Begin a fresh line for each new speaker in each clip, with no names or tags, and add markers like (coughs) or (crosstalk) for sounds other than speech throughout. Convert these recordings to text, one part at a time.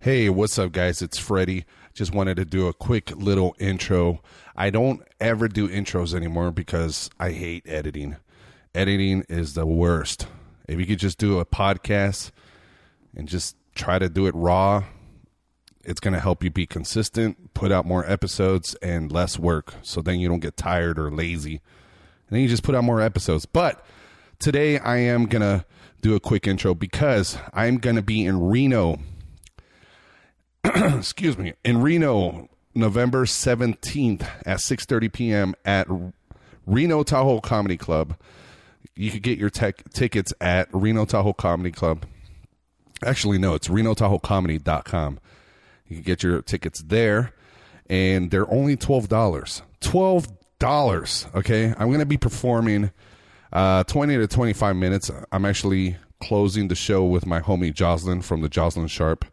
Hey, what's up, guys? It's Freddie. Just wanted to do a quick little intro. I don't ever do intros anymore because I hate editing. Editing is the worst. If you could just do a podcast and just try to do it raw, it's going to help you be consistent, put out more episodes, and less work. So then you don't get tired or lazy and then you just put out more episodes. But today I am gonna do a quick intro because I'm gonna be in Reno. (clears throat) Excuse me, in Reno, November seventeenth at six thirty p.m. at Reno Tahoe Comedy Club. You could get your tech tickets at Reno Tahoe Comedy Club. Actually, no, it's renotahocomedy.com. You can get your tickets there, and they're only twelve dollars. Twelve dollars. Okay, I'm going to be performing uh, twenty to twenty five minutes. I'm actually closing the show with my homie Jocelyn from the Jocelyn Sharp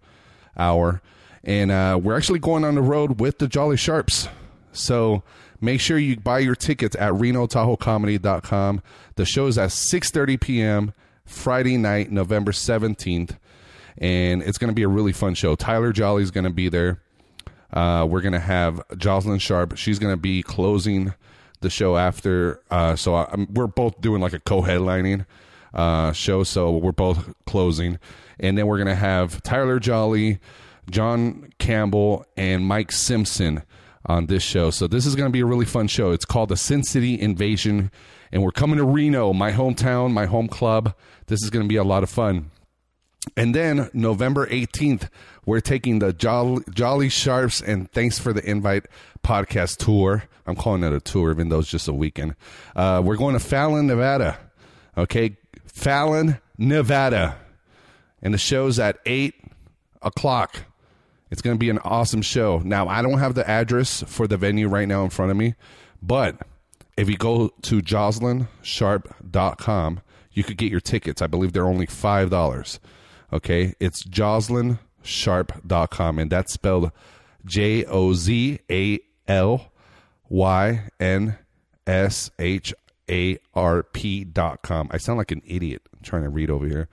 Hour, and uh, we're actually going on the road with the Jolly Sharps. So make sure you buy your tickets at renotahocomedy.com. The show is at 6:30 p.m. Friday night, November 17th, and it's going to be a really fun show. Tyler Jolly's going to be there. Uh, we're gonna have Jocelyn Sharp. She's gonna be closing the show after. Uh, so I, I'm, we're both doing like a co-headlining uh, show. So we're both closing, and then we're gonna have Tyler Jolly, John Campbell, and Mike Simpson on this show. So this is gonna be a really fun show. It's called the Sin City Invasion, and we're coming to Reno, my hometown, my home club. This is gonna be a lot of fun. And then November 18th, we're taking the Jolly, Jolly Sharps and Thanks for the Invite podcast tour. I'm calling it a tour, even though it's just a weekend. Uh, we're going to Fallon, Nevada. Okay. Fallon, Nevada. And the show's at 8 o'clock. It's going to be an awesome show. Now, I don't have the address for the venue right now in front of me, but if you go to jocelynsharp.com, you could get your tickets. I believe they're only $5. Okay. It's jocelynsharp.com, and that's spelled J O Z A L Y N S H A R P.com. I sound like an idiot trying to read over here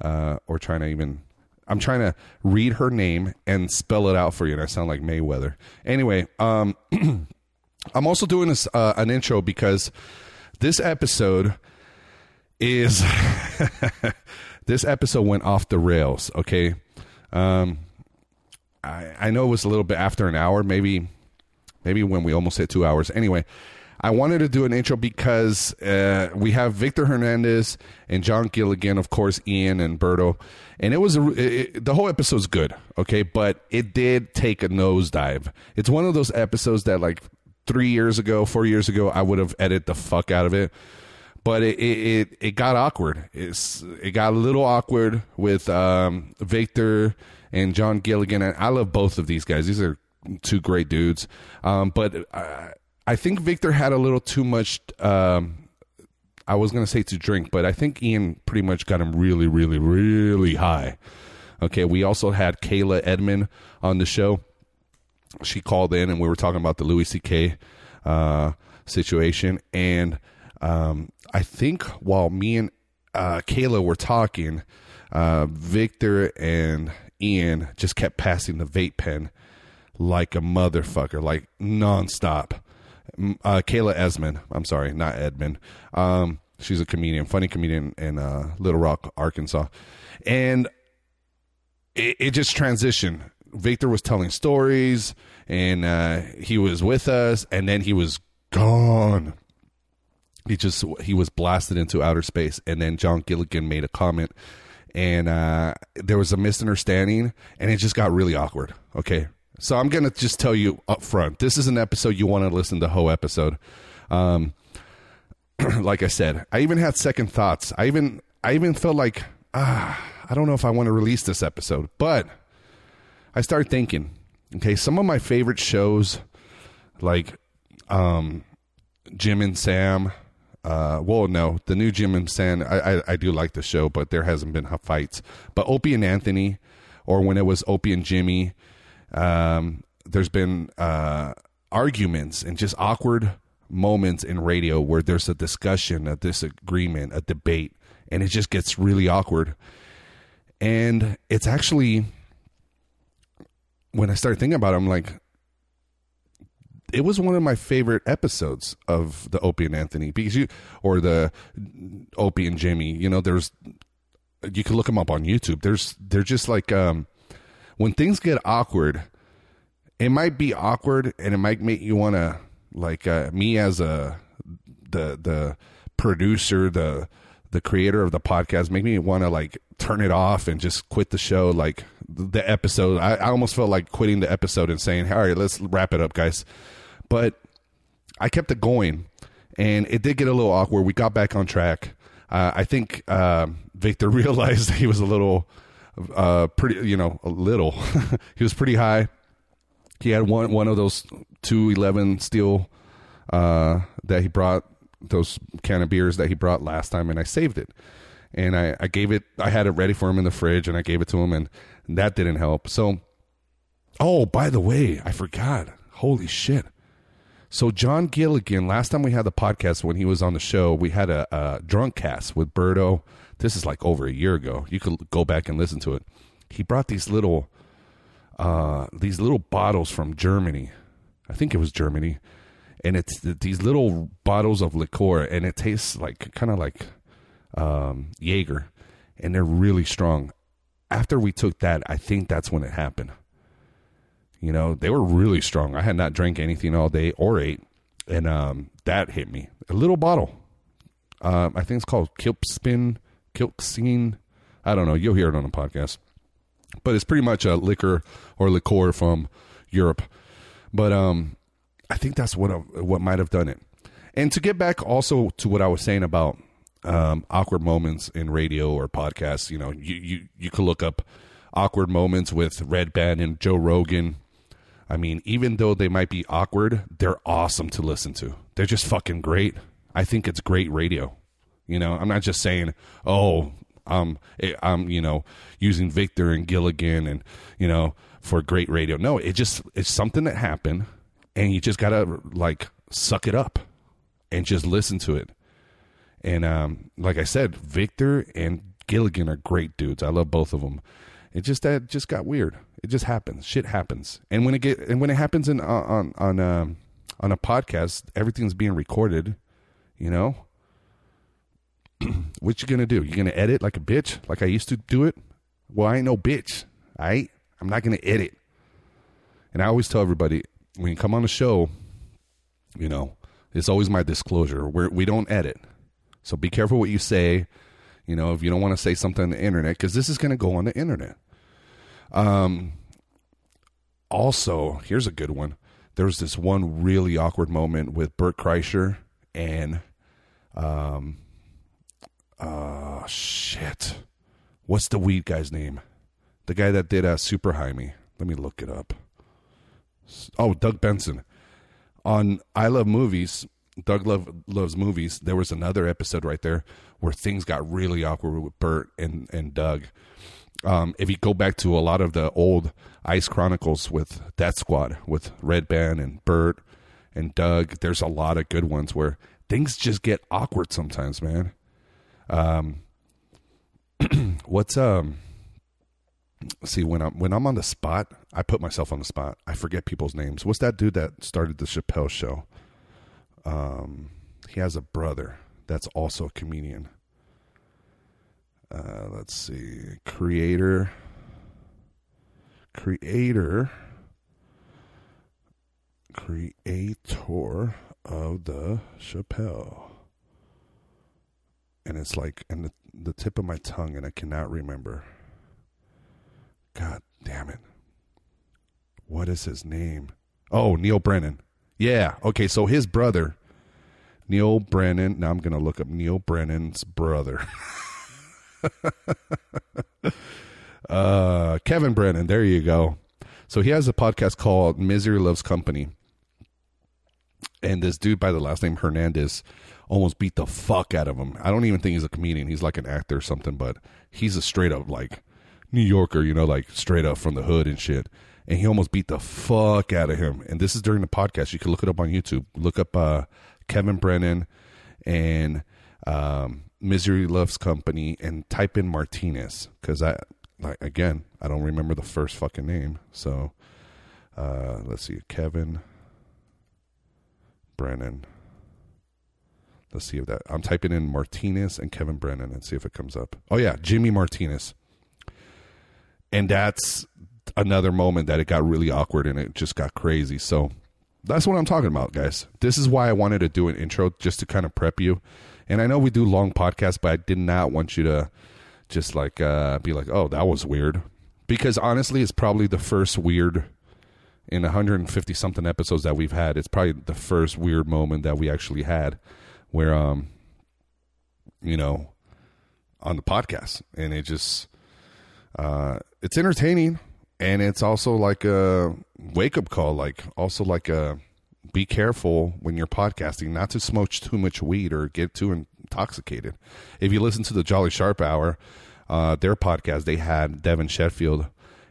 uh, or trying to even I'm trying to read her name and spell it out for you, and I sound like Mayweather. Anyway, um, (clears throat) I'm also doing this uh, an intro because this episode is (laughs) this episode went off the rails. Okay, um, I I know it was a little bit after an hour, maybe maybe when we almost hit two hours. Anyway, I wanted to do an intro because uh, we have Victor Hernandez and John Gilligan, of course, Ian and Berto, and it was a, it, it- the whole episode's good, okay, but it did take a nosedive. It's one of those episodes that like three years ago, four years ago, I would have edited the fuck out of it but it it, it, it got awkward. It's it got a little awkward with um, Victor and John Gilligan. And I love both of these guys. These are two great dudes. Um, but I, I think Victor had a little too much. Um, I was gonna say to drink, but I think Ian pretty much got him really, really, really high. Okay, we also had Kayla Edmond on the show she called in and we were talking about the Louis C.K. Uh, situation. And um, I think while me and uh, Kayla were talking, uh, Victor and Ian just kept passing the vape pen like a motherfucker, like nonstop. M- Uh, Kayla Esmond, I'm sorry, not Edmond. Um, she's a comedian, funny comedian in uh, Little Rock, Arkansas. And it, it just transitioned. Victor was telling stories, and uh, he was with us, and then he was gone. He just he was blasted into outer space, and then John Gilligan made a comment, and uh, there was a misunderstanding, and it just got really awkward. Okay, so I'm gonna just tell you up front, this is an episode you want to listen to whole episode. Um, (clears throat) like I said, I even had second thoughts. I even I even felt like ah, I don't know if I want to release this episode, but I started thinking, okay, some of my favorite shows like um Jim and Sam uh well no, the new Jim and Sam I I, I do like the show, but there hasn't been h- fights. But Opie and Anthony or when it was Opie and Jimmy, um there's been uh arguments and just awkward moments in radio where there's a discussion, a disagreement, a debate, and it just gets really awkward. And it's actually when I started thinking about it, I'm like, it was one of my favorite episodes of the Opie and Anthony because you or the Opie and Jimmy. You know, there's you can look them up on YouTube. There's they're just like um, when things get awkward, it might be awkward and it might make you want to like uh, me as a the the producer the the creator of the podcast make me want to like turn it off and just quit the show like the episode I, I almost felt like quitting the episode and saying all right let's wrap it up guys but i kept it going and it did get a little awkward we got back on track uh, i think um, victor (laughs) realized that he was a little uh, pretty you know a little (laughs) he was pretty high he had one one of those two eleven steel uh, that he brought those can of beers that he brought last time, and I saved it. And I, I gave it. I had it ready for him in the fridge, and I gave it to him, and that didn't help. So, oh, by the way, I forgot. Holy shit! So John Gilligan, last time we had the podcast when he was on the show, we had a, a drunk cast with Birdo. This is like over a year ago. You could go back and listen to it. He brought these little uh, these little bottles from Germany. I think it was Germany, and it's th- these little bottles of liqueur, and it tastes like kind of like um, Jaeger, and they're really strong. After we took that, I think that's when it happened. You know, they were really strong. I had not drank anything all day or ate, and um, that hit me. A little bottle. Um, I think it's called Kilpspin, Kilpscene. I don't know. You'll hear it on the podcast but it's pretty much a liquor or liqueur from Europe. But um, I think that's what what might have done it. And to get back also to what I was saying about um, awkward moments in radio or podcasts, you know, you you you could look up awkward moments with Red Band and Joe Rogan. I mean, even though they might be awkward, they're awesome to listen to. They're just fucking great. I think it's great radio. You know, I'm not just saying, oh, I'm, I'm, you know, using Victor and Gilligan and, you know, for great radio. No, it just, it's something that happened and you just got to like suck it up and just listen to it. And, um, like I said, Victor and Gilligan are great dudes. I love both of them. It just, that just got weird. It just happens. Shit happens. And when it get, and when it happens in, on, on, um, on a podcast, everything's being recorded, you know? (clears throat) what you gonna do? You gonna edit like a bitch, like I used to do it? Well, I ain't no bitch. I ain't. I'm not gonna edit. And I always tell everybody when you come on the show, you know, it's always my disclosure. We're, we don't edit, so be careful what you say. You know, if you don't want to say something on the internet, because this is gonna go on the internet. Um. Also, here's a good one. There's this one really awkward moment with Bert Kreischer and um Oh shit. What's the weed guy's name? The guy that did uh, Super Jaime. Let me look it up. S- Oh, Doug Benson. On I Love Movies, Doug Love Loves Movies, there was another episode right there where things got really awkward with Bert and, and Doug. Um, if you go back to a lot of the old Ice Chronicles with that squad, with Red Band and Bert and Doug, there's a lot of good ones where things just get awkward sometimes, man Um, (clears throat) what's um see when i'm when i'm on the spot i put myself on the spot i forget people's names what's that dude that started the chappelle show um he has a brother that's also a comedian uh let's see creator creator creator of the chappelle and it's like and the, the tip of my tongue and i cannot remember god damn it what is his name oh neil brennan yeah okay so his brother neil brennan now i'm gonna look up neil brennan's brother (laughs) uh kevin brennan there you go so he has a podcast called misery loves company and this dude by the last name Hernandez almost beat the fuck out of him. I don't even think he's a comedian. He's like an actor or something, but he's a straight up like New Yorker, you know, like straight up from the hood and shit. And he almost beat the fuck out of him. And this is during the podcast. You can look it up on YouTube. Look up uh, Kevin Brennan and um, Misery Loves Company and type in Martinez because I like again I don't remember the first fucking name. So Uh, let's see, Kevin Brennan. Let's see if that. I'm typing in Martinez and Kevin Brennan and see if it comes up. Oh yeah, Jimmy Martinez. And that's another moment that it got really awkward and it just got crazy. So that's what I'm talking about, guys. This is why I wanted to do an intro just to kind of prep you. And I know we do long podcasts, but I did not want you to just like uh, be like, "Oh, that was weird," because honestly, it's probably the first weird in 150 something episodes that we've had. It's probably the first weird moment that we actually had where, um, you know, on the podcast, and it just uh, it's entertaining and it's also like a wake up call like also like a be careful when you're podcasting not to smoke too much weed or get too intoxicated if you listen to the jolly sharp hour uh, their podcast they had devin sheffield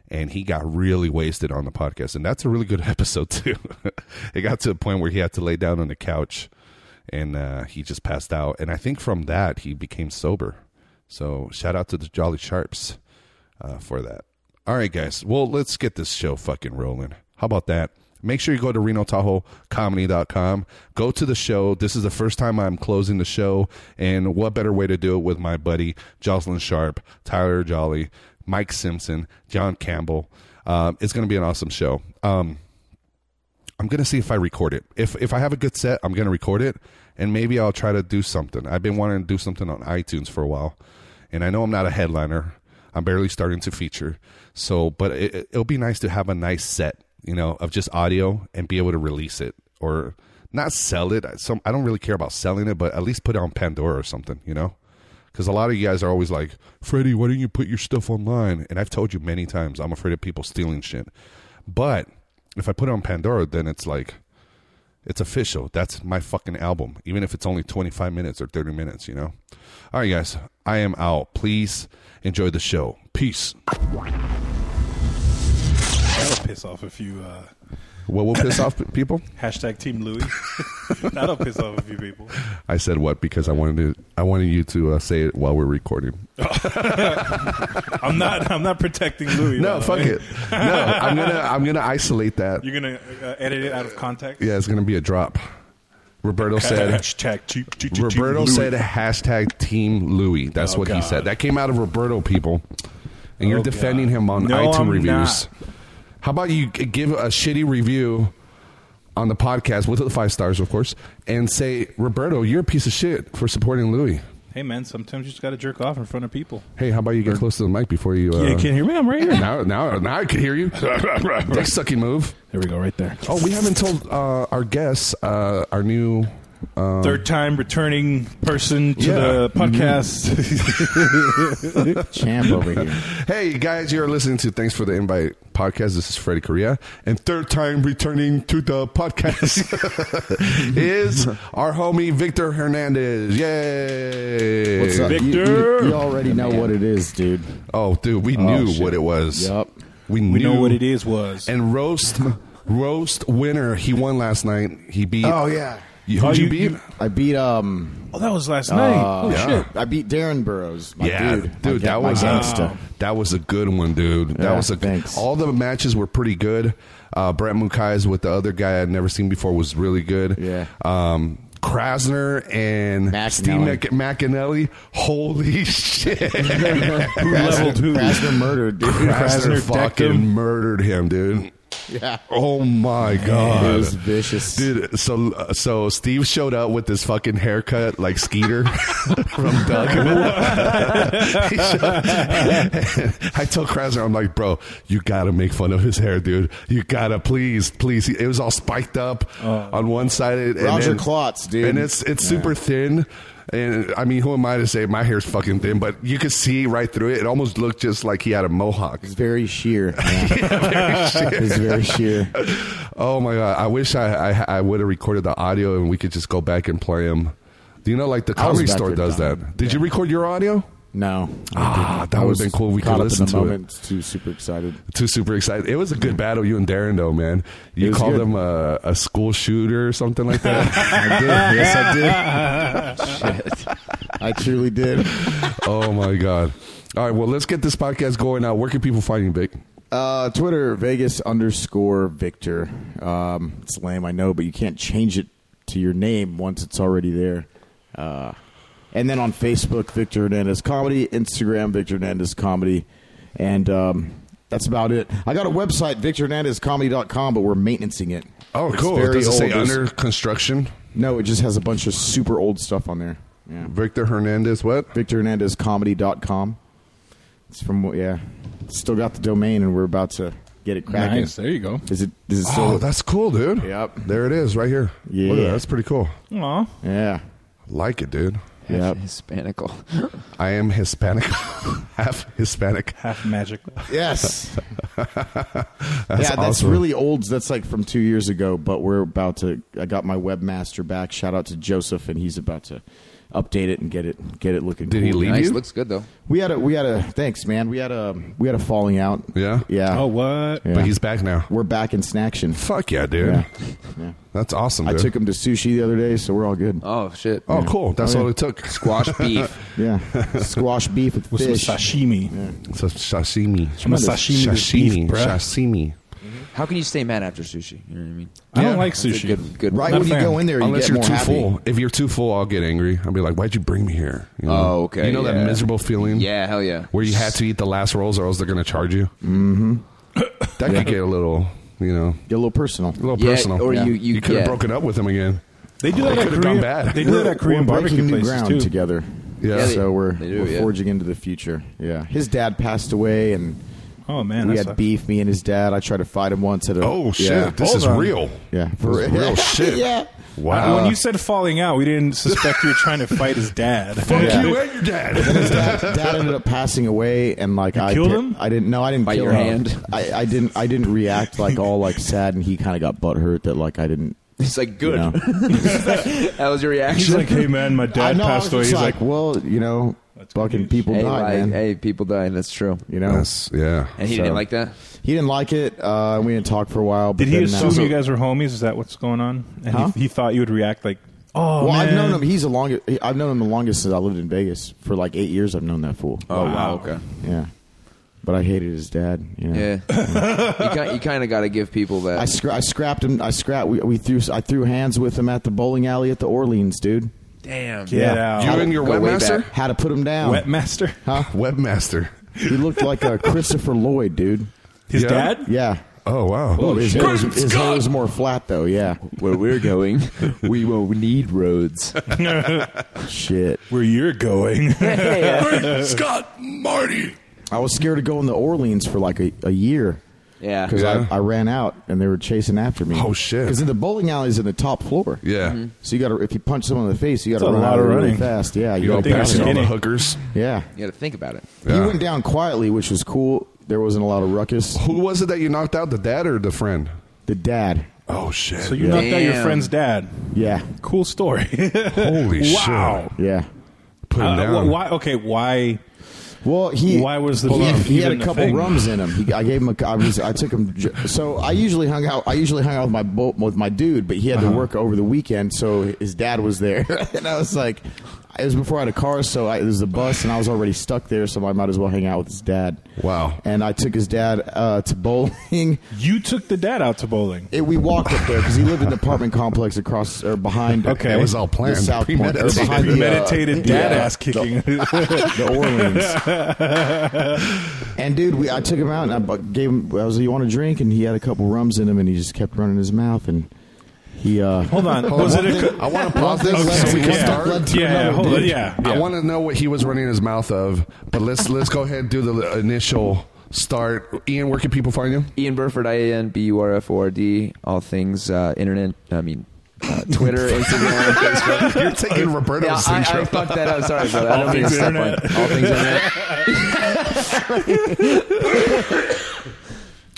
and he got really wasted on the podcast and that's a really good (laughs) episode too it got to a point where he had to lay down on the couch and uh, he just passed out and i think from that he became sober so shout out to the jolly sharps uh, for that all right, guys. Well, let's get this show fucking rolling. How about that? Make sure you go to renotahocomedy.com. Go to the show. This is the first time I'm closing the show. And what better way to do it with my buddy, Jocelyn Sharp, Tyler Jolly, Mike Simpson, John Campbell. Um, it's going to be an awesome show. Um, I'm going to see if I record it. If, if I have a good set, I'm going to record it. And maybe I'll try to do something. I've been wanting to do something on iTunes for a while. And I know I'm not a headliner. I'm barely starting to feature. So, but it, will be nice to have a nice set, you know, of just audio and be able to release it or not sell it. Some I don't really care about selling it, but at least put it on Pandora or something, you know. Because a lot of you guys are always like, Freddie, why don't you put your stuff online? And I've told you many times, I'm afraid of people stealing shit. But if I put it on Pandora, then it's like, it's official. That's my fucking album, even if it's only 25 minutes or 30 minutes, you know? All right, guys, I am out. Please enjoy the show. Peace.
That'll piss off if you uh,
What will piss (coughs) off people?
hashtag Team Louis. (laughs) That'll piss off a few people.
I said what because I wanted to. I wanted you to uh, say it while we're recording.
I'm not. I'm not protecting Louis. by
No,
the
fuck
way.
it. No, I'm gonna. I'm gonna isolate that.
You're gonna uh, edit it out of context.
Yeah, it's gonna be a drop. Roberto said.
hashtag Team- Team- Team
Roberto
Louis.
said hashtag Team Louis. That's
Oh,
what he
God.
said. That came out of Roberto, people. And you're
Oh,
defending
God.
him on
No,
iTunes
I'm
reviews.
not.
How about you g- give a shitty review on the podcast with the five stars, of course, and say Roberto, you're a piece of shit for supporting Louis.
"Hey man, sometimes you just gotta jerk off in front of people."
Hey, how about you get close to the mic before you? Uh,
yeah, you can't hear me. I'm right here.
(laughs) now, now, now I can hear
(laughs)
you. Dick sucking move.
There we go, right there.
Oh, we haven't told uh, our guests uh, our new.
Third time returning person
um,
to
Yeah. Mm-hmm.
the podcast. (laughs)
champ over here.
Hey guys, you're listening to Thanks for the Invite podcast. This is Freddie Correa, and third time returning to the podcast is our homie Victor Hernandez. Yay!
What's up? You- you-
Victor!
You, already know what it is, dude.
Oh, dude, we knew
shit.
what it was.
Yup.
We knew
we know what it is. Was
And roast, roast winner. He won last night. He beat.
yeah.
You- who'd
Oh,
you,
you-
beat?
you-
I beat um
oh, that was last
Ah,
night. Oh
uh,
shit.
I beat Darren Burrows, my
yeah,
dude.
dude,
My ga-
that
my
was uh,
gangsta.
a, that was a good one, dude. that
Yeah,
was a
thanks.
all the matches were pretty good. Uh, Brett Mukai's with the other guy I'd never seen before was really good.
Yeah.
Um, Krasner and
McAnally.
Steve Mc- McAnally.
(laughs)
Holy shit!
Who leveled who?
Krasner murdered, dude.
Krasner
Krasner decked
fucking
him.
murdered him, dude.
Yeah.
Oh my god,
It was vicious.
dude. So so Steve showed up with this fucking haircut like Skeeter (laughs) from Doug. He showed- I told Krasner, I'm like, bro, you gotta make fun of his hair, dude. You gotta, please, please. It was all spiked up on one side. And
Roger
then-
Klotz, dude.
and it's it's super thin. And I mean, who am I to say my hair's fucking thin? But you could see right through it. It almost looked just like he had a mohawk.
It's very sheer. it's very sheer.
Oh my god! I wish I I, I would have recorded the audio and we could just go back and play them. Do you know like the
I was
comedy
back
store
there,
does
John.
that? Did you record your audio?
No.
Ah, that
I
would
was
have been cool. We
caught
could
up
listen
in the
to
moment. Too super excited.
it. Too super excited. It was a good battle, you and Darren though, man.
It
You
was
called
good.
him a, a school shooter or something like
(laughs)
that.
I did. Yes, I did. Shit. I truly did.
(laughs)
oh my god! All right, well let's get this podcast going. Now, where can people find you, Vic?
Uh, Twitter Vegas underscore Victor. Um, it's lame, I know, but you can't change it to your name once it's already there. Uh, and then on Facebook, Victor Hernandez Comedy. Instagram, Victor Hernandez Comedy. And um, that's about it. I got a website, victorhernandezcomedy.com, but we're maintaining it.
Oh,
It's
cool.
very
Does it say
old. There's-
under construction?
No, it just has a bunch of super old stuff on there. Yeah.
Victor Hernandez, what?
Victor Hernandez Comedy.com. It's from, yeah. Still got the domain, and we're about to get it cracking.
Nice. There you go.
Is it? Is it still?
Oh, that's cool, dude.
Yep.
There it is, right here.
Yeah.
Look at that. That's pretty cool.
Aw.
yeah.
Like it, dude.
Yep.
Hispanical.
I am Hispanic, (laughs) half Hispanic.
Half magic.
Ah.
(laughs) Yes.
That's
yeah, that's
awesome.
really old. That's like from two years ago. But we're about to. I got my webmaster back. Shout out to Joseph, and he's about to update it and get it get it looking.
Did he
cool.
leave
nice.
you?
Looks good though.
We had a we had a thanks, man. We had a we had a falling out.
Yeah?
Yeah.
Oh, what?
Yeah.
But he's back now.
we're back in snaction.
Fuck yeah, dude.
Yeah. Yeah.
That's awesome,
I
dude.
took him to sushi the other day, so we're all good.
Oh shit.
oh, cool. That's all it took.
Squash beef.
(laughs)
Yeah. Squash beef with,
With
fish.
some sashimi.
It's a sashimi.
Some sashimi with
Sashimi.
beef, bruh.
Sashimi.
How can you stay mad after sushi? You know what I mean?
I don't like
That's a
sushi.
Good. Good.
Right
Not a
when you
fan.
go in there, you
Unless
get
you're
more
too
happy.
full. If you're too full, I'll get angry. I'll be like, why'd you bring me here? You know?
Oh, okay,
You know that
yeah.
miserable feeling?
Yeah. Hell yeah.
Where you had to eat the last rolls or else they're going to charge you? Mm-hmm. that could get a little, you know,
Get a little personal.
a little
Yeah,
personal.
or you- you
could have
yeah.
broken up with him again.
They do that
It
at
Oh, could've gone
Korean.
bad.
They do that at Korean
we're breaking
barbecue
new
places
ground
too.
together.
Yeah. Yeah, they-
so we're,
they do,
we're
yeah.
forging into the future. Yeah, his dad passed away, and
Oh man,
we
that's
had
a-
beef. Me and his dad. I tried to fight him once at a.
Oh, shit.
yeah.
This
Hold
is
on.
real.
Yeah, for
This is real
(laughs)
shit.
(laughs) yeah,
Wow.
uh,
when you said falling out, we didn't suspect you were trying to fight his dad.
(laughs) Fuck
Yeah.
you eh? and your dad.
his dad, dad ended up passing away, and like I
killed
did-
him?
I didn't. No, I didn't
By
kill
your
him.
hand?
I, I didn't. I didn't react like all like sad, and he kind of got butthurt that like I didn't.
(laughs) It's like
You
good.
know.
(laughs) that was your reaction.
He's like, hey man, my
I
dad
know, I was
passed away.
just
He's like,
well, you know,
That's good
fucking
news.
people
hey,
die,
like,
man.
hey, people dying. That's true.
You know,
Yes, yeah.
And he
So-
didn't like that.
he didn't like it. Uh, we didn't talk for a while. But
did he
then,
assume
uh,
you guys were homies? Is that what's going on? And
Huh?
he, he thought you would react like, oh
Well,
man.
I've known him. He's the longest. I've known him the longest since I lived in Vegas. For like eight years, I've known that fool.
Oh wow.
Wow.
Okay.
Yeah, but I hated his dad. You know?
Yeah. you kind, you kind of got to give people that.
I, scra- I scrapped him. I scrapped. We, we threw. I threw hands with him at the bowling alley at the Orleans, dude.
Damn.
Get
Yeah.
out,
You and your
Go way
webmaster?
back.
Had to put him down.
wet
(laughs)
master.
huh?
Webmaster.
He looked like a Christopher Lloyd, dude.
His
Yeah.
dad.
Yeah.
Oh, wow.
Oh, his
shit.
hair, was, his hair was more flat though. Yeah.
Where we're going, we will need roads.
Shit.
(laughs) Where you're going? (laughs)
Scott Marty.
I was scared of going to Orleans for like a, a year.
Yeah.
Because
Yeah.
I, I ran out and they were chasing after me.
Oh, shit.
Because the bowling alley's in the top floor.
Yeah.
So you got to if you punch someone in the face, you got to
It's a
run
lot
out
of
really
running.
fast. Yeah,
You all
gotta
think
pass
it's
passing
it.
all the
skinny.
hookers.
Yeah.
(laughs) You got to think about it.
Yeah.
he went down quietly, which was cool. There wasn't a lot of ruckus.
Who was it that you knocked out? The dad or the friend?
The dad,
Oh shit!
So you knocked out your
Damn.
friend's dad.
yeah,
Cool story. (laughs)
Holy
wow.
shit!
yeah.
Put him
Uh,
down.
wh- why? Okay. Why?
Well, he
Why was the
he,
beef
he had a
even a
couple
thing?
rums in him. He, I gave him a. I was I took him. j- So I usually hung out. I usually hung out with my bo- with my dude, but he had
Uh-huh.
to work over the weekend, so his dad was there, (laughs) and I was like, it was before I had a car, so I, it was a bus, and I was already stuck there, so I might as well hang out with his dad.
Wow.
And I took his dad uh, to bowling. (laughs)
You took the dad out to bowling.
It, we walked up there because he lived in an apartment complex across or behind.
Okay. It
was all
the
planned,
South Point, or
premeditated.
behind the, uh,
Premeditated dad
yeah,
ass kicking.
the Orleans. (laughs) and dude, we, I took him out and I bu- gave him. I was like, "You want a drink?" And he had a couple rums in him, and he just kept running his mouth. And he uh,
Hold on.
Hold
was
on.
it a?
I want to pause this
Okay,
so we
yeah.
can start.
Led to
yeah.
another,
Hold on.
dude.
Yeah.
I
yeah.
want to know what he was running his mouth of, but let's let's go ahead and do the initial start. Ian, where can people find you?
Ian Burford, I A N B U R F O R D, all things uh, internet. I mean, uh, Twitter, Instagram, Facebook.
You're taking Roberto
Yeah, I, I
syndrome.
fucked that up. Sorry, brother. I
All
don't mean to
things
step on
internet.
all things internet.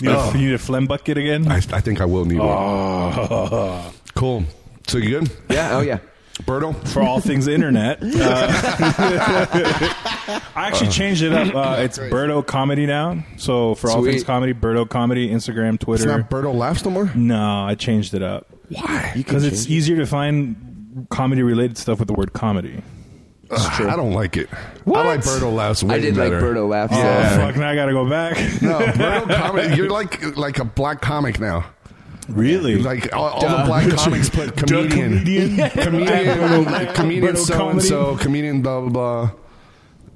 You,
Oh.
know, you need a phlegm bucket again.
I, I think I will need one. Cool. So you good,
Yeah. Oh yeah.
Berto?
for all
(laughs)
things internet. Uh, (laughs) I actually changed it up. Uh, it's Birdo Comedy now. So for all
Sweet.
things comedy, Birdo Comedy, Instagram,
It's
Twitter.
not Berto laughs no more.
no, I changed it up
Why?
You can
because it's
change
easier to find comedy related stuff with the word comedy.
it.
Ugh, I don't like it. I like Birdo laughs way
I did like
better.
Birdo laughs.
Oh,
Yeah.
fuck, now I gotta go back.
(laughs) No, Birdo comedy. You're like like a black comic now.
really?
Like all, all the black comics put
Duh,
comedian, (laughs)
(laughs) comedian.
comedian, comedian,
Birdo
so and so, comedian, blah blah blah.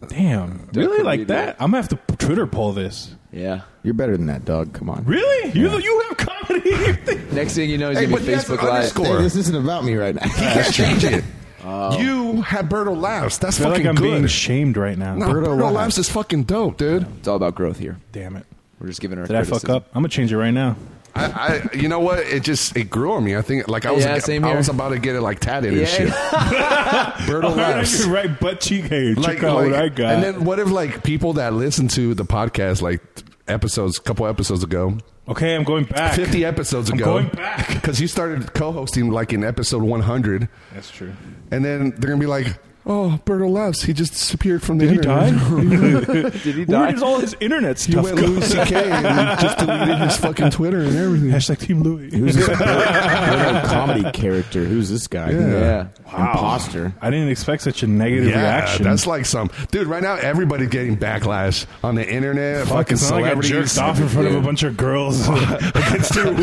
Damn. Really like that? I'm gonna have to Twitter poll this.
Yeah.
You're better than that, dog. Come on.
Really? You you have comedy? (laughs) You think-
Next thing you know, he's
Hey,
gonna
but
be
that's
Facebook Live.
underscore.
Hey, this isn't about me right now.
(laughs)
That's changing. You had Birdo laughs. That's
I feel
fucking
like I'm
good.
being shamed right now.
no, Birdo, laughs. is fucking dope, dude.
It's all about growth here.
Damn it.
We're just giving our.
Did I fuck
criticism.
up? I'm gonna change it right now.
I, I, you know what? It just it grew on me. I think like I was
Yeah, same
I
here.
was about to get it like tatted and
Yeah. (laughs)
shit. Birdo laughs.
You're (laughs) (laughs) right, butt cheek hair.
Like,
Check out
like-
what I got.
And then what if like people that listen to the podcast like episodes, couple episodes ago,
okay, I'm going back.
fifty episodes
I'm
ago,
going back.
because you started co-hosting like in episode one hundred,
That's true.
and then they're gonna be like, "Oh, Birdo laughs. He just disappeared from the
Did he
internet. (laughs)
(laughs) die?
Did he
Where
die?
does all his internet
He
stuff
went
go?
Louis C.K. and just deleted his fucking Twitter and everything.
(laughs) Hashtag Team Louis.
(laughs)
Who's this
(laughs)
Birdo comedy character? Who's this guy? uh,
Yeah.
Imposter.
I didn't expect such a negative
Yeah,
reaction.
that's like some dude. Right now, everybody's getting backlash on the internet. fucking
fucking sound like I
celebrities.
jerked off in front of a bunch of girls against
(laughs)
their (laughs)
Harvey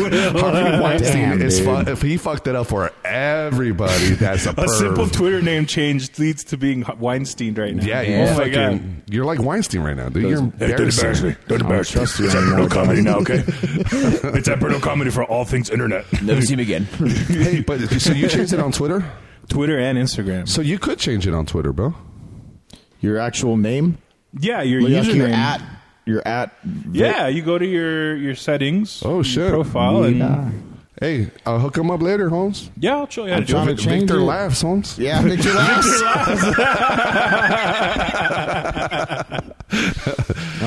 will.
Weinstein
Damn,
is
dude.
fu- if he fucked it up for everybody, that's a,
A
perv.
simple Twitter name change leads to being Weinstein right now.
Yeah, you
Yeah.
Oh my god.
fucking, you're like Weinstein right now, dude. You're embarrassing.
Don't
embarrass me. It's at Bruno Comedy
now, okay? (laughs) it's at Bruno Comedy for all things internet. (laughs)
Never see him again.
(laughs) hey, but so you changed it on Twitter?
Twitter and Instagram.
So you could change it on Twitter, bro.
Your actual name?
Yeah, your
Look,
username.
You're at. You're at.
yeah, you go to your your settings.
Oh,
your
shit.
Profile and
Yeah.
Hey, I'll hook him up later, Holmes.
yeah, I'll show you how to do
trying
it.
to change
Victor
it.
laughs, Holmes.
Yeah, Victor laughs. (laughs) I'm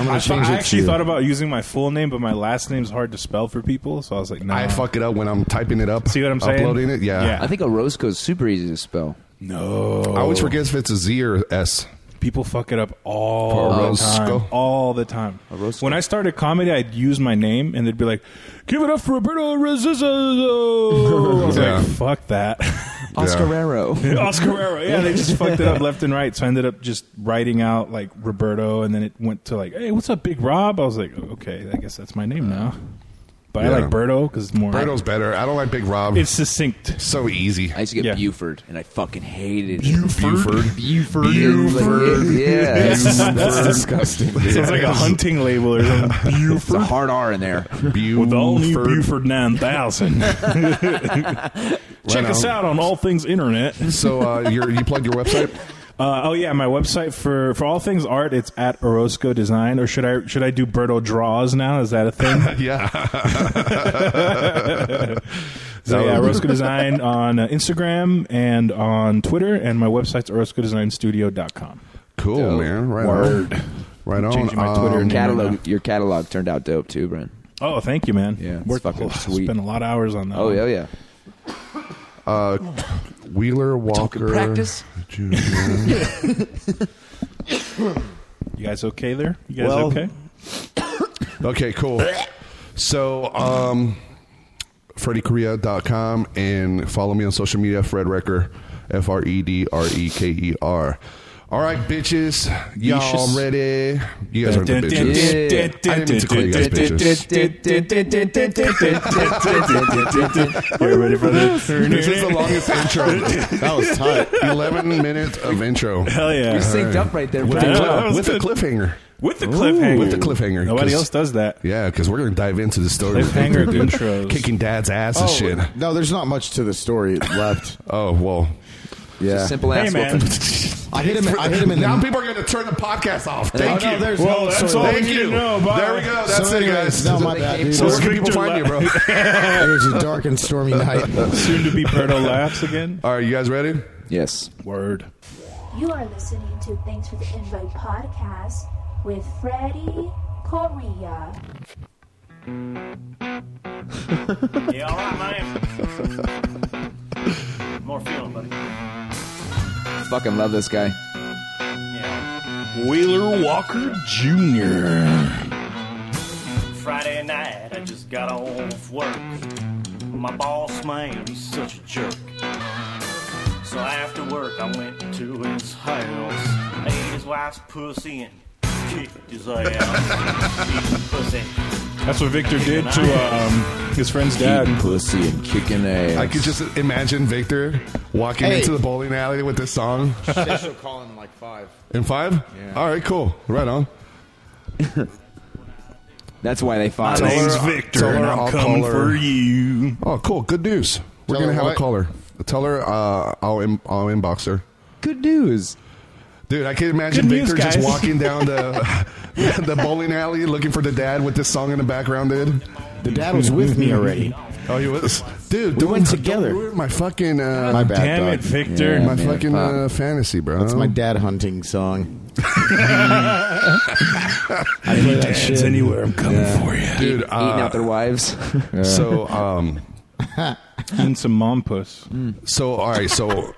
I,
gonna
thought-
change
I
it
actually
to-
thought about using my full name, but my last name's hard to spell for people, so I was like, no.
I fuck it up when I'm typing it up.
See what I'm saying?
Uploading it, yeah.
Yeah.
I think Orozco is super easy to spell.
no.
I always forget if it's a Z or S.
People fuck it up all the
Orozco.
time. All the time.
Orozco.
When I started comedy, I'd use my name and they'd be like, give it up for Roberto Rezzo. I was
Yeah.
like, fuck that.
(laughs)
(laughs)
Oscarero.
Oscarero. Yeah, they just fucked it up left and right. So I ended up just writing out like Roberto and then it went to like, hey, what's up, Big Rob? I was like, okay, I guess that's my name now. But
Yeah.
I like Berto because it's more.
Birdo's better. I don't like Big Rob.
It's succinct.
so easy.
(laughs) I used to get
Yeah.
Buford, and I fucking hated it.
Buford.
Buford.
Buford.
(laughs)
Yeah.
That's
disgusting. (laughs)
Sounds like a hunting label or something.
It's a hard R in there.
With all new
Buford.
Buford 9000. Check
Right
us
on.
out on all things internet.
So uh, you're, you plugged your
(laughs)
website?
Uh, oh yeah, my website for for all things art, it's at Orozco Design. Or should I should I do Berto Draws now? Is that
(laughs)
a thing?
yeah.
so yeah, Orozco Design on uh, Instagram and on Twitter, and my website's orozcodesignstudio.com.
Cool,
Dope.
man. Right
Word.
on. Right on.
Changing my Twitter
Um,
name.
Catalog. Your catalog turned out dope too, Brent.
Oh, thank you, man.
Yeah, it's
Worked-
fucking
oh,
sweet.
Spent a lot of hours on that.
Oh
one.
yeah, yeah.
uh, Wheeler Walker.
practice.
Jr.
You guys okay there? You guys
Well-
okay?
okay, cool. So, um, FreddyKorea.com and follow me on social media, Fred Recker, F R E D R E K E R. All right, bitches. Y'all
Beaches.
ready? You guys are the bitches. I didn't mean to call you guys
(laughs)
bitches.
You ready for this?
This is the longest intro.
That was tight.
11 minutes of intro.
Hell
You
yeah.
synced up right there,
With,
I
a,
know,
Brent.
that
cliff,
was
with a
good.
cliffhanger.
With the cliffhanger.
With the cliffhanger.
Nobody
'cause-
else does that.
Yeah, because we're gonna dive into the story.
Cliffhanger Oh. intros.
Kicking dad's ass and shit.
No, there's not much to the story
(laughs)
left.
Oh well.
Yeah.
Simple
Hey
ass.
man.
I hit him. I hit him in
now
the.
people are gonna turn the podcast off. Thank
no,
you.
there's
Well,
no
that's
story
all
left.
Thank
we need
you.
to know. Bye.
There we go. That's
So
it,
anyways,
guys.
No, my bad, dude.
so where
It's
can people
Victor
find you, bro?
It was a dark and stormy night.
Soon to be Berto laughs again.
(laughs) All right, you guys ready?
Yes.
Word.
You are listening to Thanks for the Invite podcast with Freddie Correa.
Yeah, all right, man. More feeling, buddy.
Fucking love this guy.
Yeah.
Wheeler Walker Jr.
Friday night, I just got off work. My boss man, he's such a jerk. So after work, I went to his house, ate his wife's pussy and kicked his ass. (laughs) Eating pussy.
That's what Victor did to um, his friend's dad.
Eating pussy and kicking ass.
I could just imagine Victor walking
Hey.
into the bowling alley with this song
Special calling like five.
in five.
Yeah.
All right, cool. Right on.
That's why they fought.
Tell
us.
her- tell her I'll call her.
you.
Oh, cool. Good news. We're
Tell
gonna
her
have a
what?
caller. Tell her uh, I'll in, I'll inbox her.
Good news.
Dude, I can imagine
Good news,
Victor just
guys.
walking down the (laughs) the bowling alley looking for the dad with this song in the background. Dude,
The dad was with me already.
oh, you (laughs) was, dude.
We
don't-
went together.
Don't ruin my fucking uh,
My bad,
Damn
dog.
it, Victor.
my
Yeah, man,
fucking
fuck.
uh, fantasy, bro.
That's my dad hunting song. I play that shit.
anywhere, I'm coming for you.
dude.
Eating
Uh,
out their wives.
(laughs)
so um,
And some mom puss.
so all right, so (laughs)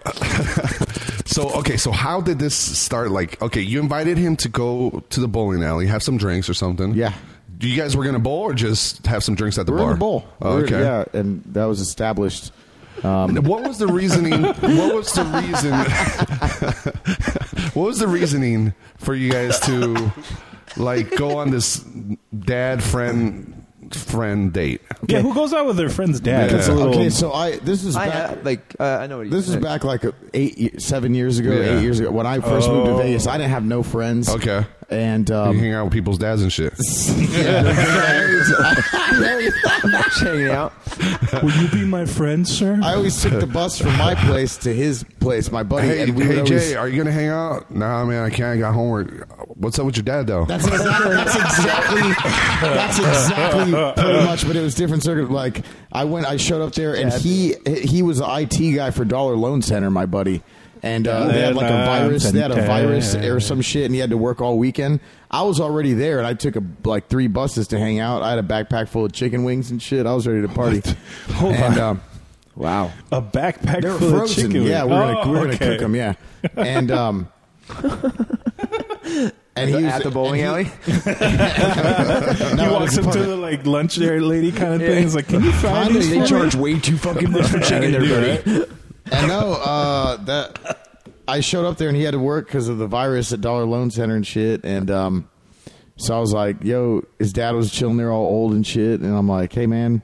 so okay, so how did this start? Like, okay, you invited him to go to the bowling alley, have some drinks or something.
Yeah.
You guys were gonna bowl or just have some drinks at the
We're
bar?
in the bowl.
Oh,
We're-
okay.
Yeah, and that was established.
What was the reasoning? what was the reason? what was the reasoning for you guys to like go on this dad friend friend date?
Yeah, who goes out with their friend's
Yeah.
dad? That's a little.
Okay, so I this is
I
back,
know, like uh, I know what you
this is back like uh, eight, ye- seven years ago,
Yeah. Oh.
eight years ago when I first moved to Vegas. I didn't have no friends.
Okay.
and
You
(laughs) um,
hang out with people's dads and shit.
hanging out.
Will you be my friend, sir?
I always took the bus from my place to his place, my buddy.
Hey,
and we would
hey
always,
Jay, are you gonna hang out? Nah, man, I can't. I got homework. What's up with your dad though?
That's exactly. That's exactly. That's exactly pretty much. But it was different circuit. Like I went, I showed up there, and he he was the IT guy for Dollar Loan Center, my buddy. And uh, they had like a virus. They had a virus or some shit, and he had to work all weekend. I was already there, and I took a, like three buses to hang out. I had a backpack full of chicken wings and shit. I was ready to party.
Hold
and,
on.
Um,
Wow.
a backpack
they were
full of
frozen.
chicken.
Yeah, we were gonna,
Oh,
we were
okay.
gonna cook them. Yeah,
(laughs)
and um, and he was
at the bowling
and he-
alley.
No,
He
it
walks
was
up to
fun.
the like lunch there lady kind of thing. He's like, "Can you fry
Finally,
these
they
for me?"
charge
way too fucking much for
Yeah, they do, right?
And no, uh, that I showed up there and he had to work because of the virus at Dollar Loan Center and shit. And um, so I was like, "Yo, his dad was chilling there, all old and shit." And I'm like, "Hey, man,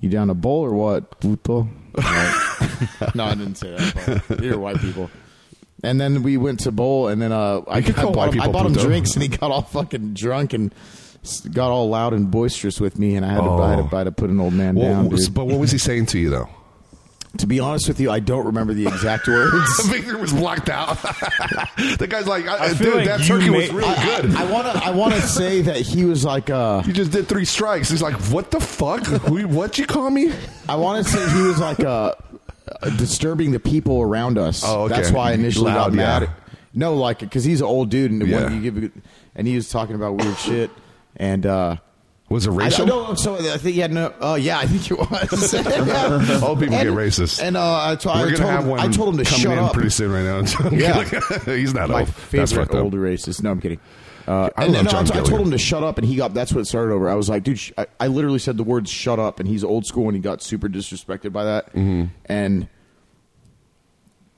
you down to bowl or what, puto?" Like, (laughs) no, I didn't say that. but You're white people. And then we went to bowl, and then uh, I, I
could call
bought,
white
him, I
people
bought him
puto.
drinks, and he got all fucking drunk and s- got all loud and boisterous with me, and I had, to, I had, to, I had to put an old man
What-
down. dude.
but what was he saying to
(laughs)
you though?
To be honest with you, I don't remember the (laughs) exact words.
Victor was blocked out. (laughs) the guy's like, I,
feel
dude,
like
that
you
turkey
may-
was really
I-
good.
I want to. I want to say that he was like. Uh,
You just did three strikes. He's like, what the fuck? Who- what you call me?
I want to say he was like uh, disturbing the people around us.
Oh, okay.
That's why I initially
Loud,
got mad.
yeah.
No, like because he's an old dude, and when
Yeah.
you give, and he was talking about weird shit, and. uh
Was it
I
racial?
don't know. So I think he had no. Oh yeah, I think
(laughs)
it was.
All people get
And-
racist.
And uh, I, t- I
We're
told
gonna have
him,
one.
I told him to
coming
shut
in
up.
pretty soon right now. (laughs) John
Yeah.
Gilligan. (laughs) he's not
my
old. That's
favorite
fucked up.
old racist. No, I'm kidding. Uh,
I
and
love
no,
John
I, I told
Gilligan.
him to shut up, and he got. That's what it started over. I was like, dude, sh- I, I literally said the words "shut up," and he's old school, and he got super disrespected by that.
Mm-hmm.
And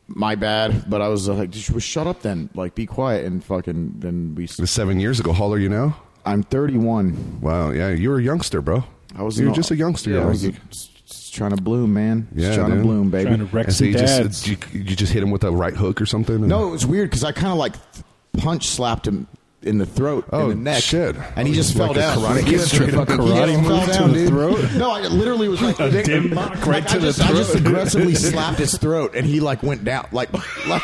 my bad, but I was uh, like, just well, shut up, then, like, be quiet, and fucking. Then we.
It was seven years ago. How old are you now?
I'm 31.
Wow. Yeah, you were a youngster, bro.
I was
You were
an-
just a youngster.
Yeah, I
like,
was
you-
just- just trying to bloom, man. Just
Yeah,
trying
dude.
to bloom, baby.
Trying to wreck
and so
some
you
dads.
just you, you just hit him with a right hook or something. and-
No, it was weird because I kind of like th- punch slapped him in the throat,
Oh,
in the neck,
shit.
and he just
Like
fell
a
down.
karate
He
kid
just
straight up
fucking-
karate
he just
move
fell
to
down,
the
dude.
throat?
No, I literally was like,
A dim knock
like,
right
I
to the
just, I just
throat.
aggressively slapped his throat, and he like went down, like like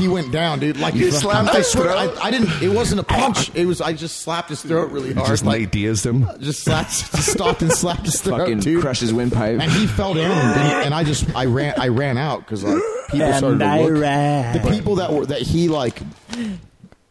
he went down, dude. Like
You slapped
I
his
swear,
throat?
I, I didn't. It wasn't a punch. It was I just slapped his throat really
You
hard,
just
like
like Diaz'd him.
just slapped, just stopped and slapped his throat,
(laughs) Fucking
dude.
crush his windpipe. (laughs)
And he fell down, and, then- and I just I ran I ran out because like people started to look. The people that were that he like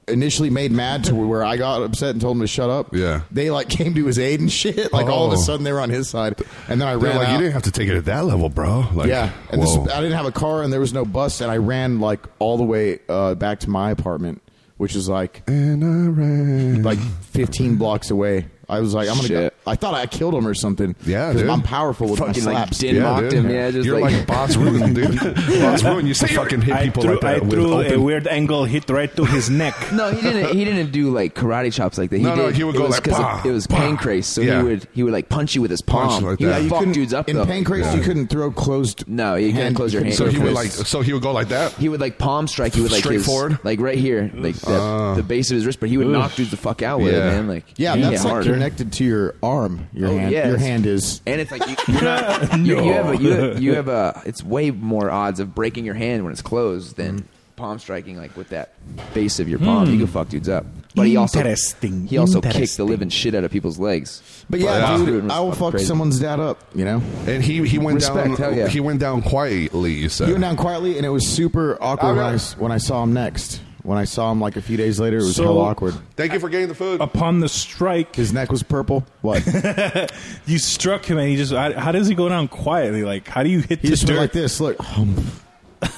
initially made mad to where I got upset and told him to shut up.
Yeah.
they like came to his aid and shit. Like all of a
Oh.
sudden they were on his side, and then I
They're
ran
like,
out.
you didn't have to take it at that level, bro. Like,
yeah, and this,
whoa.
I didn't have a car, and there was no bus, and I ran like all the way
(clears throat)
uh, back to my apartment, which is like
and I ran.
like 15 blocks away. I was like, I'm gonna.
Shit.
Go. I thought I killed him or something.
Yeah,
'Cause
dude.
I'm powerful with
Fucking,
my
like,
slaps.
did- mocked him, yeah, just
You're like,
like-
Boss Ruin,
(laughs)
dude. Boss Ruin used to fucking hit
I
people
threw,
like that
I
with
threw a
open.
weird angle hit right to his neck.
No, he didn't. He didn't do like karate chops like that. He
No,
did,
no, he would
it
go
was
like,
'cause
"Bah,
it, it was
bah."
pancrase, so
Yeah.
he would he would like punch you with his palm.
Punch like
he
that.
would
You
fuck
couldn't-
dudes up
in
though.
pancrase. You couldn't throw closed.
No, you can't
hand-
close your hand.
So he would
Pancrase.
like, so he would go like that.
He would like palm strike you with like his
Straightforward?
like right here, like that, the base of his wrist. But he would knock dudes the fuck out with it,
Yeah.
man. Like
Yeah,
he'd
that's
hit
like
hard.
connected to your arm. Your
Oh,
hand.
yeah,
Your
it's-
hand is.
And it's like you, you're not, you, you have a, you, have, you have a it's way more odds of breaking your hand when it's closed than palm striking like with that base of your palm. You can fuck dudes up. But he also
Interesting.
he also kicked the
Interesting.
living shit out of people's legs.
But yeah,
Wow.
dude, I will fuck
Crazy.
someone's dad up. You know,
And he, he went
Respect,
down.
hell yeah.
He went down quietly. You said.
he went down quietly, and it was super awkward when I,
Alright.
s- when I saw him next. When I saw him like a few days later, it was
So-
hell awkward.
Thank you for getting the food.
Upon the strike,
His neck was purple.
(laughs)
What? he
you struck him, and he just. How, how does he go down quietly? Like, how do you hit the
just went
dirt?
like this. Look,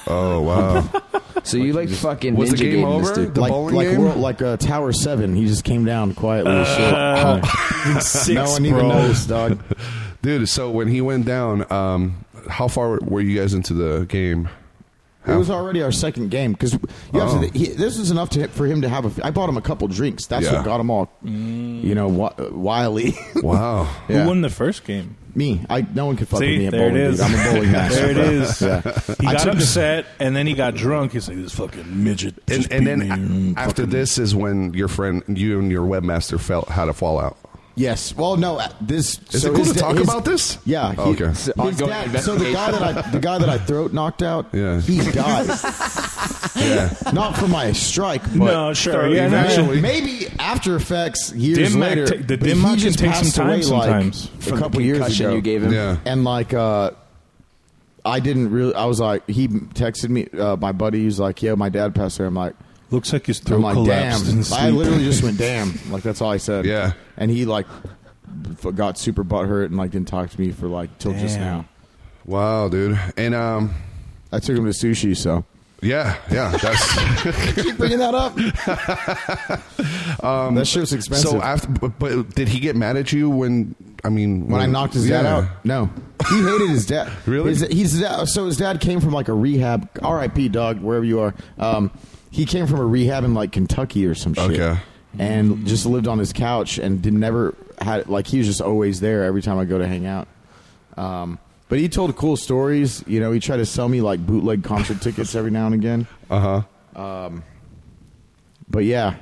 Oh wow.
So you like fucking
Was
ninja
the game
gating this
over?
dude.
The
like
bowling
like
game?
world, like uh, Tower Seven. He just came down quietly. as shit.
Uh, (laughs)
Six,
no one even
bro.
noticed, dog.
Dude, so when he went down, um, how far were you guys into the game?
It was already our second game because
Oh.
he, this was enough to, for him to have. a I bought him a couple drinks. That's
Yeah.
what got him all, you know, wi- uh, wily. (laughs)
Wow.
Yeah.
Who won the first game?
me, I no one could fuck with
See,
me at
there
bowling.
it is.
dude.
(laughs)
I'm a bowling master.
there it
bro.
is.
Yeah.
He
I
got
took-
upset, and then he got drunk. He's like, "This fucking midget."
And,
just
and
beat
then
me.
a- after this is when your friend, you and your webmaster felt had a fallout.
Yes. Well, no. uh, This
Is
so
it cool
his
to
da-
talk
his-
about this?
Yeah.
Oh, okay.
his
Ongoing
dad- so the guy that I the guy that I throat knocked out,
Yeah.
he
(laughs)
died.
Yeah.
Not for my strike, but
No, sure, yeah, no,
Eventually.
maybe after effects years
Dim Mak
later.
ta- the
but
Dim
he
Mak
just
can take some
passed
time
away, like,
sometimes
a couple years
concussion
ago.
you gave him.
Yeah.
and like uh I didn't really. I was like, he texted me. Uh, my buddy was like, "Yeah, my dad passed away." I'm like,
Looks like his throat
I'm like,
collapsed. in
damn.
sleep. (laughs)
I literally just went, damn. Like that's all I said.
Yeah.
And he like f- got super butthurt and like didn't talk to me for like till just
Damn.
now.
Wow, dude. And um,
I took him to sushi, so
yeah, yeah. That's (laughs)
keep bringing that (laughs) up. that shit's expensive.
so. After, but, but did he get mad at you when? I mean,
when I knocked his dad
yeah.
out, no, he hated his dad.
(laughs) Really?
His, he's so his dad came from like a rehab. R.I.P. Dog, wherever you are. Um, he came from a rehab in like Kentucky or some shit.
Okay.
And just lived on his couch and did never had like he was just always there every time I go to hang out. Um, but he told cool stories. You know, he tried to sell me like
(laughs)
bootleg concert tickets every now and again. Um,
Uh huh.
But yeah,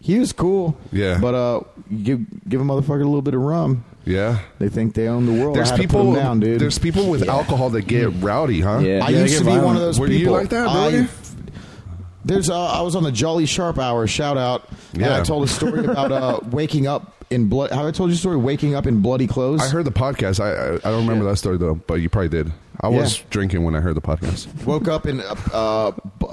he was cool.
Yeah.
But uh, give give a motherfucker a little bit of rum.
Yeah.
They think they own the world.
There's
I had to put
people.
'em down, dude. Hmm.
There's people with alcohol that get rowdy, huh?
Yeah.
I
they
used
get
to be
violent.
one of those
Were you
people.
like that,
I-
really?
there's uh, I was on the Jolly Sharp Hour shout out, and
Yeah.
I told a story about (laughs) uh, waking up in blood. Have I told you a story? Waking up in bloody clothes.
I heard the podcast. I I, I don't remember that story though, but you probably did. I was
Yeah.
drinking when I heard the podcast.
woke up in uh, uh, b-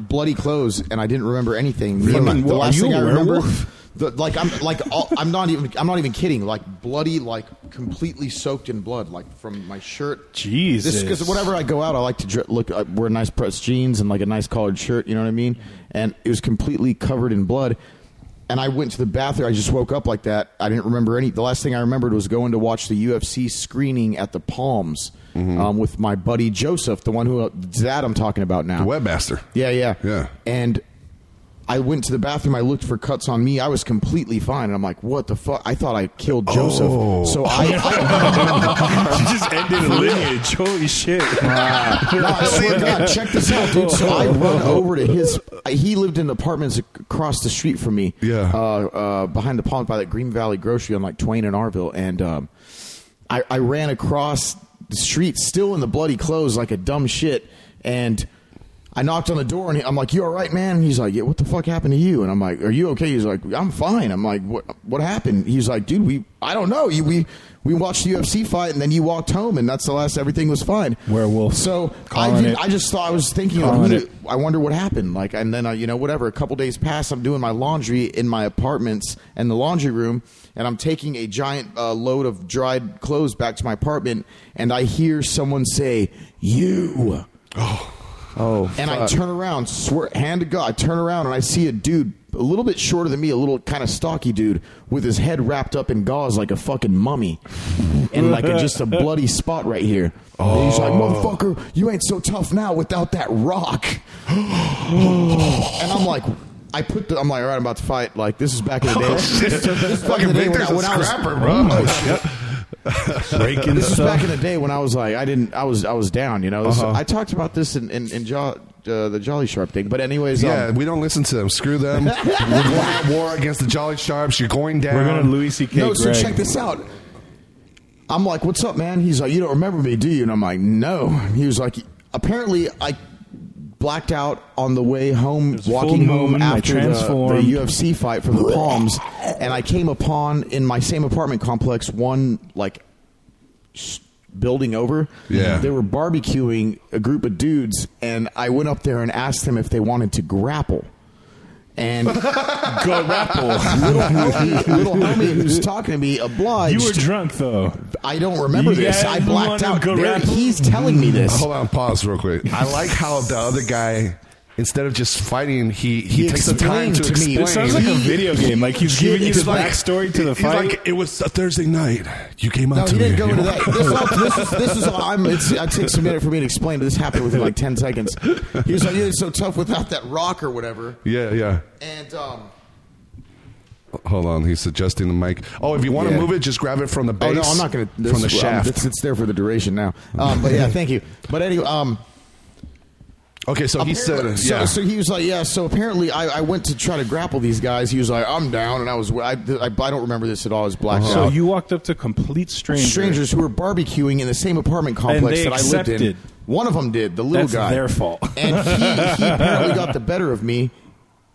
bloody clothes, and I didn't remember anything. Me and my-
Fucking
the
wa-
last
are you
thing
a
I remember,
werewolf?
the, like I'm like all, I'm not even I'm not even kidding. Like bloody, like completely soaked in blood, like from my shirt.
Jesus.
This because whenever I go out, I like to dr- look. I wear nice pressed jeans and like a nice collared shirt. You know what I mean? And it was completely covered in blood. And I went to the bathroom. I just woke up like that. I didn't remember any. The last thing I remembered was going to watch the UFC screening at the Palms
Mm-hmm.
um, with my buddy Joseph, the one who uh, that I'm talking about now.
The webmaster.
Yeah, yeah,
Yeah.
And I went to the bathroom. I looked for cuts on me. I was completely fine. And I'm like, what the fuck? I thought I killed Joseph.
Oh.
So I, I
you just ended a
(laughs)
lineage. Holy shit!
No, (laughs) I swear to God, check this out, dude. So I run over to his. He lived in apartments ac- across the street from me.
Yeah.
Uh, uh, behind the pond by that Green Valley grocery on like Twain and Arville. And um, I, I ran across the street still in the bloody clothes like a dumb shit. And I knocked on the door and he, I'm like, You all right, man? And he's like, Yeah, what the fuck happened to you? And I'm like, Are you okay? He's like, I'm fine. I'm like, What what happened? He's like, Dude, we, I don't know. You, we, we watched the UFC fight and then you walked home and that's the last everything was fine.
Werewolf.
So I,
Calling
did,
it.
I just thought I was thinking, like,
Calling
who
it.
did- I wonder what happened. Like, and then I, you know, whatever. A couple days pass. I'm doing my laundry in my apartments and the laundry room, and I'm taking a giant uh, load of dried clothes back to my apartment, and I hear someone say, "You." Oh.
Oh,
And I
fuck.
turn around, swear, hand to God, I turn around and I see a dude a little bit shorter than me, a little kind of stocky dude with his head wrapped up in gauze like a fucking mummy, and like a,
(laughs)
just a bloody spot right here. Oh. And he's like, "Motherfucker, you ain't so tough now without that rock." and I'm like. I put the, I'm like, all right, I'm about to fight. Like, this is back in the
(laughs)
day. This is back in
Fucking
the day when
Victor's
I-
a
when I was-
scrapper, bro. Oh,
breaking
this was
stuff.
(laughs)
back in the day when I was like, I didn't, I was, I was down. You know, This-
Uh-huh.
I talked about this in in, in jo- uh, the Jolly Sharp thing. But anyways,
Yeah,
um,
we don't listen to them. Screw
(laughs)
them. We're going at war against the Jolly Sharps. You're going down.
We're going to Louis C.K.
no. So
Gregg.
check this out. I'm like, what's up, man? He's like, you don't remember me, do you? And I'm like, no. He was like, apparently, I blacked out on the way home,
was full
walking home
moon, I
after the,
transformed.
the UFC fight for the Palms, and I came upon in my same apartment complex one like building over.
Yeah.
They were barbecuing a group of dudes, and I went up there and asked them if they wanted to grapple. (laughs) And go grapple. little, homie, little homie who's talking to me
You were
obliged.
drunk though.
I don't remember
You
this.
guys
I blacked
wanna
out.
go
There-
grapple?
He's telling me this.
Oh,
Hold on, pause real quick. I like how the other guy, instead of just fighting, he, he,
He
takes the time
explained
to,
to me.
explain.
It
It sounds like a video game. Like he's giving you
He's
the
like-
backstory to the
he's
fight.
like, it was a Thursday night. You came out
No,
to
he
me.
didn't go
(laughs)
into that. This, all, this is this is all. I'm, it's, it takes a minute for me to explain, but this happened within like ten seconds. He was like, "You're so tough without that rock or whatever."
Yeah, yeah.
And um,
Hold on. He's adjusting the mic. Oh, if you want
Yeah.
to move it, just grab it from the base.
Oh no, I'm not going to
From the shaft.
um, It's, it's there for the duration now. Um, but yeah, thank you. But anyway, um,
okay, so he said,
apparently- so,
yeah.
so he was like, yeah. So apparently, I, I went to try to grapple these guys. He was like, I'm down, and I was. I, I, I don't remember this at all. I was blacked
Uh-huh. so
out.
you walked up to complete strangers.
Oh. Strangers who were barbecuing in the same apartment complex
they
that I lived in.
accepted.
One of them did. The little
That's
guy.
their fault.
and he,
(laughs)
he apparently got the better of me,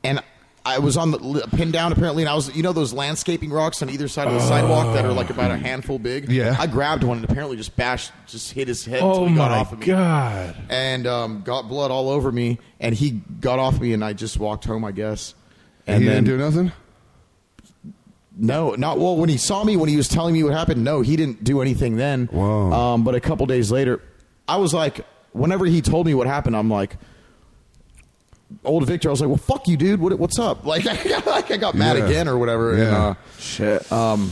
and. I was on the pinned down apparently, and I was you know those landscaping rocks on either side of the sidewalk that are like about a handful big.
Uh, Yeah.
I grabbed one and apparently just bashed, just hit his head until
Oh
he got
my
off of me
god.
and um, got blood all over me. And he got off me, and I just walked home, I guess. And
he
then
didn't do nothing?
no, not well. When he saw me, when he was telling me what happened, no, he didn't do anything then.
Whoa.
Um, but a couple days later, I was like, whenever he told me what happened, I'm like. Old Victor, I was like, "Well, fuck you, dude. What, what's up?" (laughs) Like, I got, like I got mad
Yeah.
again or whatever. And,
Yeah.
uh, Shit. Um,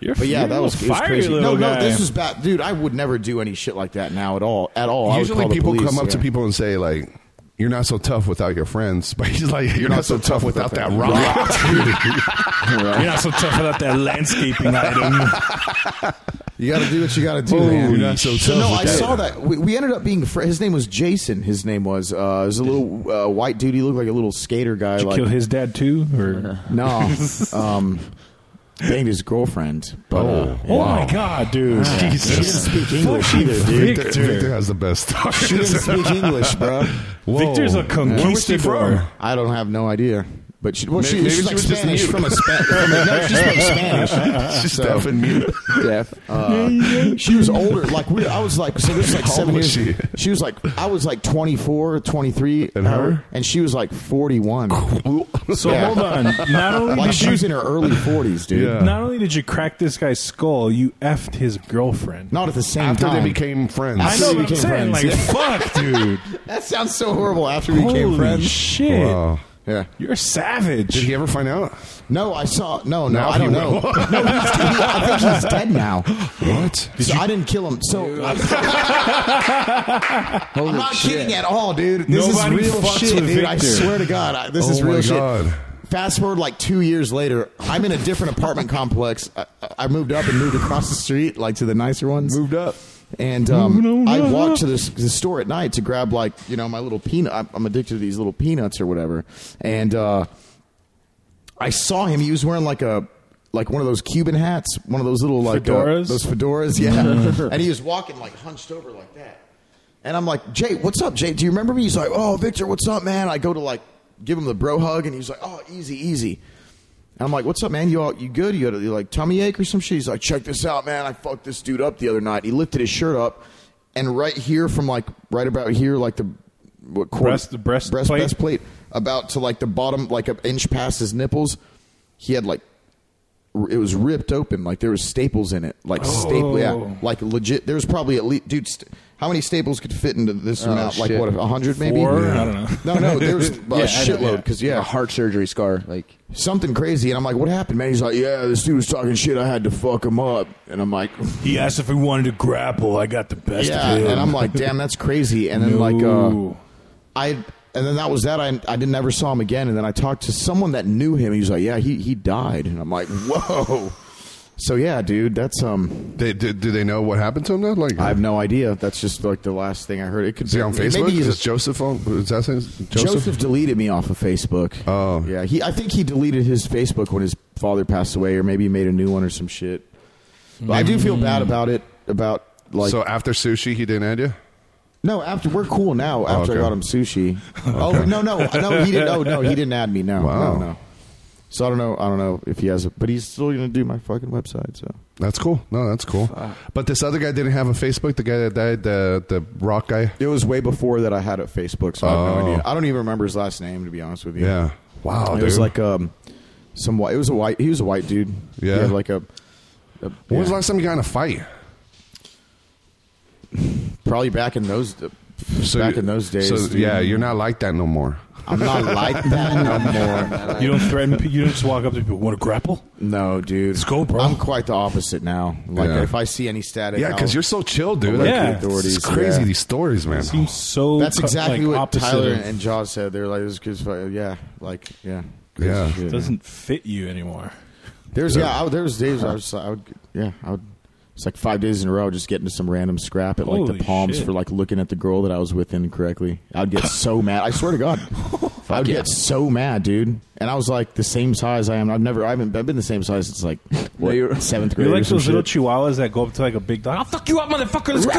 You're,
but yeah,
you're
that
a
was, it was
fiery
crazy. No,
little
no,
guy.
this was bad, dude. I would never do any shit like that now at all. At all. I would
Usually
call the
people
police,
come up to
yeah.
people and say, like, you're not so tough without your friends. (laughs) But he's like, you're, not, so, tough, without that rock. (laughs)
You're not
(laughs)
so tough about that landscaping item.
You got to do what you got to do,
Holy
man.
You're not so
So
tough
no,
with
I
that.
saw that. We, we ended up being. Fr- his name was Jason. His name was. Uh, it was a little uh, white dude. He looked like a little skater guy.
Did you
like
kill his dad too? Or (laughs)
no, um, banged his girlfriend. But, uh,
oh my god, dude!
she didn't speak English either, dude.
Victor, Victor has the best story.
She didn't speak English, bro.
Whoa.
Victor's a
Where was she from?
conquistador.
I don't have no idea. But she, well,
Maybe-
she,
maybe
she's
she
like
was just
Spanish
mute. (laughs)
from a Spanish. no, she's from Spanish.
She's
So-
deaf and mute.
deaf.
Uh, she was older. Like we, I was like, so this is
(laughs)
like
How
seven
old was
years. She? was like, I was like 24, 23.
And her?
and she was like
(laughs)
41.
So
Yeah.
hold
(laughs)
on. Not only
like
did
she
you
was in her early 40s, dude.
Yeah.
not only did you crack this guy's skull, you effed his girlfriend.
Not at the same
After
time.
they became friends.
I know
we
what I'm
became
saying.
friends. (laughs)
Like, fuck, dude.
that sounds so horrible. After we became
Holy
friends.
shit.
Wow.
yeah.
You're savage.
Did he ever find out?
No, I saw. No, no,
Now
I don't
he
know. (laughs) no,
will.
he's, he, I think he's
(laughs)
dead now.
What?
so I didn't kill him. So
(laughs)
Holy
I'm not
shit.
kidding at all, dude. This
Nobody
is real
fucks
shit,
with
dude. I
Victor.
swear to God, I, this
Oh
is real
my
shit.
God.
Fast forward like two years later, I'm in a different apartment complex. I, I moved up and moved across the street, like to the nicer ones.
Moved up.
And um,
Moving on
I
up.
walked to this, the store at night to grab like you know my little peanut. I'm- I'm addicted to these little peanuts or whatever. And uh, I saw him. He was wearing like a like one of those Cuban hats, one of those little like uh,
Fedoras?
those fedoras, yeah. (laughs) and he was walking like hunched over like that. And I'm like, Jay, what's up, Jay? Do you remember me? He's like, Oh, Victor, what's up, man? I go to like give him the bro hug, and he's like, Oh, easy, easy. And I'm like, what's up, man? You all you good? You got a you like tummy ache or some shit? He's like, check this out, man. I fucked this dude up the other night. He lifted his shirt up, and right here from like right about here, like the what quarter,
Breast- breast
breast
plate?
breastplate, about to like the bottom, like an inch past his nipples. He had like r- it was
Oh.
ripped open, like there was staples in it, like staple, yeah, like legit. There was probably at least dude. St- How many staples could fit into this amount? Like
shit.
what, a hundred maybe?
Four? I don't know.
No,
(laughs)
no, there's a
I know,
shitload.
yeah.
Because yeah,
a heart surgery scar. Like
something crazy, and I'm like, what happened, man? He's like, yeah, this dude was talking shit. I had to fuck him up, and
(laughs)
I'm like,
He asked if we wanted to grapple. I got the best
yeah,
of him.
and I'm like, damn, that's crazy. And then like, uh,
Ooh.
I and then that was that. I I didn't ever saw him again. And then I talked to someone that knew him. He was like, yeah, he he died, and I'm like, whoa. So yeah, dude, that's um.
They, do, do they know what happened to him though? Like,
I have no idea. That's just like the last thing I heard. It could
is he
be
on Facebook?
Maybe he's
is Joseph on? Is that his,
Joseph?
Joseph?
deleted me off of Facebook.
Oh.
yeah. He, I think he deleted his Facebook when his father passed away, or maybe he made a new one or some shit. But I do feel bad about it. About like
Mm. so after sushi, he didn't add you.
no, after we're cool now. After
okay.
I got him sushi.
(laughs)
Oh no, no, no. He didn't. Oh no, he didn't add me. No,
Wow.
no, no. So I don't know. I don't know if he has it, but he's still gonna do my fucking website. So
That's cool. No, that's cool. But this other guy didn't have a Facebook. The guy that died, the the rock guy.
it was way before that I had a Facebook. So I have
Oh.
no idea. I don't even remember his last name to be honest with you.
Yeah. Wow.
it
dude.
was like um, some white. It was a white. He was a white dude. He
Yeah.
had like a.
when
a-
was the
yeah.
last time you got in a fight?
probably back in those
So
back
you-
in those days.
So,
dude.
yeah, you're not like that no more.
I'm not like that no more.
You don't threaten. pe- You don't just walk up to people. Want to grapple?
No, dude. Let's
go, bro.
I'm quite the opposite now. Like
Yeah.
if I see any static,
Yeah, because
I'll-
you're so chill, dude.
I'll let
Yeah.
oh. the authorities.
It's crazy
yeah.
these stories, man.
Seems so.
That's
co-
exactly
like,
what
opposite
Tyler
of-
and Jaws said. They're like, "This kid's, fu- yeah, like, yeah,
Yeah.
Shit.
doesn't fit you anymore.
There's yeah, I, there was days I was, I would, yeah, I would. It's like five days in a row, I'd just get into some random scrap at like
Holy
the palms
shit.
for like looking at the girl that I was with incorrectly. I'd get so mad. I swear to God, I would
yeah.
get so mad, dude. And I was like the same size I am. I've never, I haven't, I've been the same size since like what,
you're-
(laughs) seventh grade.
You're
or
like
some
those little
shit.
chihuahuas that go up to like a big dog. I'll fuck you up, motherfucker. Let's go.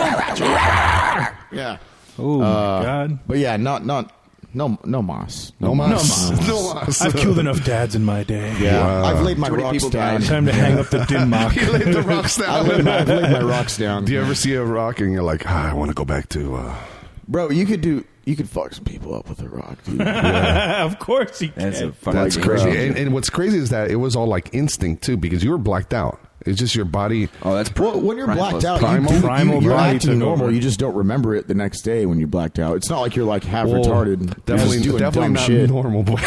yeah.
Oh
Uh,
my god.
But yeah, not not no no moss.
No mas.
mas.
No mas. (laughs)
I've killed enough dads in my day.
Yeah,
Wow.
I've laid my
Too many
rocks
people
down.
died.
Time to hang up the
(laughs)
din mock.
He laid the rocks
I've laid,
down.
my, I've laid my rocks
(laughs)
down.
Do you ever see a rock and you're like, ah, I want to go back to? Uh,
Bro, you could do you could fuck some people up with a rock,
(laughs)
dude.
of course he can.
that's a fucking
that's crazy. And, and what's crazy is that it was all like instinct too, because you were blacked out. It's just your body.
Oh, that's
Well, when you're
primal.
blacked out,
Primal-
you do,
primal
you, are
body took
acting normal.
over.
You just don't remember it the next day when you blacked out. It's not like you're like half
Well,
retarded. You're just
Definitely,
doing
definitely
dumb
not
shit.
normal. Boy.
(laughs)
(laughs)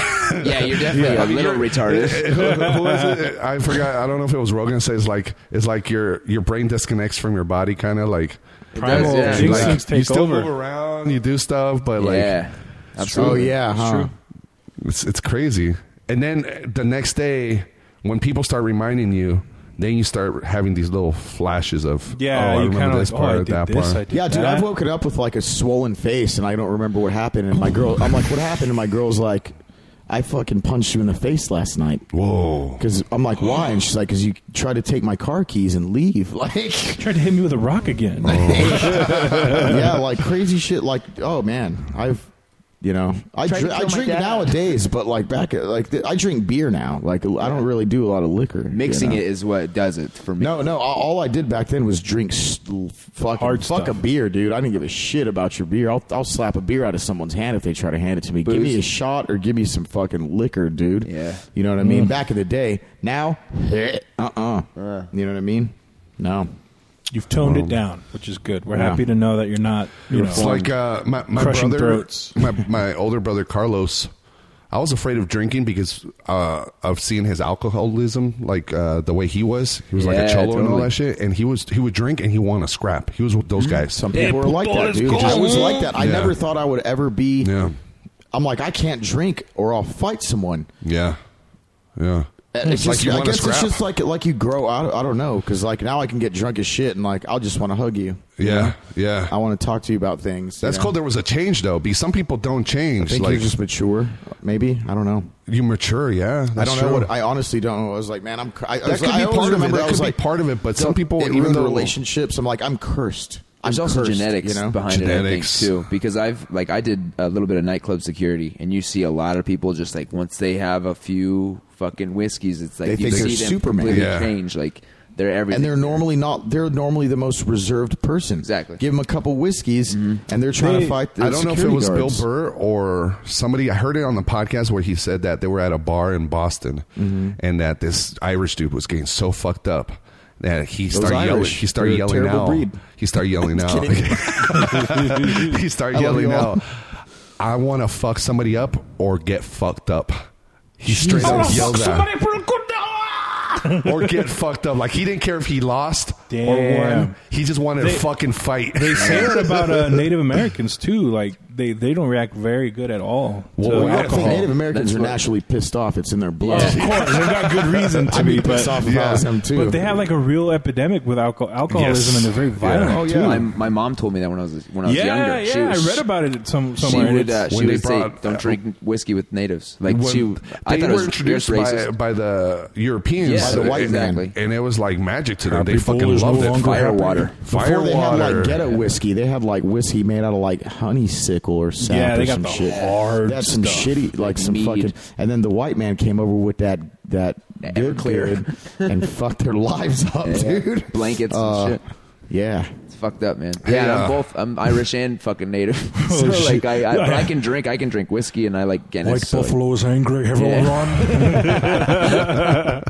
yeah, you're definitely a little retarded.
(laughs)
who, who was it? I forgot. I don't know if it was Rogan. Says like it's like your your brain disconnects from your body, kind of like
Primal
yeah.
you,
Things
like,
instincts
you
take
still move
over.
around, you do stuff, but like
yeah,
Oh
absolutely.
yeah, huh?
It's it's crazy. And then uh, the next day, when people start reminding you, then you start having these little flashes of
Yeah,
oh, I
you kind
remember
of like,
this
oh, I
part,
did
that
this,
part.
I did
Yeah, dude,
that.
I've woken up with like a swollen face and I don't remember what happened. And my girl, I'm like, what happened? And my girl's like, I fucking punched you in the face last night.
Whoa.
Because I'm like, why? And she's like, because you tried to take my car keys and leave. (laughs) Like,
tried to hit me with a rock again. (laughs)
yeah, like crazy shit. Like, oh man, I've, you know, I,
Tried to
dr- I
kill my
drink
dad.
nowadays, but like back, at- like th- I drink beer now. Like, I don't really do a lot of liquor.
Mixing
you know?
it is what does it for me.
No, no. a- All I did back then was drink s- l- fucking
Hard
fuck
stuff.
a beer, dude. I didn't give a shit about your beer. I'll, I'll slap a beer out of someone's hand if they try to hand it to me. Give
Booze.
me a shot or give me some fucking liquor, dude.
Yeah.
you know what I
Mm.
mean. Back in the day, now, (laughs) uh, uh you know what I mean. No,
You've toned it down, which is good. We're
Yeah.
happy to know that you're not. You know, (laughs)
It's like uh, my my
Crushing
brother,
throats.
my my older brother Carlos. I was afraid of drinking because uh, of seeing his alcoholism, like uh, the way he was. He was like a
Yeah,
cholo and all
totally. Hmm.
that shit. And he was he would drink and he won a scrap. He was with those guys.
Some people are like that, dude. I was like that. I
Yeah.
never thought I would ever be.
Yeah.
I'm like, I can't drink or I'll fight someone.
Yeah, yeah.
And It's
Like
just,
you
I
want a
guess it's
scrap.
just like like you grow. I don't, I don't know because like now I can get drunk as shit and like I'll just want to hug you. you
Yeah,
know?
yeah.
I want to talk to you about things.
That's
you know?
cool. There was a change though, because some people don't
I
change.
think
like
you're just mature. Maybe I don't know.
you mature. Yeah,
I
that's
don't
true.
know what. I honestly don't know. I was like, man, I'm. cur- I, I
that
was,
could
I
be
always
part of it.
remember
That
I was
could
like,
be part of it. But some people,
it,
even
even the
though
relationships, I'm like, I'm cursed. I'm
There's also
cursed,
genetics
You know,
behind
Genetics.
it, I think, too. Because I've like I did a little bit of nightclub security, and you see a lot of people just like once they have a few fucking whiskeys, it's like
They
you
think
see
they're
them
Superman.
completely
Yeah.
change. Like they're everything.
and they're normally not. They're normally the most reserved person.
Exactly.
Give them a couple whiskeys, and they're trying
They-
to fight. The
Mm-hmm. I don't know if it
security
was
guards.
Bill Burr or somebody. I heard it on the podcast where he said
Mm-hmm.
that they were at a bar in Boston and that this Irish dude was getting so fucked up And he started yelling.
Irish,
He started
they're a
yelling
terrible
out.
breed.
He started
(laughs)
yelling out. (laughs) he started
I love
yelling
you all.
out. I want to fuck somebody up or get fucked up. He straight up yelled that. or get fucked up. Like he didn't care if he lost or won.
Damn.
He just wanted
They-
to fucking fight. (laughs)
They say that about uh, Native Americans too. Like they, they don't react very good at all
Well,
to
well, I
I think
alcohol.
Native Americans
That's
are
what-
naturally pissed off. It's in their blood.
Of course, they got good reason to
I'd be
be,
pissed off
but,
if I was
yeah.
them too.
but they have like a real epidemic with alcohol alcoholism,
Yes.
and they're very violent.
Yeah. Oh,
too.
yeah.
My, my mom told me that when I was when I was
yeah,
younger.
yeah.
she was,
I read about it some,
She
somewhere. and
would, uh,
it's-
she
When they
would say,
brought-
"Don't drink whiskey with natives." Like
When-
she, I
they
thought it
were
was
introduced
it was
by,
racist.
by the Europeans,
Yeah,
so
the white
and,
man.
and it was like magic to them. they
people
fucking
is no
loved it.
longer
Fire happy. water.
fire
Before they
water.
had like ghetto whiskey, they had like whiskey made out of like honeysuckle or sap
Yeah, they
or
got
some
the
shit.
hard
That's some
stuff.
shitty, like some
Mead.
fucking. And then the white man came over with that that
That
good
Everclear.
beard and fucked their (laughs) lives up,
Yeah.
dude.
Blankets and
Uh,
shit.
Yeah,
It's fucked up, man.
Hey,
Yeah, and
uh,
I'm both. I'm Irish and fucking native. (laughs) so
shit.
like, I, I, but
Yeah.
I can drink. I can drink whiskey, and I like Guinness.
Like
so, like-
Buffalo is angry, everyone
Yeah.
(laughs) run.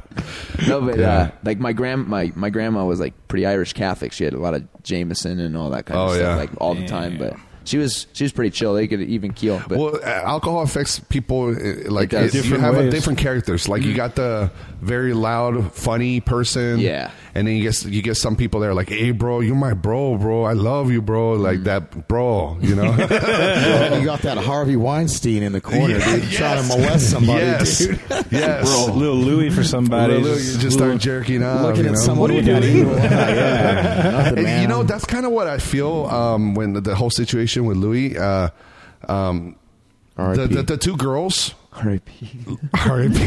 No, but
Yeah.
uh, like my grand my, my grandma was like pretty Irish Catholic. She had a lot of Jameson and all that kind of
Oh,
stuff,
yeah.
like all the time. But she was she was pretty chill. They could even keel. But
well, uh, alcohol affects people uh, like
does.
it, you
Different
have a
ways.
different characters. Like you got the very loud, funny person,
Yeah.
and then you get you get some people that are like, "Hey, bro, you're my bro, bro. I love you, bro." Like that, bro. You know. (laughs)
And (laughs) you got that Harvey Weinstein in the corner,
Yeah,
dude, trying
yes.
to molest somebody,
yes, (laughs)
dude.
yes.
Bro, little Louis for somebody.
Literally, you just start jerking off.
Looking
you
at
know?
someone with that evil eye. (laughs) Yeah, nothing,
And,
man.
you know, that's kind of what I feel um, when the, the whole situation with Louis, uh, um, the,
R.I.P..
the, the two girls.
R.I.P.
R.I.P.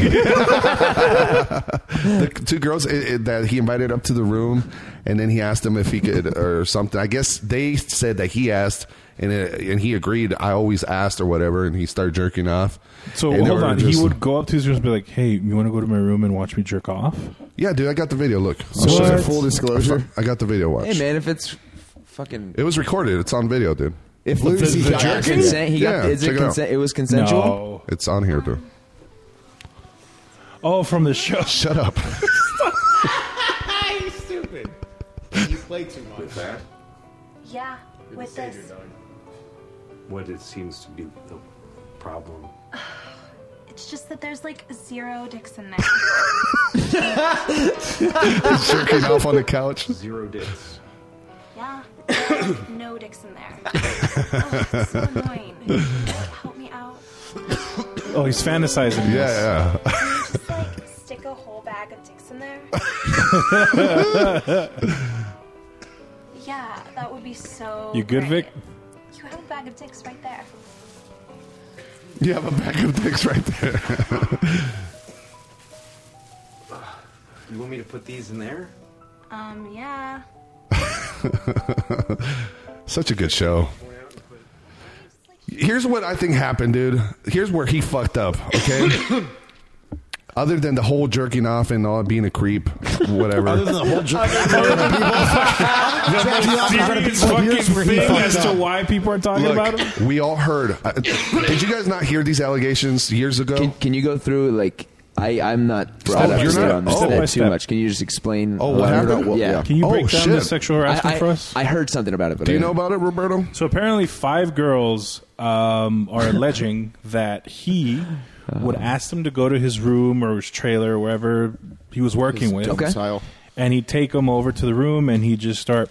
the two girls it, it, that he invited up to the room, and then he asked them if he could or something. I guess they said that he asked, and it, and he agreed. I always asked or whatever, and he started jerking off.
So
And they
hold
were
on,
just-
he would go up to his room and be like, "Hey, you want to go to my room and watch me jerk off?"
Yeah, dude, I got the video. Look, I'll
So
show you.
what? Full
disclosure?
I got the video. Watch.
Hey man, if it's fucking
It was recorded. It's on video, dude.
if Lucy
the
got
jerking?
accident-
consent, he got
Yeah,
is
check
it
it out.
consent? It, was consensual.
It's on here, dude.
Oh, from the show. (laughs)
Shut up.
Yeah, with this.
what it seems to be the problem.
(sighs) It's just that there's like zero dicks in there. (coughs)
jerking off on the
(laughs)
couch.
Zero dicks.
Yeah, (coughs) no dicks
(laughs)
in there. Oh, it's so annoying. (coughs) Help me out.
Oh, he's fantasizing. Yes.
Yeah, (laughs) yeah.
Just like stick a whole bag of dicks
(laughs)
in there. yeah, that would be so.
You good,
great.
Vic?
You have a bag of dicks right there.
You have a bag of dicks right there.
You want me to put these in there?
Um, yeah.
Such a good show. Here's what I think happened, dude. Here's where he fucked up, okay?
(coughs)
Other than the whole jerking off and all being a creep, whatever.
Other than the whole jerk- Jerking off in front of
Serious
people,
fucking
here's where he
thing
fucked
as to
up.
why people are talking about
Look,
him.
we all heard. Uh, did you guys not hear these allegations years ago?
Can, can you go through like I I'm not brought
by
up to
step. Oh.
date on this
Step
that
by
too
step.
much. Can you just explain?
Oh, what
uh,
happened?
Yeah.
Can you
Oh,
break down
shit.
the sexual harassment
I,
for
I,
us?
I heard something about it. But
Do you
I
know
didn't-
about it, Roberto?
So apparently, five girls um,
(laughs)
are alleging that he
Uh.
would ask them to go to his room or his trailer, or wherever he was working with,
Okay.
Style.
and he'd take them over to the room and he'd just start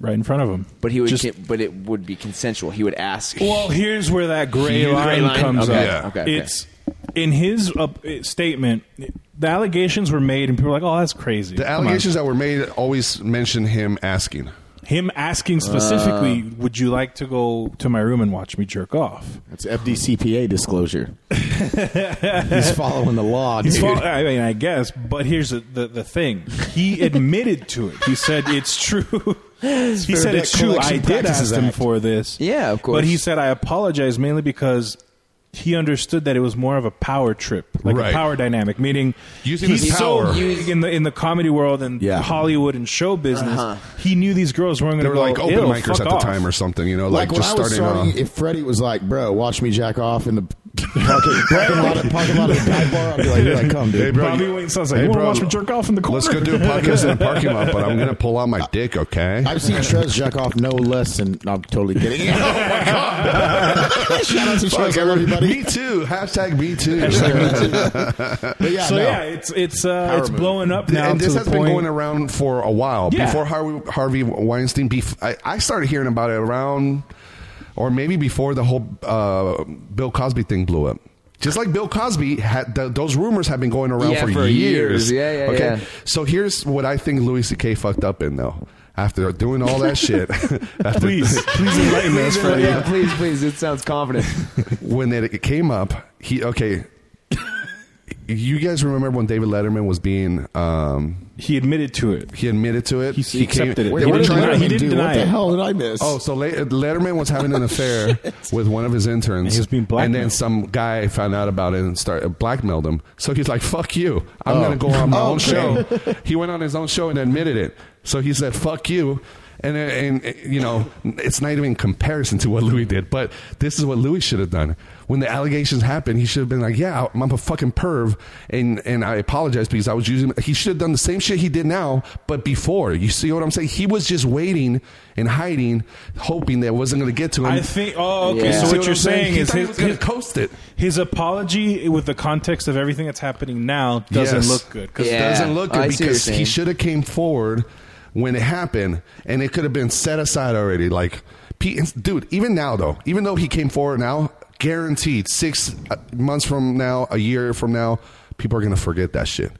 right in front of them.
But he would.
just
get- but it would be consensual. He would ask. (laughs)
Well, here's where that gray,
Here's the
line,
gray line?
comes up.
Okay,
yeah.
okay, okay.
It's in his uh, statement. The allegations were made, and people were like, "Oh, that's crazy."
The
Come on.
allegations that were made always mention him asking.
him asking specifically,
Uh.
"Would you like to go to my room and watch me jerk off?"
That's FDCPA (laughs) disclosure. He's following the law, dude.
He's fol- I mean, I guess. But here's the, the the thing.
(laughs)
He admitted to it. He said it's true. he
Fair
said
Debt
it's true. I
Collection
did
Practices
ask him
Act.
for this.
Yeah, of course.
But he said I apologize mainly because he understood that it was more of a power trip, like
Right.
a power dynamic, meaning
Using
he's
his power.
so big in the in the comedy world and
Yeah.
Hollywood and show business. He knew these girls weren't going
Uh-huh. They were
to go,
like open
"Ew,
micers
fuck
at the
off."
time or something, you know,
like,
like,
when
just
I was
starting uh,
starting,
off. (laughs)
if Freddie was like, "Bro, watch me jack off in the
parking, parking, lot, parking lot of the dive bar. I'd be like, "Here I come, dude."
Hey, bro,
Bobby
you-
Wayne sounds like,
Hey,
you want to
bro,
watch me jerk off in the corner?
Let's go do a podcast in
(laughs)
the parking lot, but I'm gonna pull out my dick, okay?
I've seen Trez jack off no less than. No, I'm totally kidding.
(laughs)
oh my god! Shout out to Trez, I love you, buddy.
Me too. Hashtag me too.
But yeah,
so
no.
yeah, it's it's uh, it's
move.
blowing up
Th-
now.
and this
to
has
the
been
point-
going around for a while.
Yeah.
Before Harvey, Harvey Weinstein, bef- I, I started hearing about it around, or maybe before the whole uh, Bill Cosby thing blew up. Just like Bill Cosby, had th- those rumors have been going around
Yeah,
for,
for years. Yeah, yeah,
Okay,
yeah.
so here's what I think Louis C.K. fucked up in though. After doing all
(laughs)
that shit, (laughs) after, (laughs)
Please, please enlighten us, Freddie.
yeah, please, please. It sounds (laughs) confident.
when it it came up, he okay. You guys remember when David Letterman was being um,
He admitted to it.
he admitted to it.
He, he accepted it.
They
he,
were
didn't
trying
deny,
to-
he didn't
Dude,
deny
what the
it.
hell did I miss?
Oh, so Le- Letterman was having an
(laughs)
affair with one of his interns.
And he was being
And then
blackmailed.
some guy found out about it and started blackmailed him. So he's like, "Fuck you! I'm
Oh.
gonna go on my
Oh,
own
okay.
show." (laughs) he went on his own show and admitted it. So he said, "Fuck you." And, and uh, you know it's not even in comparison to what Louis did, but this is what Louis should have done. When the allegations happened, he should have been like, "Yeah, I'm a fucking perv," and and I apologize because I was using. He should have done the same shit he did now, but before. You see what I'm saying? He was just waiting and hiding, hoping that it wasn't going to get to him.
I think. Oh, okay.
Yeah.
So
See
what,
I'm
you're saying
He
is
thought he
his,
was going
his,
to coast it.
his apology with the context of everything that's happening now doesn't
Yes.
look good. 'cause
It
Yeah. Oh,
doesn't look good
I see what you're
because he
saying.
should have came forward when it happened, and it could have been set aside already. Like, P- dude, even now though, even though he came forward now, guaranteed six uh, months from now, a year from now, people are gonna forget that shit.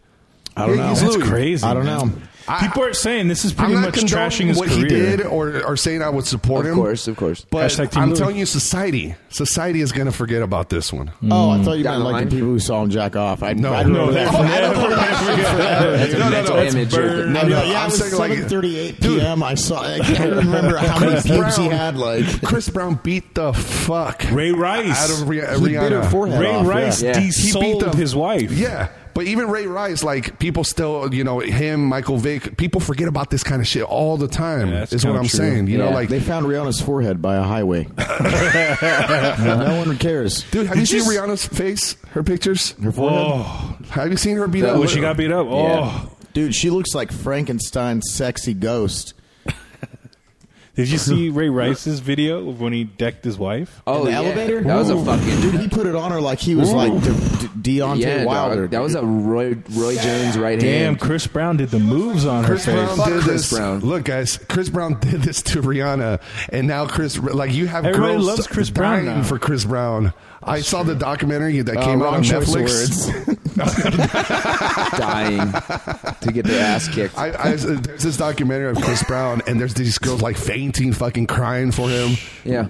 I don't know.
That's crazy.
I don't
man.
know.
I-
People are saying this is pretty
I'm not
much
condoning
trashing his
what
career.
he did or, or saying I would support
Of
him.
course, of course.
But
Hashtag Team
I'm
Louis.
telling you, society, society is gonna forget about this one.
Mm.
Oh, I thought you
Down
meant
the
like
line.
the people who saw him jack off. I
No. Oh,
I
No, (laughs)
remember
that's
that. I don't remember that shit forever.
That's a
No, no,
mental
no, it's
image.
burned.
No,
I know.
no,
yeah, it
I'm
was
saying, like,
7:38
dude.
p.m. I saw. I can't remember how many
Chris
pubes he
Brown-
had. Like
Chris Brown beat the fuck
Ray Rice.
out of Rih-
he bit her
Rihanna.
forehead
Ray
off,
Rice
Yeah. He
He beat
desold
the-
his wife.
Yeah. But even Ray Rice, like people still, you know, him, Michael Vick, people forget about this kind of shit all the time.
Yeah, that's
is what
kinda
I'm
true.
saying. You know,
Yeah.
like,
They found Rihanna's forehead by a highway. no one cares.
dude, have you
Did you
seen
s-
Rihanna's face, her pictures? Her
Oh,
Have you seen her beat up?
when she got beat up. Oh,
Yeah.
Dude, she looks like Frankenstein's sexy ghost.
did you see Ray Rice's video of when he decked his wife?
Oh,
the
yeah.
elevator?
That was a
Ooh.
fucking.
Dude, he put it on her like he was like De- De- Deontay
yeah, dog.
Wilder.
that was a Roy Roy Jones right
Damn,
hand.
Chris Brown did the moves on
Chris
her face.
Brown
Fuck
did
Chris
this.
Brown.
Look, guys, Chris Brown (laughs) did this to Rihanna, and now Chris, like, you have
Everybody
girls
loves Chris
dying
Brown now.
for Chris Brown. I saw the documentary that
Uh,
came out
wrong
on
choice of
Netflix.
words.
(laughs) Dying to get their ass kicked.
I, I, there's this documentary of Chris Brown, and there's these girls like fainting, fucking crying for him.
yeah.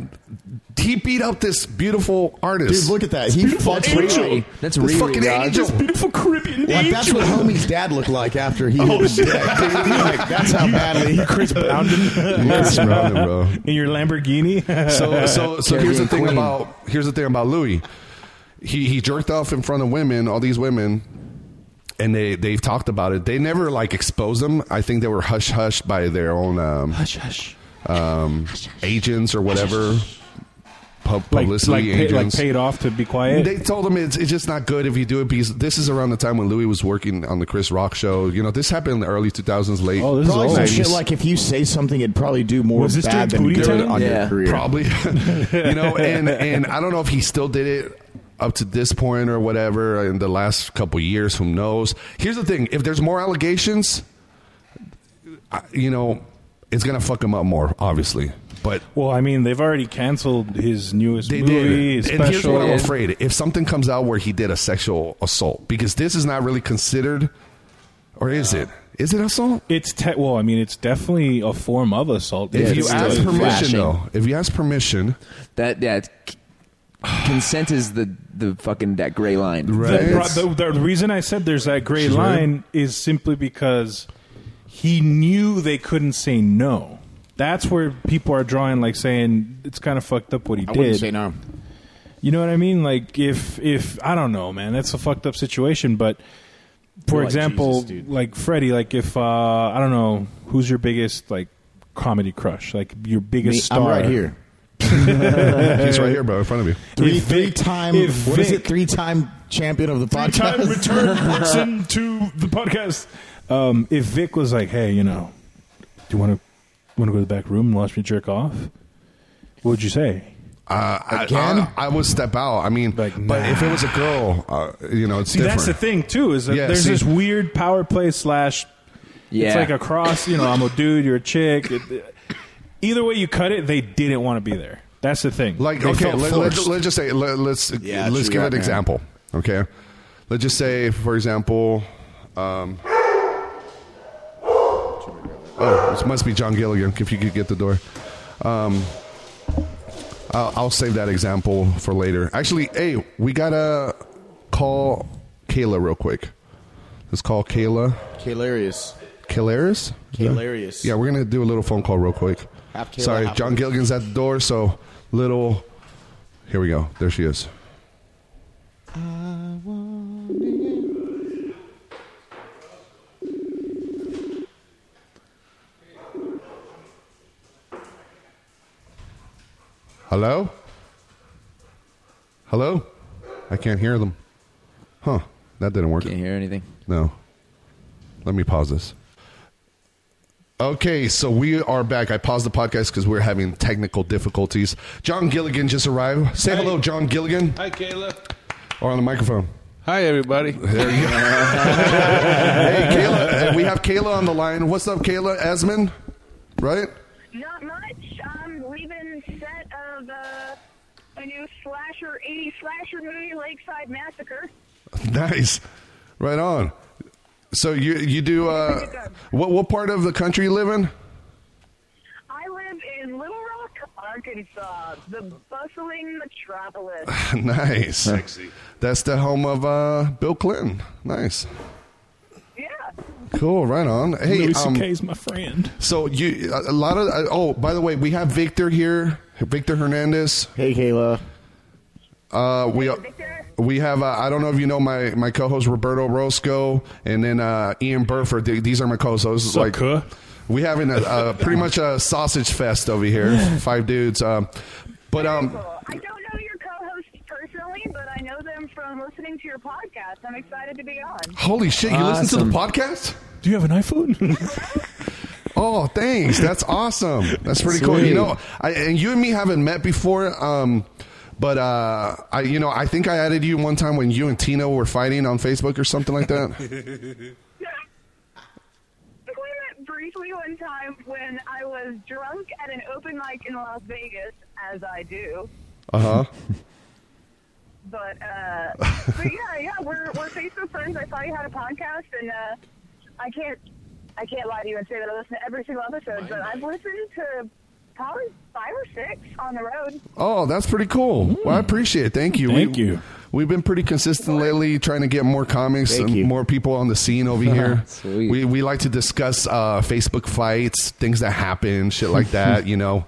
He beat up this beautiful artist.
Dude, look at that. He fucked
Ray
Riri.
Ray. That's
This
Riri,
fucking
dog.
angel.
Beautiful Caribbean.
Like that's what homie's dad looked like after
Oh,
he hit his dick. dude. Like, that's how badly he
Chris Brown did
Chris Brown, bro.
(laughs) in
(laughs)
your Lamborghini.
So, so, so here's the
Caribbean
thing
queen.
about here's the thing about Louis. He he jerked off in front of women, all these women, and they they've talked about it. They never like exposed them. I think they were hush hushed by their own um, hush hush um, agents or whatever. Pub-
like,
publicity
like, paid, like
agents.
paid off to be quiet.
They told him it's, it's just not good if you do it because this is around the time when Louis was working on the Chris Rock show. You know, this happened in the early 2000s, late.
oh, this is
Probably
old.
some shit
(laughs)
like if you say something, it'd probably do more
Was this
bad
during
than
booty
good
time?
on your
Yeah.
career.
probably. (laughs) you know, and and I don't know if he still did it up to this point or whatever in the last couple years. Who knows? Here's the thing: if there's more allegations, I- you know, it's gonna fuck him up more, obviously. But
well, I mean, they've already canceled his newest
they
movie, his
did. And here's
special.
what I'm afraid: if something comes out where he did a sexual assault, because this is not really considered, or is it? Is it assault?
It's te- well, I mean, it's definitely a form of assault.
If
Yeah,
you
it's
ask
still
permission,
flashing.
though, if you ask permission,
That yeah. it's- Consent is the the fucking that gray line.
The,
right?
pro- the, the reason I said there's that gray
She's right.
line is simply because he knew they couldn't say no. That's where people are drawing like saying it's kind of fucked up what he
I wouldn't
did.
say no.
You know what I mean? Like if if I don't know, man, that's a fucked up situation. But for
You're like
example,
Jesus, dude.
like Freddie, like if uh, I don't know, who's your biggest like comedy crush? Like your biggest
Me- I'm
star?
right here.
He's right here, bro, in front of you.
Three
If
three
Vic-
time
if
what is
Vic-
it? Three time champion of the podcast. (laughs)
time return Woodson to the podcast. Um, if Vic was like, "Hey, you know, do you want to want to go to the back room and watch me jerk off?" What would you say?
Uh, I-
Again?
I, I would step out. I mean,
Like,
but
nah.
if it was a girl, uh, you know, it's
See,
different.
that's the thing too. Is that
Yeah,
there's
see-
this weird power play slash.
Yeah.
It's like a cross. You know, I'm a dude. You're a chick. It- either way you cut it, they didn't want to be there. That's the thing.
Like,
They
okay,
felt
let, let,
forced.
let's just say, let, let's
Yeah,
let's
true
give
that,
an
man.
example. Okay, let's just say, for example, um, oh, this must be John Gilligan. If you could get the door, um, I'll, I'll save that example for later. Actually, hey, we gotta call Kayla real quick. Let's call Kayla.
Hilarious.
Kalaris?
Hilarious.
Yeah, we're gonna do a little phone call real quick.
Half Kayla,
Sorry,
half-
John Gilligan's at the door, so little. Here we go. There she is. Hello? Hello? I can't hear them. Huh. That didn't work.
Can't hear anything.
No. Let me pause this. Okay, so we are back. I paused the podcast because we're having technical difficulties. John Gilligan just arrived. Say hello, John Gilligan.
Hi, Kayla.
Or on the microphone.
Hi, everybody.
Hey, Kayla. Hey, we have Kayla on the line. What's up, Kayla? Esmond? Right?
Not much. Um, we've been set of uh, a new slasher, 80s slasher movie, Lakeside Massacre.
Nice. Right on. So you you do uh what what part of the country you live in? (laughs)
I live in Little Rock, Arkansas, the bustling metropolis.
nice. Sexy. That's the home of uh Bill Clinton. Nice.
yeah.
Cool, right on. Hey,
Louis
um,
C.K. is my friend.
So you a a lot of uh, oh by the way we have Victor here Victor Hernandez
Hey, Kayla.
uh, we
Victor?
we have uh, I don't know if you know my my co-host Roberto Rosco and then uh, Ian Burford They- these are my co-hosts so this is like
cuh?
we having a, a pretty much a sausage fest over here five dudes um, but um
Cool. I don't know your co host personally, but I know them from listening to your podcast. I'm excited to be on.
holy shit you listen to the
Awesome.
podcast
Do you have an iPhone?
oh thanks that's awesome that's pretty cool you know I, and you and me haven't met before um. But uh, I, you know, I think I added you one time when you and Tina were fighting on Facebook or something like that.
We met briefly one time when I was drunk at an open mic in Las Vegas, as I do.
Uh huh.
But uh, but yeah, yeah, we're we're Facebook friends. I saw you had a podcast, and uh, I can't I can't lie to you and say that I listen to every single episode, but I've listened to probably five or six on the road. (laughs)
Oh, that's pretty cool. Well, I appreciate it. Thank you.
Thank
we,
you.
We've been pretty consistent lately, trying to get more comics
Thank
and
you.
more people on the scene over here.
Sweet.
we we like to discuss uh, Facebook fights, things that happen, shit like that. you know.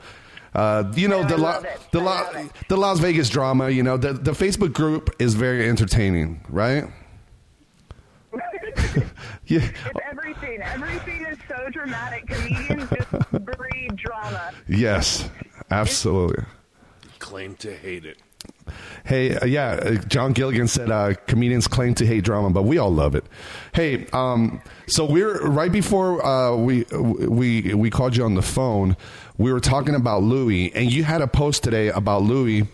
Uh, you know
Yeah,
the
I
La-
love it.
the
I
La-
love it.
the Las Vegas drama. You know the the Facebook group is very entertaining, right?
it's
Yeah.
every scene. Every scene is so dramatic. Comedians just breed drama.
Yes. Absolutely.
Claim to hate it.
Hey, uh, yeah, uh, John Gilligan said uh, comedians claim to hate drama, but we all love it. Hey, um, so we're right before uh, we we we called you on the phone. We were talking about Louis, and you had a post today about Louis.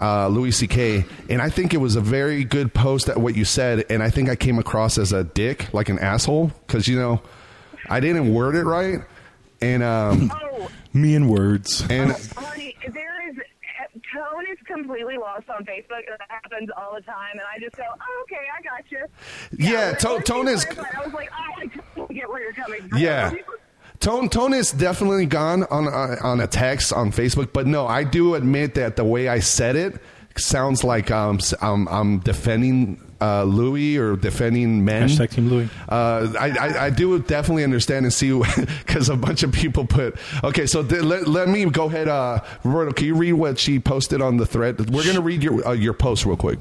Uh, Louis C.K. and I think it was a very good post at what you said, and I think I came across as a dick, like an asshole, because you know, I didn't word it right, and um,
Oh,
(laughs) Me and words.
and
honey, there is tone is completely lost on Facebook, and that happens all the time. And I just go, oh, okay, I got you.
Yeah,
but
to-
once you
tone is-
clarified, I was like, oh, I totally get where you're coming from.
Yeah. Tone tone is definitely gone on uh, on a text on Facebook, but no, I do admit that the way I said it sounds like um, s- I'm I'm defending uh, Louis or defending men.
Hashtag Team Louis.
Uh, I, I I do definitely understand and see (laughs) because a bunch of people put okay. So th- let, let me go ahead. Uh, Roberto, can you read what she posted on the thread? We're gonna read your uh, your post real quick.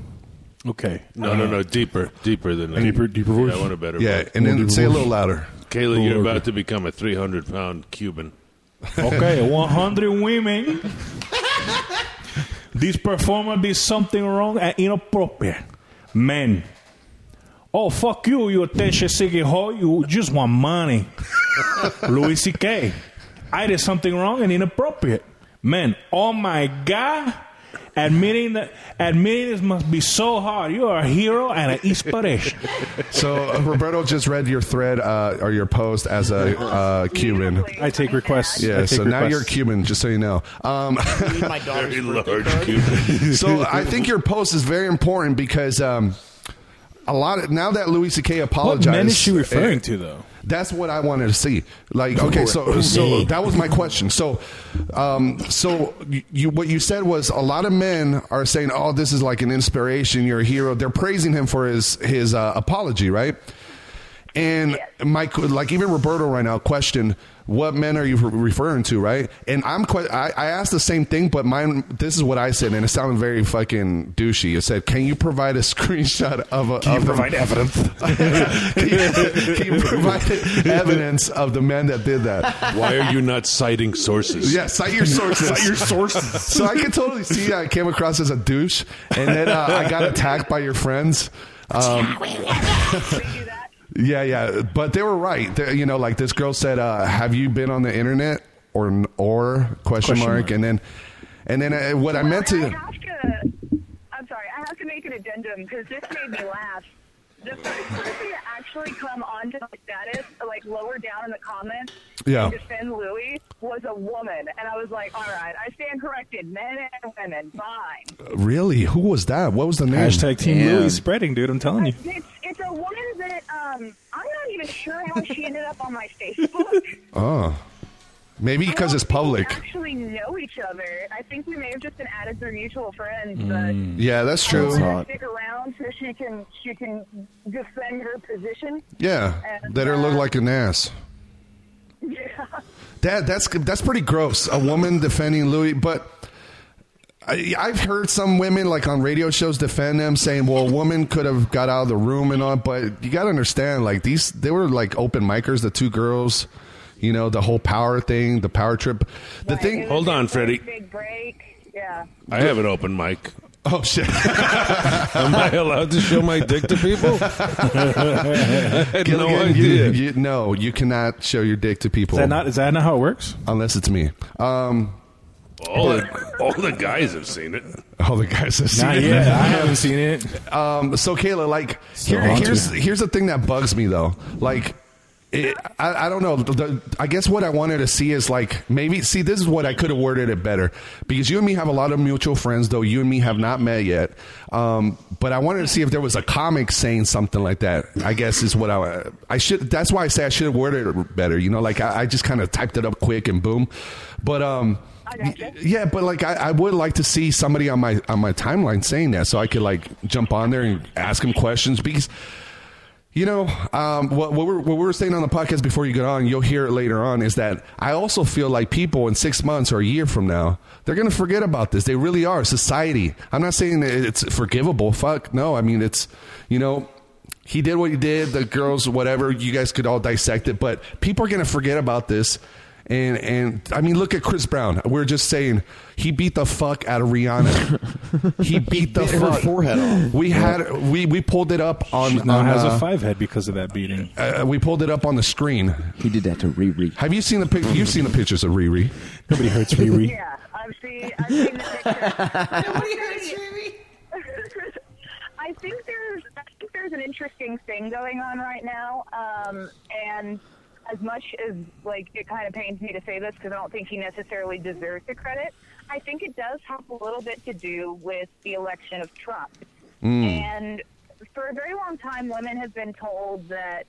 Okay.
No, no, no. Deeper, deeper than that.
Deeper- deeper
Yeah,
voice?
I want a better.
Yeah,
voice.
and then say a little louder.
Kayla, you're
Lord.
about to become a 300 pound Cuban.
Okay. 100 women. This performer did something wrong and inappropriate. Man. Oh, fuck you, you attention seeking hoe. You just want money. Louis C.K. I did something wrong and inappropriate. Man, oh my God. Admitting that admitting this must be so hard. You are a hero and an inspiration.
So uh, Roberto just read your thread uh, or your post as a uh, Cuban.
I take requests.
Yeah,
I take
so now
requests.
you're Cuban, just so you know. Um,
my
Very large
(laughs)
Cuban.
so I think your post is very important because um, a lot of, now that Louis C.K.
What
apologized,
men is she referring
eh,
to, though?
That's what I wanted to see. Like, okay, so so that was my question. So, um, so you, you what you said was a lot of men are saying, "Oh, this is like an inspiration. You're a hero." They're praising him for his his uh, apology, right? And Mike, like even Roberto right now, questioned what men are you re- referring to, right? And I'm que- I, I asked the same thing, but mine. This is what I said, and it sounded very fucking douchey. It said, "Can you provide a screenshot of a? Can you provide evidence? (laughs) can, you, can you provide evidence of the men that did that?
Why are you not citing sources?
Yeah, cite your sources. cite your sources. So I can totally see I came across as a douche, and then uh, I got attacked by your friends. Um,
They do that.
yeah, yeah, but they were right. They- you know, like this girl said, uh, "Have you been on the internet or or question,
Question
mark.
mark.
And then, and then uh, what I meant
Well,
to.
I have to. I'm sorry. I have to make an addendum because this made me laugh. The first person to actually come onto my status, like lower down in the comments,
Yeah.
to defend Louis was a woman, and I was like, all right, I stand corrected. Men and women, fine.
Really, who was that? What was the name?
Hashtag Team
Damn.
Louis spreading, dude. I'm telling you.
It's it's a woman that um I'm not even sure how she ended up on my
(laughs)
Facebook.
Oh, maybe because
I don't
it's
think we
public.
actually know each other. I think we may have just been added through mutual friends, but.
Yeah, that's
I'm
true.
gonna Stick around so she can she can defend her position.
Yeah,
And,
that her look
uh,
like an ass.
Yeah.
That that's that's pretty gross. A woman defending Louis, but I, I've heard some women like on radio shows defend them, saying, "Well, a woman could have got out of the room and all." But you got to understand, like these, they were like open micers, the two girls. You know the whole power thing, the power trip, the
Oh.
thing.
Hold on, Freddie.
Big break. Yeah.
I have an open mic.
Oh
(laughs)
shit! (laughs)
Am I allowed to show my dick to people? I had no
Gilligan,
idea.
You, you, no, you cannot show your dick to people
Is that not? Is that not how it works?
unless it's me. Um,
all, the, all the guys have seen it.
all oh, the guys have seen
Not
it.
yet. I haven't seen it.
Um, so Kayla, like here,
haunted.
here's here's the thing that bugs me though. Like, it, I I don't know. The, the- I guess what I wanted to see is like maybe see this is what I could have worded it better because you and me have a lot of mutual friends though you and me have not met yet. Um, but I wanted to see if there was a comic saying something like that. I guess is what I I should. That's why I say I should have worded it better. You know, like I, I just kind of typed it up quick and boom. But um.
I gotcha.
Yeah, but like I, I would like to see somebody on my on my timeline saying that, so I could like jump on there and ask him questions because you know um, what what we're, what we were saying on the podcast before you get on, you'll hear it later on. Is that I also feel like people in six months or a year from now they're going to forget about this. They really are society. I'm not saying that it's forgivable. Fuck no. I mean it's you know. He did what he did. The girls, whatever. You guys could all dissect it, but people are going to forget about this. And and I mean, look at Chris Brown. We are just saying he beat the fuck out of Rihanna. he beat the
Bit her
fuck.
forehead off.
We had we we pulled it up on,
Now
on,
Um, has
uh,
a five head because of that beating.
uh, we pulled it up on the screen.
He did that to Riri.
Have you seen the pic? You've seen the pictures of Riri.
Nobody hurts
(laughs)
Riri.
Yeah. I've seen I've seen the picture. (laughs) I think there's I think there's an interesting thing going on right now, um, and as much as like it kind of pains me to say this because I don't think he necessarily deserves the credit, I think it does have a little bit to do with the election of Trump. And for a very long time, women have been told that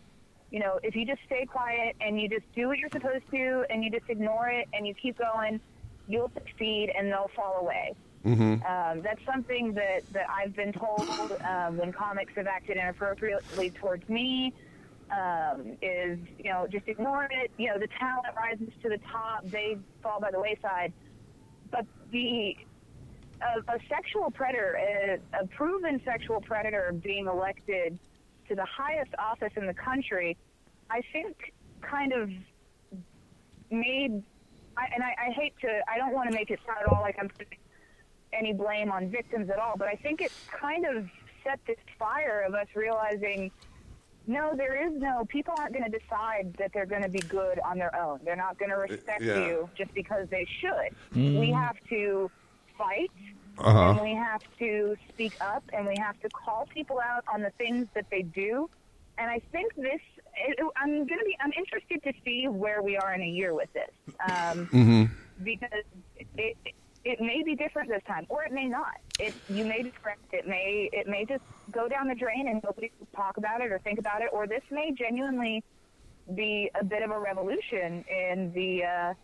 you know if you just stay quiet and you just do what you're supposed to and you just ignore it and you keep going, you'll succeed and they'll fall away. Um, that's something that, that I've been told um, when comics have acted inappropriately towards me um, is, you know, just ignore it. You know, the talent rises to the top, they fall by the wayside. But the a, a sexual predator, a, a proven sexual predator being elected to the highest office in the country, I think kind of made, I, and I, I hate to, I don't want to make it sound at all like I'm any blame on victims at all, but I think it kind of set this fire of us realizing no, there is no. People aren't going to decide that they're going to be good on their own. They're not going to respect
Uh, yeah.
you just because they should.
Mm.
We have to fight.
Uh-huh.
And we have to speak up and we have to call people out on the things that they do. And I think this, it, I'm going to be, I'm interested to see where we are in a year with this. Um,
Mhm.
Because it, it, it may be different this time, or it may not. It, you may be correct. It may, it may just go down the drain and nobody will talk about it or think about it, or this may genuinely be a bit of a revolution in the, uh,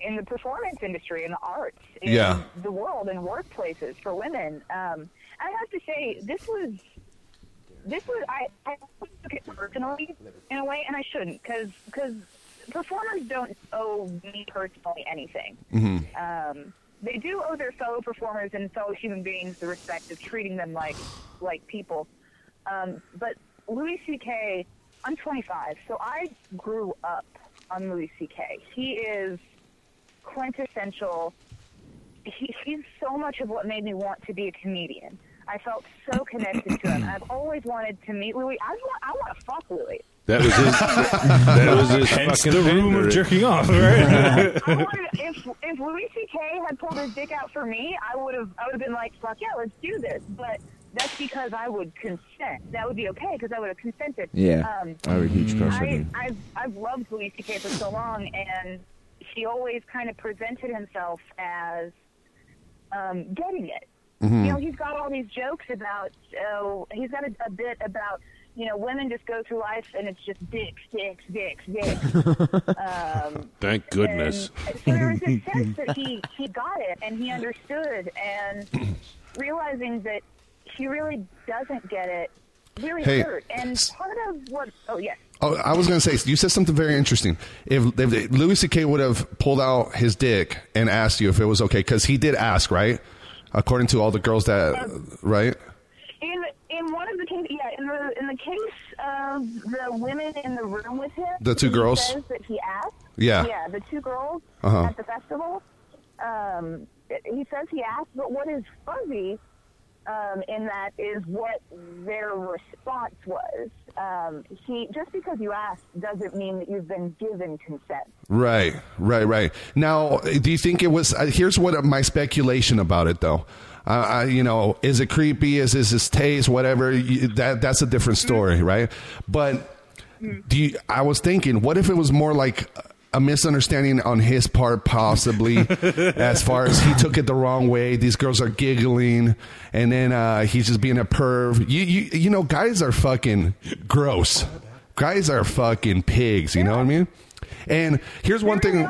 in the performance industry, in the arts, in
Yeah.
the world, in workplaces for women. Um, I have to say, this was this was I, I took it personally in a way, and I shouldn't because performers don't owe me personally anything.
Mhm.
Um, they do owe their fellow performers and fellow human beings the respect of treating them like like people. Um, but Louis C.K. I'm 25, so I grew up on Louis C.K. He is quintessential. He, he's so much of what made me want to be a comedian. I felt so connected to him. I've always wanted to meet Louis. I want, I want to fuck Louis.
That was his. that was
(laughs)
his
Hence
fucking
the rumor
favorite.
jerking off, right?
I wanted, if if Louis C.K. had pulled his dick out for me, I would have I would have been like, fuck yeah, let's do this. But that's because I would consent. That would be okay because I would have consented.
Yeah.
Um,
I have a huge crush on
I,
him.
I've I've loved Louis C.K. for so long, and he always kind of presented himself as um, getting it.
Mhm.
You know, he's got all these jokes about. Oh, he's got a, a bit about. You know, women just go through life and it's just dicks, dicks, dicks, dicks. um,
Thank goodness.
and so there was this sense that he, he got it and he understood and realizing that he really doesn't get it really
Hey.
hurt. And part of what oh yes.
Oh, I was going to say, you said something very interesting. If, if Louis C.K. would have pulled out his dick and asked you if it was okay, because he did ask, right? According to all the girls that, right?
In in one of the case yeah, in the in the case of the women in the room with him
The two
he
girls?
says that he asked.
Yeah.
Yeah, the two girls
Uh-huh.
at the festival. Um he says he asked, but what is fuzzy um, in that is what their response was. Um, he just because you asked doesn't mean that you've been given consent.
Right, right, right. Now, do you think it was? Uh, here's what my speculation about it, though. Uh, I, you know, is it creepy? Is is his taste? Whatever. You, that that's a different story, right? But do you, I was thinking, what if it was more like a misunderstanding on his part, possibly, as far as he took it the wrong way. These girls are giggling, and then uh, he's just being a perv. You you you know, guys are fucking gross. Guys are fucking pigs. You know what I mean? And here's one thing.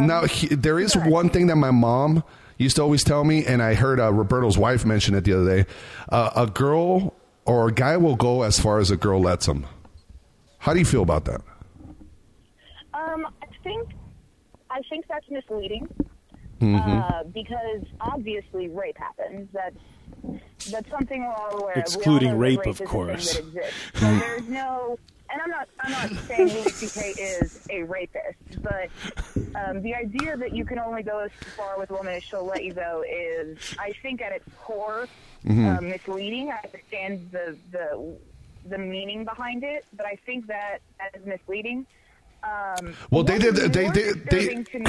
now, he, there is one thing that my mom used to always tell me, and I heard uh, Roberto's wife mention it the other day. Uh, a girl or a guy will go as far as a girl lets him. How do you feel about that?
Um, I think I think that's misleading
Mhm.
Mm-hmm.
uh, because obviously rape happens. That's that's something we're all aware of. We all
Excluding
know that
rape,
rape
of
is a thing
course.
that
(laughs)
exists. So there's no, and I'm not I'm not saying Louis C.K. is a rapist, but um, the idea that you can only go as far with a woman as she'll let you go is, I think, at its core,
Mhm.
Mm-hmm.
uh, misleading. I understand the the the meaning behind it, but I think that that is misleading. Um,
Well, they
what
did-
is
they
more
did- they-
disturbing to me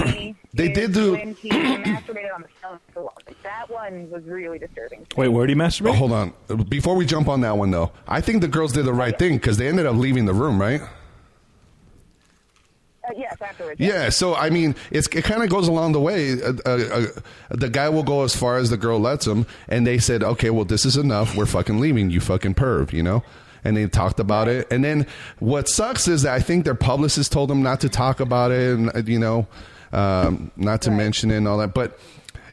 (clears throat) they
is
did do-
When he masturbated on the phone for long. That one was really disturbing.
Wait, where did he masturbate? Oh, hold on. Before we jump on that one, though, I think the girls did the right thing because they ended up leaving the room, right?
Uh, yes, afterwards.
Yeah. So I mean, it's, it kind of goes along the way. Uh, uh, uh, the guy will go as far as the girl lets him, and they said, "Okay, well, this is enough. We're fucking leaving. You fucking perv," you know. And they talked about it. And then what sucks is that I think their publicist told them not to talk about it, and uh, you know, um, not to mention it and all that. But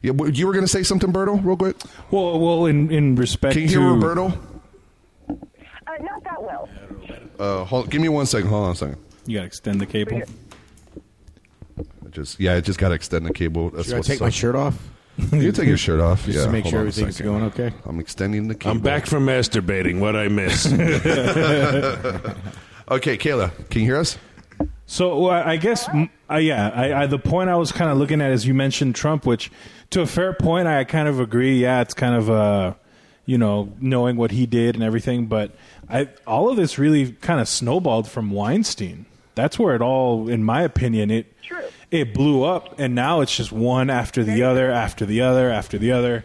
you you were going to say something, Berto, real quick.
Well, well, in in respect
Can you
to
hear Roberto?
Uh, not that well.
Uh, hold, give me one second. Hold on a second.
You gotta extend the cable.
I Just yeah, I just got to extend the cable. That's
Should I
what's
take my (laughs)
up.
shirt off?
You take your shirt off.
Just
yeah,
to make
hold
sure
on a
everything's
second.
going okay.
I'm extending the cable.
I'm back
(laughs)
from masturbating. What I missed.
okay, Kayla, can you hear us?
So well, I I guess m uh, yeah. I, I, the point I was kind of looking at is you mentioned Trump, which to a fair point, I kind of agree. Yeah, it's kind of uh, you know knowing what he did and everything, but I all of this really kind of snowballed from Weinstein. That's where it all, in my opinion, it it blew up, and now it's just one after the other, after the other, after the other,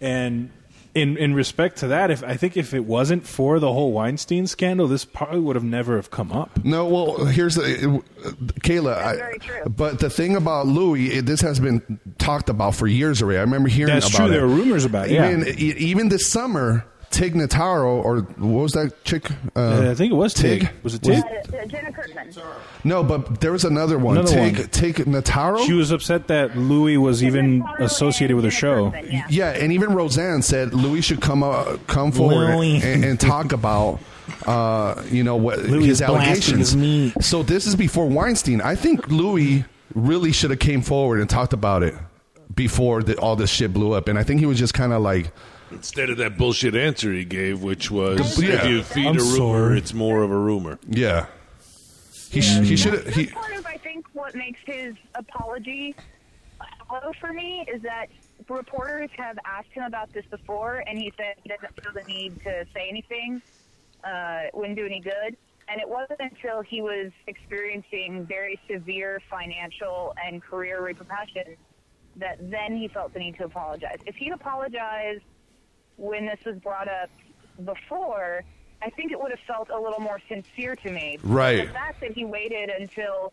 and. In, in respect to that, if I think if it wasn't for the whole Weinstein scandal, this probably would have never have come up.
No, well, here's the, Kayla. I, But the thing about Louis, it, this has been talked about for years already. I remember hearing
That's
about
true.
it.
There were rumors about it, yeah.
Even, e- even this summer, Tig Notaro, or what was that chick? Uh,
Uh, I think it was Tig. Was it Tig?
Uh, Jenna Kirkman.
No, but there was another one.
Another
Tig,
one.
Tig Notaro.
She was upset that Louis was even associated with a show.
yeah. and even Roseanne said Louis should come uh, come forward
Louis.
and, and talk about uh, you know what
Louis
his
is blasting
allegations.
his meat.
So this is before Weinstein. I think Louis really should have came forward and talked about it before the, all this shit blew up. And I think he was just kind of like,
Instead of that bullshit answer he gave, which was
Yeah.
if you feed
I'm
a rumor,
sorry.
it's more of a rumor.
yeah, he sh- he should he.
Part of I think what makes his apology low for me is that reporters have asked him about this before, and he said he doesn't feel the need to say anything. Uh, it wouldn't do any good. And it wasn't until he was experiencing very severe financial and career repercussions that then he felt the need to apologize. If he'd apologized when this was brought up before, I think it would have felt a little more sincere to me.
Right.
The fact that he waited until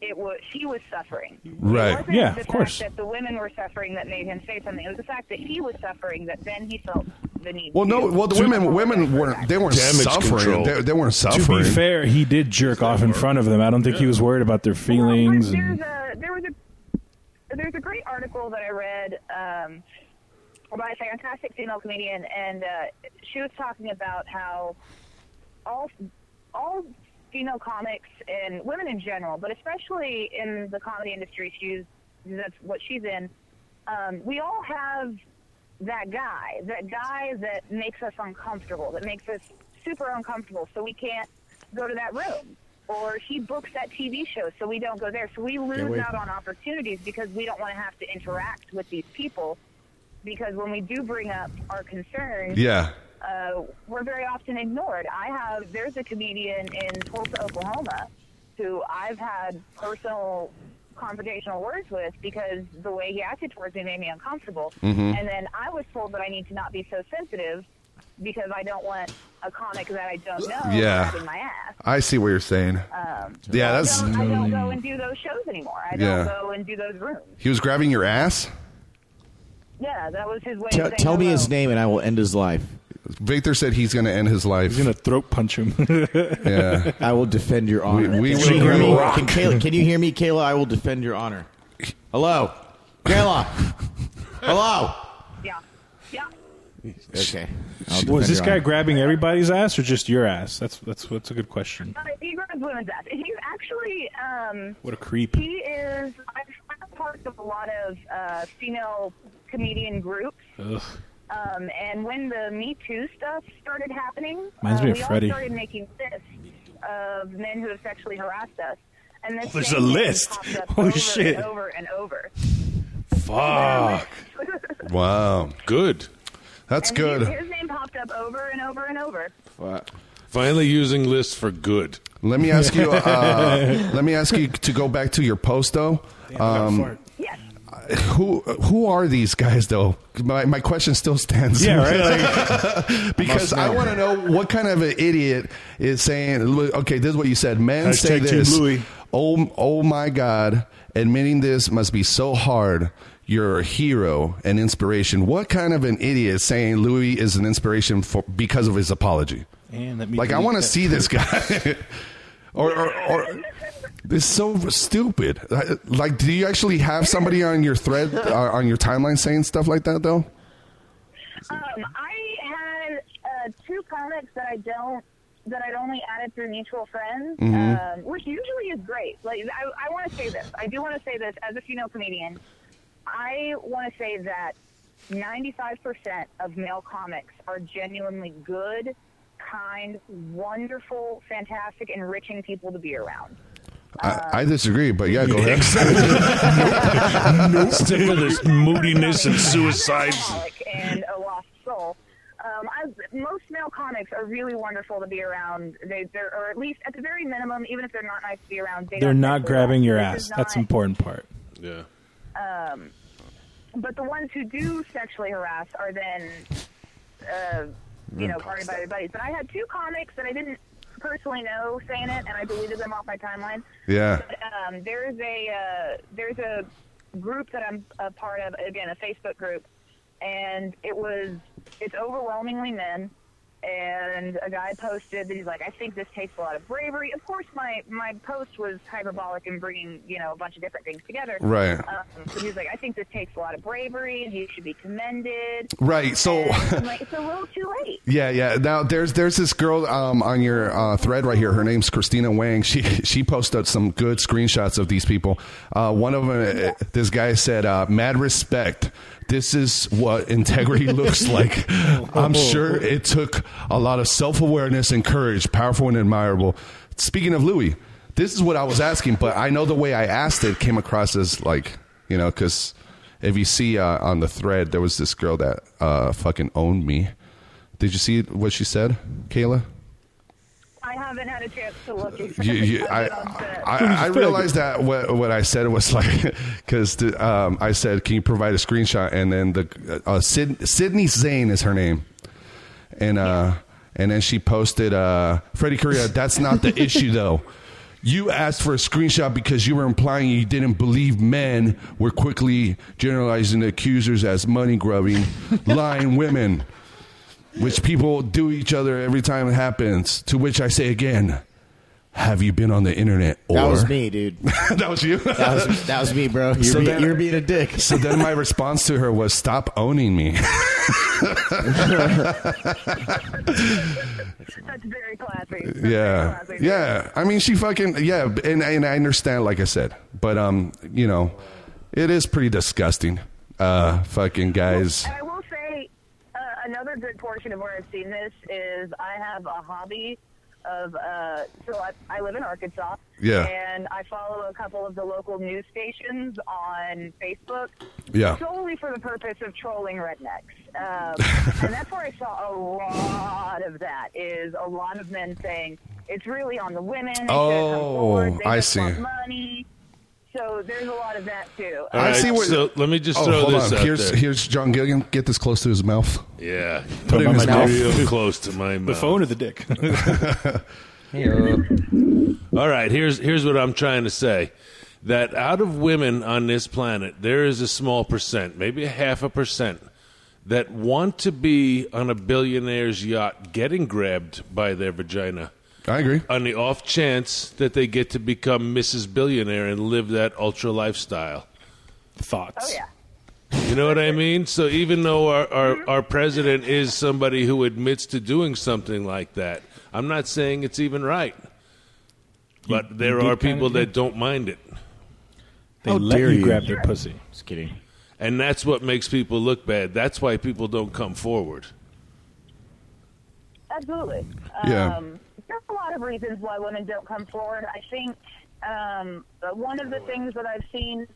it was he was suffering.
Right.
It wasn't
Yeah,
the
of course.
Fact that the women were suffering that made him say something. It was the fact that he was suffering that then he felt the need.
Well, no.
to-
Well, the women, women weren't. They weren't
Damage
suffering.
control.
They, they weren't
To
suffering.
be fair, he did jerk off in front of them. I don't think he was worried about their feelings.
There's
And
a there was a there's a great article that I read um, by a fantastic female comedian, and uh, she was talking about how all all female comics and women in general, but especially in the comedy industry, she's that's what she's in. Um, we all have that guy, that guy that makes us uncomfortable, that makes us super uncomfortable, so we can't go to that room. Or he books that TV show, so we don't go there. So we lose
wait.
out on opportunities because we don't want to have to interact with these people. Because when we do bring up our concerns,
Yeah.
uh, we're very often ignored. I have there's a comedian in Tulsa, Oklahoma, who I've had personal confrontational words with because the way he acted towards me made me uncomfortable.
Mm-hmm.
Mhm.
And then I was told that I need to not be so sensitive because I don't want a comic that I don't know
Yeah.
in my ass.
I see what you're saying.
Um,
yeah, that's.
I don't, I
Mm-hmm.
don't go and do those shows anymore. I
Yeah.
don't go and do those rooms.
He was grabbing your ass.
Yeah, that was his way.
Tell,
of saying
tell me
hello.
his name and I will end his life.
Victor said he's going to end his life. He's
going to throat punch him.
yeah.
I will defend your
honor. We, we
Can
will
you hear me? Can,
rock.
Kayla, can you hear me, Kayla? I will defend your honor. Hello, Kayla. Hello.
Yeah. Yeah.
Okay.
was this guy grabbing everybody's ass or just your ass? That's that's that's a good question.
Uh, he grabs women's ass. He's actually um,
What a creep.
He is. I'm- I'm part of a lot of uh, female comedian groups,
Ugh.
um, and when the Me Too stuff started happening,
Reminds
uh,
me of
we
Freddie.
all started making lists of men who have sexually harassed us. And this
Oh, there's
same
a
thing
list. (laughs)
popped up
Oh,
over
shit.
And over and over.
Fuck.
wow.
Good.
That's
And His, his name popped up over and over and over.
Finally using lists for good.
Let me ask you. Uh, let me ask you to go back to your post though. Um, who who are these guys though? My my question still stands.
Yeah,
(laughs)
right. (laughs)
because I want to know what kind of an idiot is saying. "Look, Okay, this is what you said. Men
Hashtag
say
Team
this.
Louis.
Oh, oh my God! Admitting this must be so hard. You're a hero and inspiration. What kind of an idiot is saying Louis is an inspiration for because of his apology?
And let me
Like I
delete
want to
that.
see this
(laughs)
guy. or, or, or it's so stupid. Uh, Like, do you actually have somebody on your
(laughs)
thread uh, on your timeline saying stuff like that though?
Um, I had uh, two comics that I don't that I'd only added through mutual friends,
Mhm.
um, which usually is great. Like I, I want to say this. I do want to say this as a female comedian. I want to say that 95% of male comics are genuinely good, kind, wonderful, fantastic, enriching people to be around.
I, I disagree, but yeah, go (laughs) ahead.
Sick of this moodiness and suicides.
alcoholic and a lost soul. Um, I, most male comics are really wonderful to be around. They, they're, or at least at the very minimum, even if they're not nice to be around, they
They're
don't
not
sexualize.
grabbing your
This
ass.
is
That's
not-
important part.
Yeah.
Um, but the ones who do sexually harass are then, uh, you know, parted by their buddies. But I had two comics that I didn't personally know saying it, and I deleted them off my timeline.
Yeah.
But, um, there's a uh, there's a group that I'm a part of. Again, a Facebook group, and it was it's overwhelmingly men. And a guy posted that he's like, I think this takes a lot of bravery. Of course, my my post was hyperbolic and bringing you know a bunch of different things together.
Right.
Um, so he was like, I think this takes a lot of bravery, and he should be commended.
Right, so- (laughs)
And I'm like, it's a little too late.
Yeah, yeah. Now there's there's this girl um, on your uh, thread right here. Her name's Christina Wang. She she posted some good screenshots of these people. Uh, one of them, uh, this guy said, uh, "Mad respect. This is what integrity looks like." I'm sure it took a lot of self awareness and courage, powerful and admirable. Speaking of Louis, this is what I was asking, but I know the way I asked it came across as like you know because if you see uh, on the thread, there was this girl that uh, fucking owned me. Did you see what she said, Kayla?
I haven't had a chance to look.
You, you, I, I, I realized that what, what I said was (laughs) like, because um, I said, can you provide a screenshot? And then the uh, Syd, Sydney Zane is her name. And, uh, and then she posted, uh, Freddie Korea, that's not the issue though. You asked for a screenshot because you were implying you didn't believe men were quickly generalizing the accusers as money grubbing, (laughs) lying women which people do each other every time it happens. To which I say again, have you been on the internet? Or
That was me, dude.
(laughs) that was you.
That was, that was me, bro. You're,
So
be-
then-
you're being a dick.
So then my response to her was, "Stop owning me." (laughs)
That's very classy. That's
yeah,
very classy.
yeah. I mean, she fucking yeah, and and I understand, like I said, but um, you know, it is pretty disgusting. Uh, fucking guys.
And I will say uh, another good portion of where I've seen this is I have a hobby of uh, so I, I live in Arkansas.
Yeah.
And I follow a couple of the local news stations on Facebook.
Yeah.
Solely for the purpose of trolling rednecks,
(laughs)
um, and that's where I saw a lot of that. Is a lot of men saying it's really on the women. They should've come
Oh,
forward, they
I
just want
see.
Money. So there's a lot of that too.
All right, so let me just throw
Oh, hold
this
on.
out
here's
there.
here's John Gilligan. Get this close to his mouth.
Yeah.
Put it in his mouth.
Real close to my mouth.
The phone or the dick?
All right, here's here's what I'm trying to say. That out of women on this planet, there is a small percent, maybe a half a percent, that want to be on a billionaire's yacht getting grabbed by their vagina
I agree.
on the off chance that they get to become Mrs. Billionaire and live that ultra lifestyle.
Oh
Thoughts.
yeah.
You know what I mean? So even though our, our, our president is somebody who admits to doing something like that, I'm not saying it's even right. But there
do
are
kinda
people
think-
that don't mind it.
They
How
(laughs) let
dare
you
you.
grab their pussy.
Just kidding.
And that's what makes people look bad. That's why people don't come forward.
Absolutely.
Yeah.
Um, there's a lot of reasons why women don't come forward. I think um, but one of the things that I've seen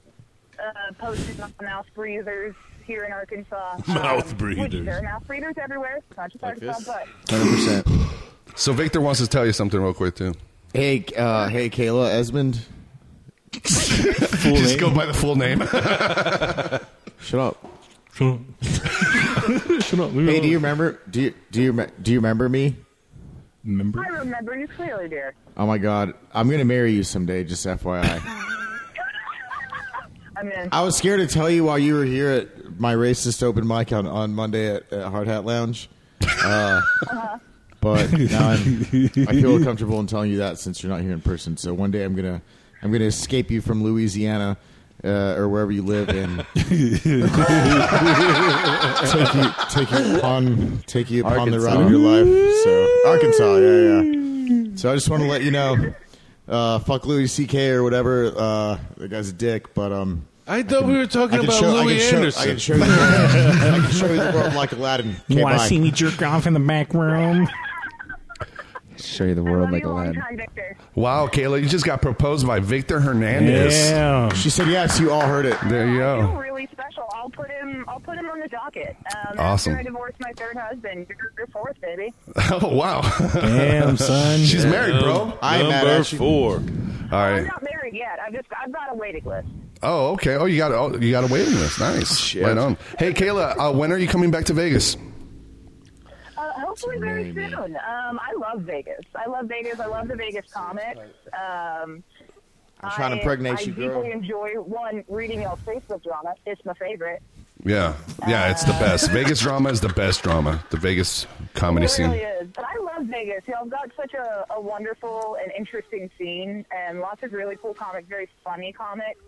uh, posted on mouth breathers here
(laughs)
in Arkansas. um,
Mouth
which
breathers.
There are mouth breathers everywhere, not just Arkansas,
this?
but.
100%.
So Victor wants to tell you something real quick too.
Hey, uh, hey, Kayla Esmond.
Just go by the full name.
Shut up.
(laughs) Shut up, leave me
Hey, do you
alone.
remember? Do you do you rem- do you remember me?
remember?
I remember you clearly, dear.
Oh my God, I'm gonna marry you someday. Just FYI.
I mean,
I was scared to tell you while you were here at my racist open mic on, on Monday at, at Hard Hat Lounge. Uh, but now I'm, I feel comfortable in telling you that since you're not here in person. So one day I'm gonna I'm gonna escape you from Louisiana uh, or wherever you live and take you take you upon take you upon the ride of your life. So Arkansas, yeah, yeah. So I just want to let you know, uh, fuck Louis C.K. or whatever. Uh, the guy's a dick, but um.
I thought we were talking about Louis
I can Show,
Anderson.
I, can show you (laughs) the world, I can show you the world like Aladdin. Okay,
You want to
bye.
see me jerk off in the back room?
Show you the world like
you
a
a long
lad.
time, Victor.
Wow, Kayla, you just got proposed by Victor Hernandez.
Yeah.
She said yes. You all heard it. There you
I feel
go. (laughs)
really special. I'll put him. I'll put him on the docket. Um,
Awesome.
After I divorced my third husband. You're, you're fourth, baby.
Oh wow. (laughs)
Damn, son.
She's married, bro.
Num- number four.
All right.
I'm not married yet. I've just. I've got a waiting list.
Oh, okay. Oh, you got oh, you got a waiting list. Nice. Right on. Hey, Kayla, uh, when are you coming back to Vegas?
Uh, hopefully very soon. Um, I love Vegas. I love Vegas. I love the Vegas comics. Um,
I'm trying to impregnate
I,
you,
I
girl.
deeply enjoy one reading y'all's Facebook drama. It's my favorite.
Yeah, yeah, it's the best. Vegas drama is the best drama. The Vegas comedy
It really
scene.
is. But I love Vegas. Y'all got such a, a wonderful and interesting scene, and lots of really cool comics, very funny comics.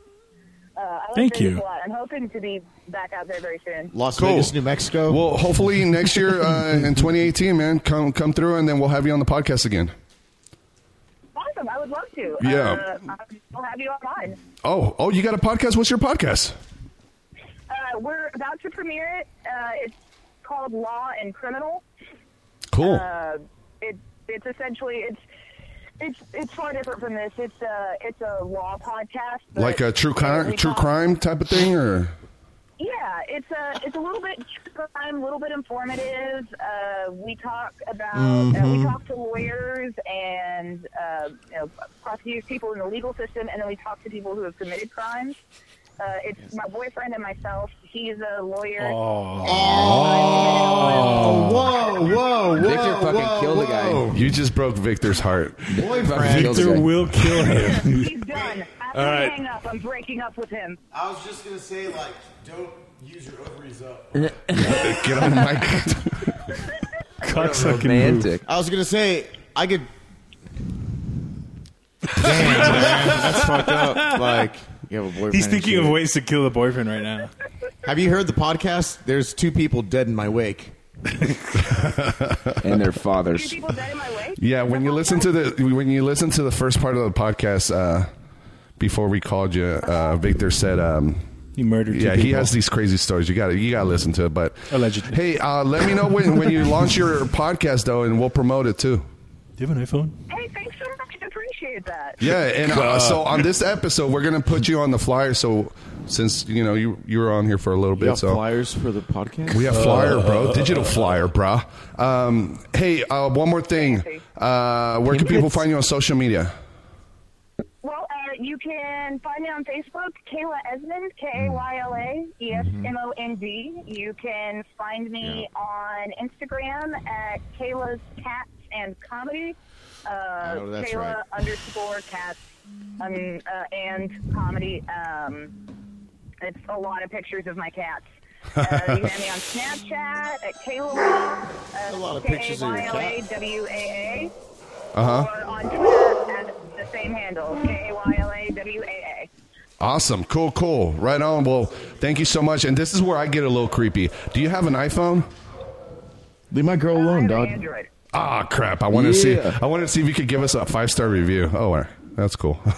Uh, I like
Thank
Vegas
you.
A lot. I'm hoping to be back out there very soon.
Las
Cool.
Vegas, New Mexico.
Well, hopefully next year
(laughs)
uh, in 2018, man, come come through, and then we'll have you on the podcast again.
Awesome. I would love to.
Yeah.
Uh, I'll have you online.
Oh, oh, you got a podcast? What's your podcast?
Uh, we're about to premiere it. Uh, it's called Law and Criminal.
Cool.
Uh, it, it's essentially it's it's it's far different from this. It's a it's a law podcast, but-
like a true crime,
we
true
talk-
crime type of thing, or
Yeah, it's a it's a little bit true crime, a little bit informative. Uh, we talk about uh,
Mm-hmm.
we talk to lawyers and uh, you know, prosecutors, people in the legal system, and then we talk to people who have committed crimes. Uh, it's my boyfriend and myself. He's a lawyer.
Uh,
Oh, whoa, whoa, whoa.
Victor fucking
whoa,
killed the
Oh.
whoa.
you just broke Victor's heart.
Fucking
Boyfriend.
killed the guy.
Victor will kill
(laughs)
him.
He's done. After
All
we
right.
hang up, I'm breaking up with him.
I was just gonna say, like, don't use your ovaries up.
Get on the
(laughs)
mic.
Cocksucking move.
Romantic.
I was gonna say I could. Damn, man, that's fucked up. Like you have a boyfriend.
He's
and
thinking of
shit.
ways to kill the boyfriend right now.
Have you heard the podcast? There's two people dead in my wake.
And their
Two
fathers.
people dead in my way.
Yeah, when you listen to the when you listen to the first part of the podcast uh, before we called you, uh, Victor said. Um,
He murdered two
yeah, he
people.
has these crazy stories. You got to you got to listen to it. But
Allegedly.
hey, uh, let me know when, when you launch your podcast though, and we'll promote it too.
Do you have an iPhone?
Hey, thanks so much. I appreciate that.
Yeah, and uh, so on this episode, we're gonna put you on the flyer. So since you know you you were on here for a little bit, so
flyers for the podcast?
we have flyer, bro, digital flyer, brah. Um, hey, uh, one more thing. Uh, where can people find you on social media?
Well, uh, you can find me on Facebook, Kayla Esmond, K A Y L A E S M O N D. You can find me on Instagram at Kayla's Cats and Comedy. Uh,
Oh, that's
Kayla
right.
underscore Cats um, uh, and Comedy. Um, it's a lot of pictures of my cats. Uh, you can find me on Snapchat at Kayla. Uh, a
lot of pictures of your cat.
Uh huh.
or on Twitter at the same handle, K A Y L A W A
Awesome, cool, cool. Right on. Well, thank you so much. And this is where I get a little creepy. Do you have an iPhone?
Leave my girl
A.
alone,
I'm
dog.
Android.
Ah, crap! I want to
Yeah.
see. I want to see if you could give us a five star review. Oh, all right. that's cool. (laughs)
Hey,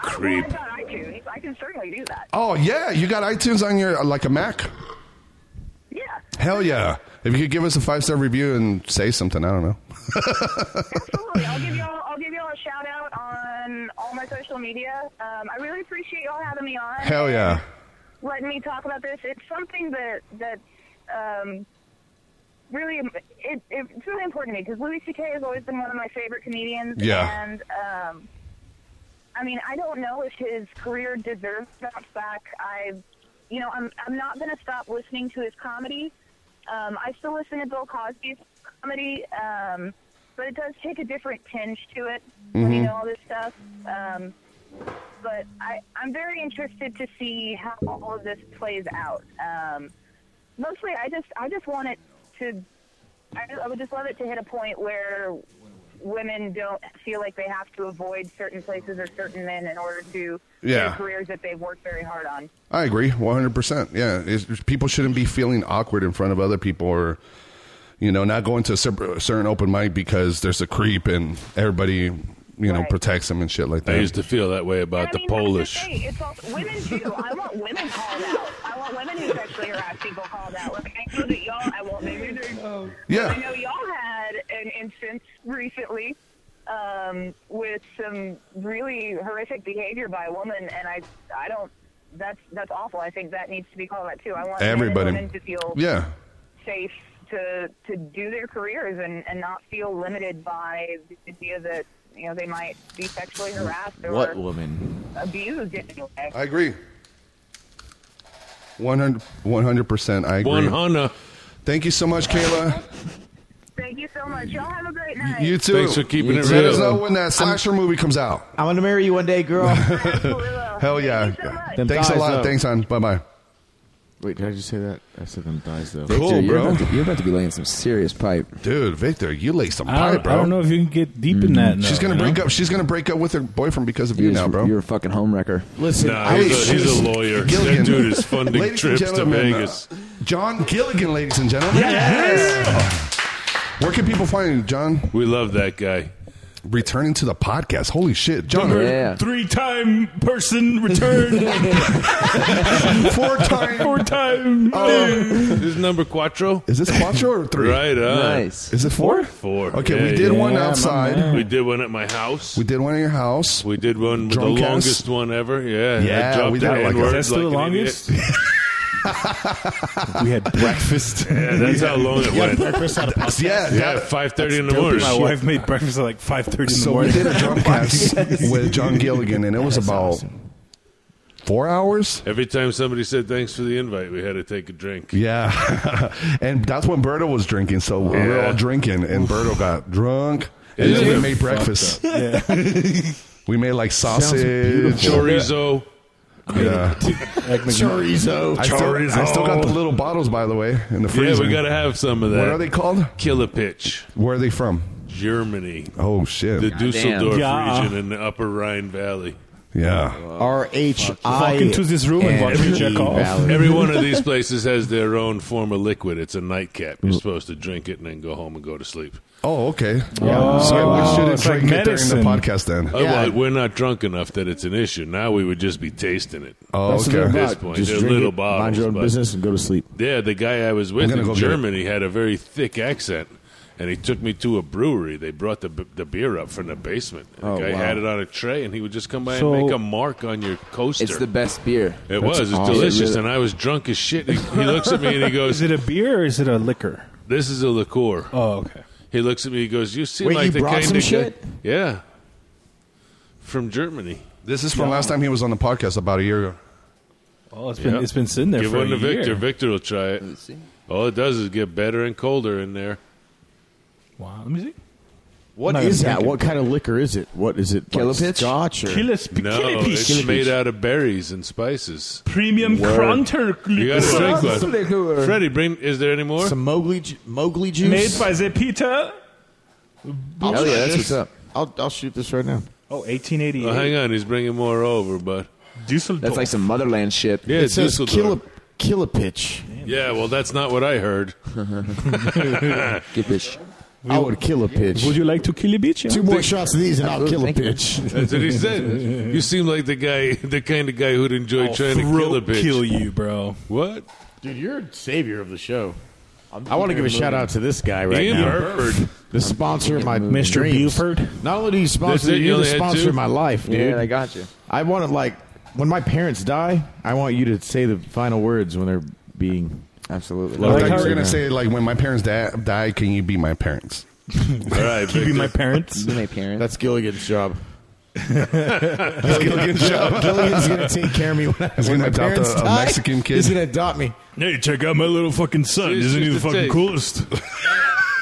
I- well, I've got iTunes. I can certainly do that.
oh yeah, you got iTunes on your like a Mac.
Yeah.
Hell yeah! If you could give us a five star review and say something, I don't know.
Absolutely. I'll give y'all. I'll give y'all a shout out on all my social media. Um, I really appreciate y'all having me on.
Hell yeah!
letting me talk about this. It's something that that's um, really it, it's really important to me because Louis C.K. has always been one of my favorite comedians.
Yeah.
And um, I mean, I don't know if his career deserves to bounce back. I, you know, I'm I'm not going to stop listening to his comedy. Um, I still listen to Bill Cosby's comedy, um, but it does take a different tinge to it when you know all this stuff. Um, but I, I'm very interested to see how all of this plays out. Um, mostly, I just I just want it to. I, I would just love it to hit a point where women don't feel like they have to avoid certain places or certain men in order to their
Yeah.
careers that they've worked very hard on.
I agree, one hundred percent. Yeah, it's, people shouldn't be feeling awkward in front of other people, or you know, not going to a cer- certain open mic because there's a creep and everybody, you know,
Right.
protects them and shit like
(laughs) I
that.
used to feel that way about
And I
the
mean, that's
Polish.
thing. It's also, women too. I want women called out. I want women who sexually harass people called out. Like I know that y'all. I won't. Maybe there's.
yeah.
I know y'all had an instance recently um, with some really horrific behavior by a woman, and I I don't. That's that's awful. I think that needs to be called out too. I want men and
Everybody.
women to feel
Yeah.
safe to to do their careers and, and not feel limited by the idea that you know they might be sexually harassed or
What woman?
abused. In any way.
I agree. 100 percent. I agree. One hundred. Thank you so much, Kayla.
Thank you so much. Y'all have a great
Y-
night.
You too.
keeping it
Let
real.
us know when that slasher movie comes out.
I'm gonna marry you one day, girl.
(laughs) Hell yeah!
Them
Thanks a
thighs,
lot.
though.
Thanks, on. Bye bye.
Wait, did I just say that? I said them thighs though.
Cool,
Victor, you're
bro.
About to, you're about to be laying some serious pipe.
Dude, Victor, you lay some
I
pipe,
don't,
bro. Mm-hmm.
I don't know if you can get deep in that.
She's
though,
gonna
Oh,
you
break
know?
up. She's gonna break up with her boyfriend because of you,
You're
now,
just-
bro.
You're a fucking homewrecker.
Listen,
Nah,
I-
he's a, he's a lawyer.
Gilligan.
That dude is funding
Ladies and
trips to
gentlemen,
Vegas.
uh, John Gilligan, ladies and gentlemen. Where can people find you, John?
We love that guy.
Returning to the podcast. Holy shit, John!
Yeah.
Three-time person
(laughs)
returned.
(laughs)
Four time.
Four-time.
Oh,
His number Quattro.
Is this quattro or three?
Right on.
Nice.
Is it four?
Four.
Okay, we
Yeah,
did
yeah.
one
Yeah, my
outside.
man.
We did one at my house.
We
We,
did one at your house.
did one with the
Drunk ass.
longest one ever. Yeah.
Yeah,
I dropped
we
the
did like a-
N-word
That's still
like
the
an
longest.
idiot.
(laughs)
we had breakfast.
Yeah, that's how long it went.
Yeah,
Yeah,
that-
five thirty in the morning.
My wife made breakfast at like five thirty in the
so we
morning.
did a drum cast
(laughs)
with John Gilligan, and it was about four hours.
Every time somebody said thanks for the invite, we had to take a drink.
Yeah, (laughs) and that's when Berto was drinking. So we were
Yeah.
all drinking, and Berto got drunk. And
Yeah.
then we made breakfast. (laughs) we made like sausage.
Chorizo.
Yeah.
chorizo.
I, still,
Chorizo.
I still got the little bottles, by the way, in the
Yeah,
freezer.
we gotta have some of that.
What are they called?
Killer pitch.
Where are they from?
Germany.
Oh shit!
The Dusseldorf
Yeah.
region in the Upper Rhine Valley.
yeah,
R H
Walk into
I.
this room and watch me
E
check off.
Every one of these places has their own form of liquid. It's a nightcap. You're supposed to drink it and then go home and go to sleep.
Oh, okay. so we shouldn't
it's like
drink it during the
medicine.
podcast then.
Otherwise, we're not drunk enough that it's an issue. Now we would just be tasting it.
Oh,
That's the
okay.
thing about
this
it.
point,
Just
they're
drink
little
it, mind your
bottles,
own
but-
business and go to sleep.
Yeah, the guy I was with
gonna
in
go get it.
Germany had a very thick accent, and he took me to a brewery. They brought the b- the beer up from the basement. And
Oh,
the guy
wow.
had it on a tray, and he would just come by
So-
and make a mark on your coaster.
It's the best beer.
it was. It's
awesome.
delicious,
Really-
and I was drunk as shit. He, he looks at me and he
Is
goes,
it a beer or is it a liquor?
"This is a liqueur."
Oh, okay.
He looks at me. He goes, "You seem
Wait,
like
you
the
brought
kind
some
of
shit?
Guy, yeah, from Germany.
This is from last time he was on the podcast about a year ago.
Well, it's been
Yeah.
it's been sitting there
Give
for
one
a
to
year.
Victor. Victor will try it.
see.
All it does is get better and colder in there.
Wow, let me see.
What
No,
is
you
that?
can't-
What kind of liquor is it? What is it?
Killer
Like
Pitch?
Scotch or
Killer
No, it's made out of berries and spices.
premium counter
You gotta drink
Sounds
one.
liquor.
Freddie, bring. Is there any more?
some Mowgli ju- Mowgli juice?
made by the Peter.
Hell yeah, that's what's up.
I'll, I'll shoot this right now.
Oh,
Oh, hang
1888.
on, he's bringing more over, but
Dusseldorf.
That's like some motherland shit.
yeah,
It says
Dusseldorf.
Killer Killer Pitch.
Yeah, well, that's not what I heard.
Get this.
I would kill a pitch.
Would you like to kill a bitch?
Two more shots of these and I'll kill a
Thank you.
pitch.
That's what he said. You seem like the guy, the kind of guy who'd enjoy trying to kill a bitch.
kill you, bro.
What?
Dude, you're a savior of the show. I want to give a shout out to this guy right
Ian
now.
Burford.
The sponsor of my
Mr.
dreams.
Buford.
Not only do you
That's
sponsor,
it, you
you're the
only had
sponsor
two?
of my life, dude.
Yeah, I got you.
I want to like when my parents die, I want you to say the final words when they're being.
Absolutely.
Oh,
I thought you were
you.
gonna say like when my parents da- die, can you be my
(laughs)
parents?
All right,
Be my
Victor.
parents.
You my parents.
That's Gilligan's job.
Gilligan's (laughs) job.
Gilligan's gonna take care of me when,
(laughs)
I,
He's
when
gonna
(laughs)
adopt
my parents
a- a
die.
Mexican kid.
He's gonna adopt me.
Hey, check out my little fucking son.
Here's Isn't he just the a fucking tape.
coolest?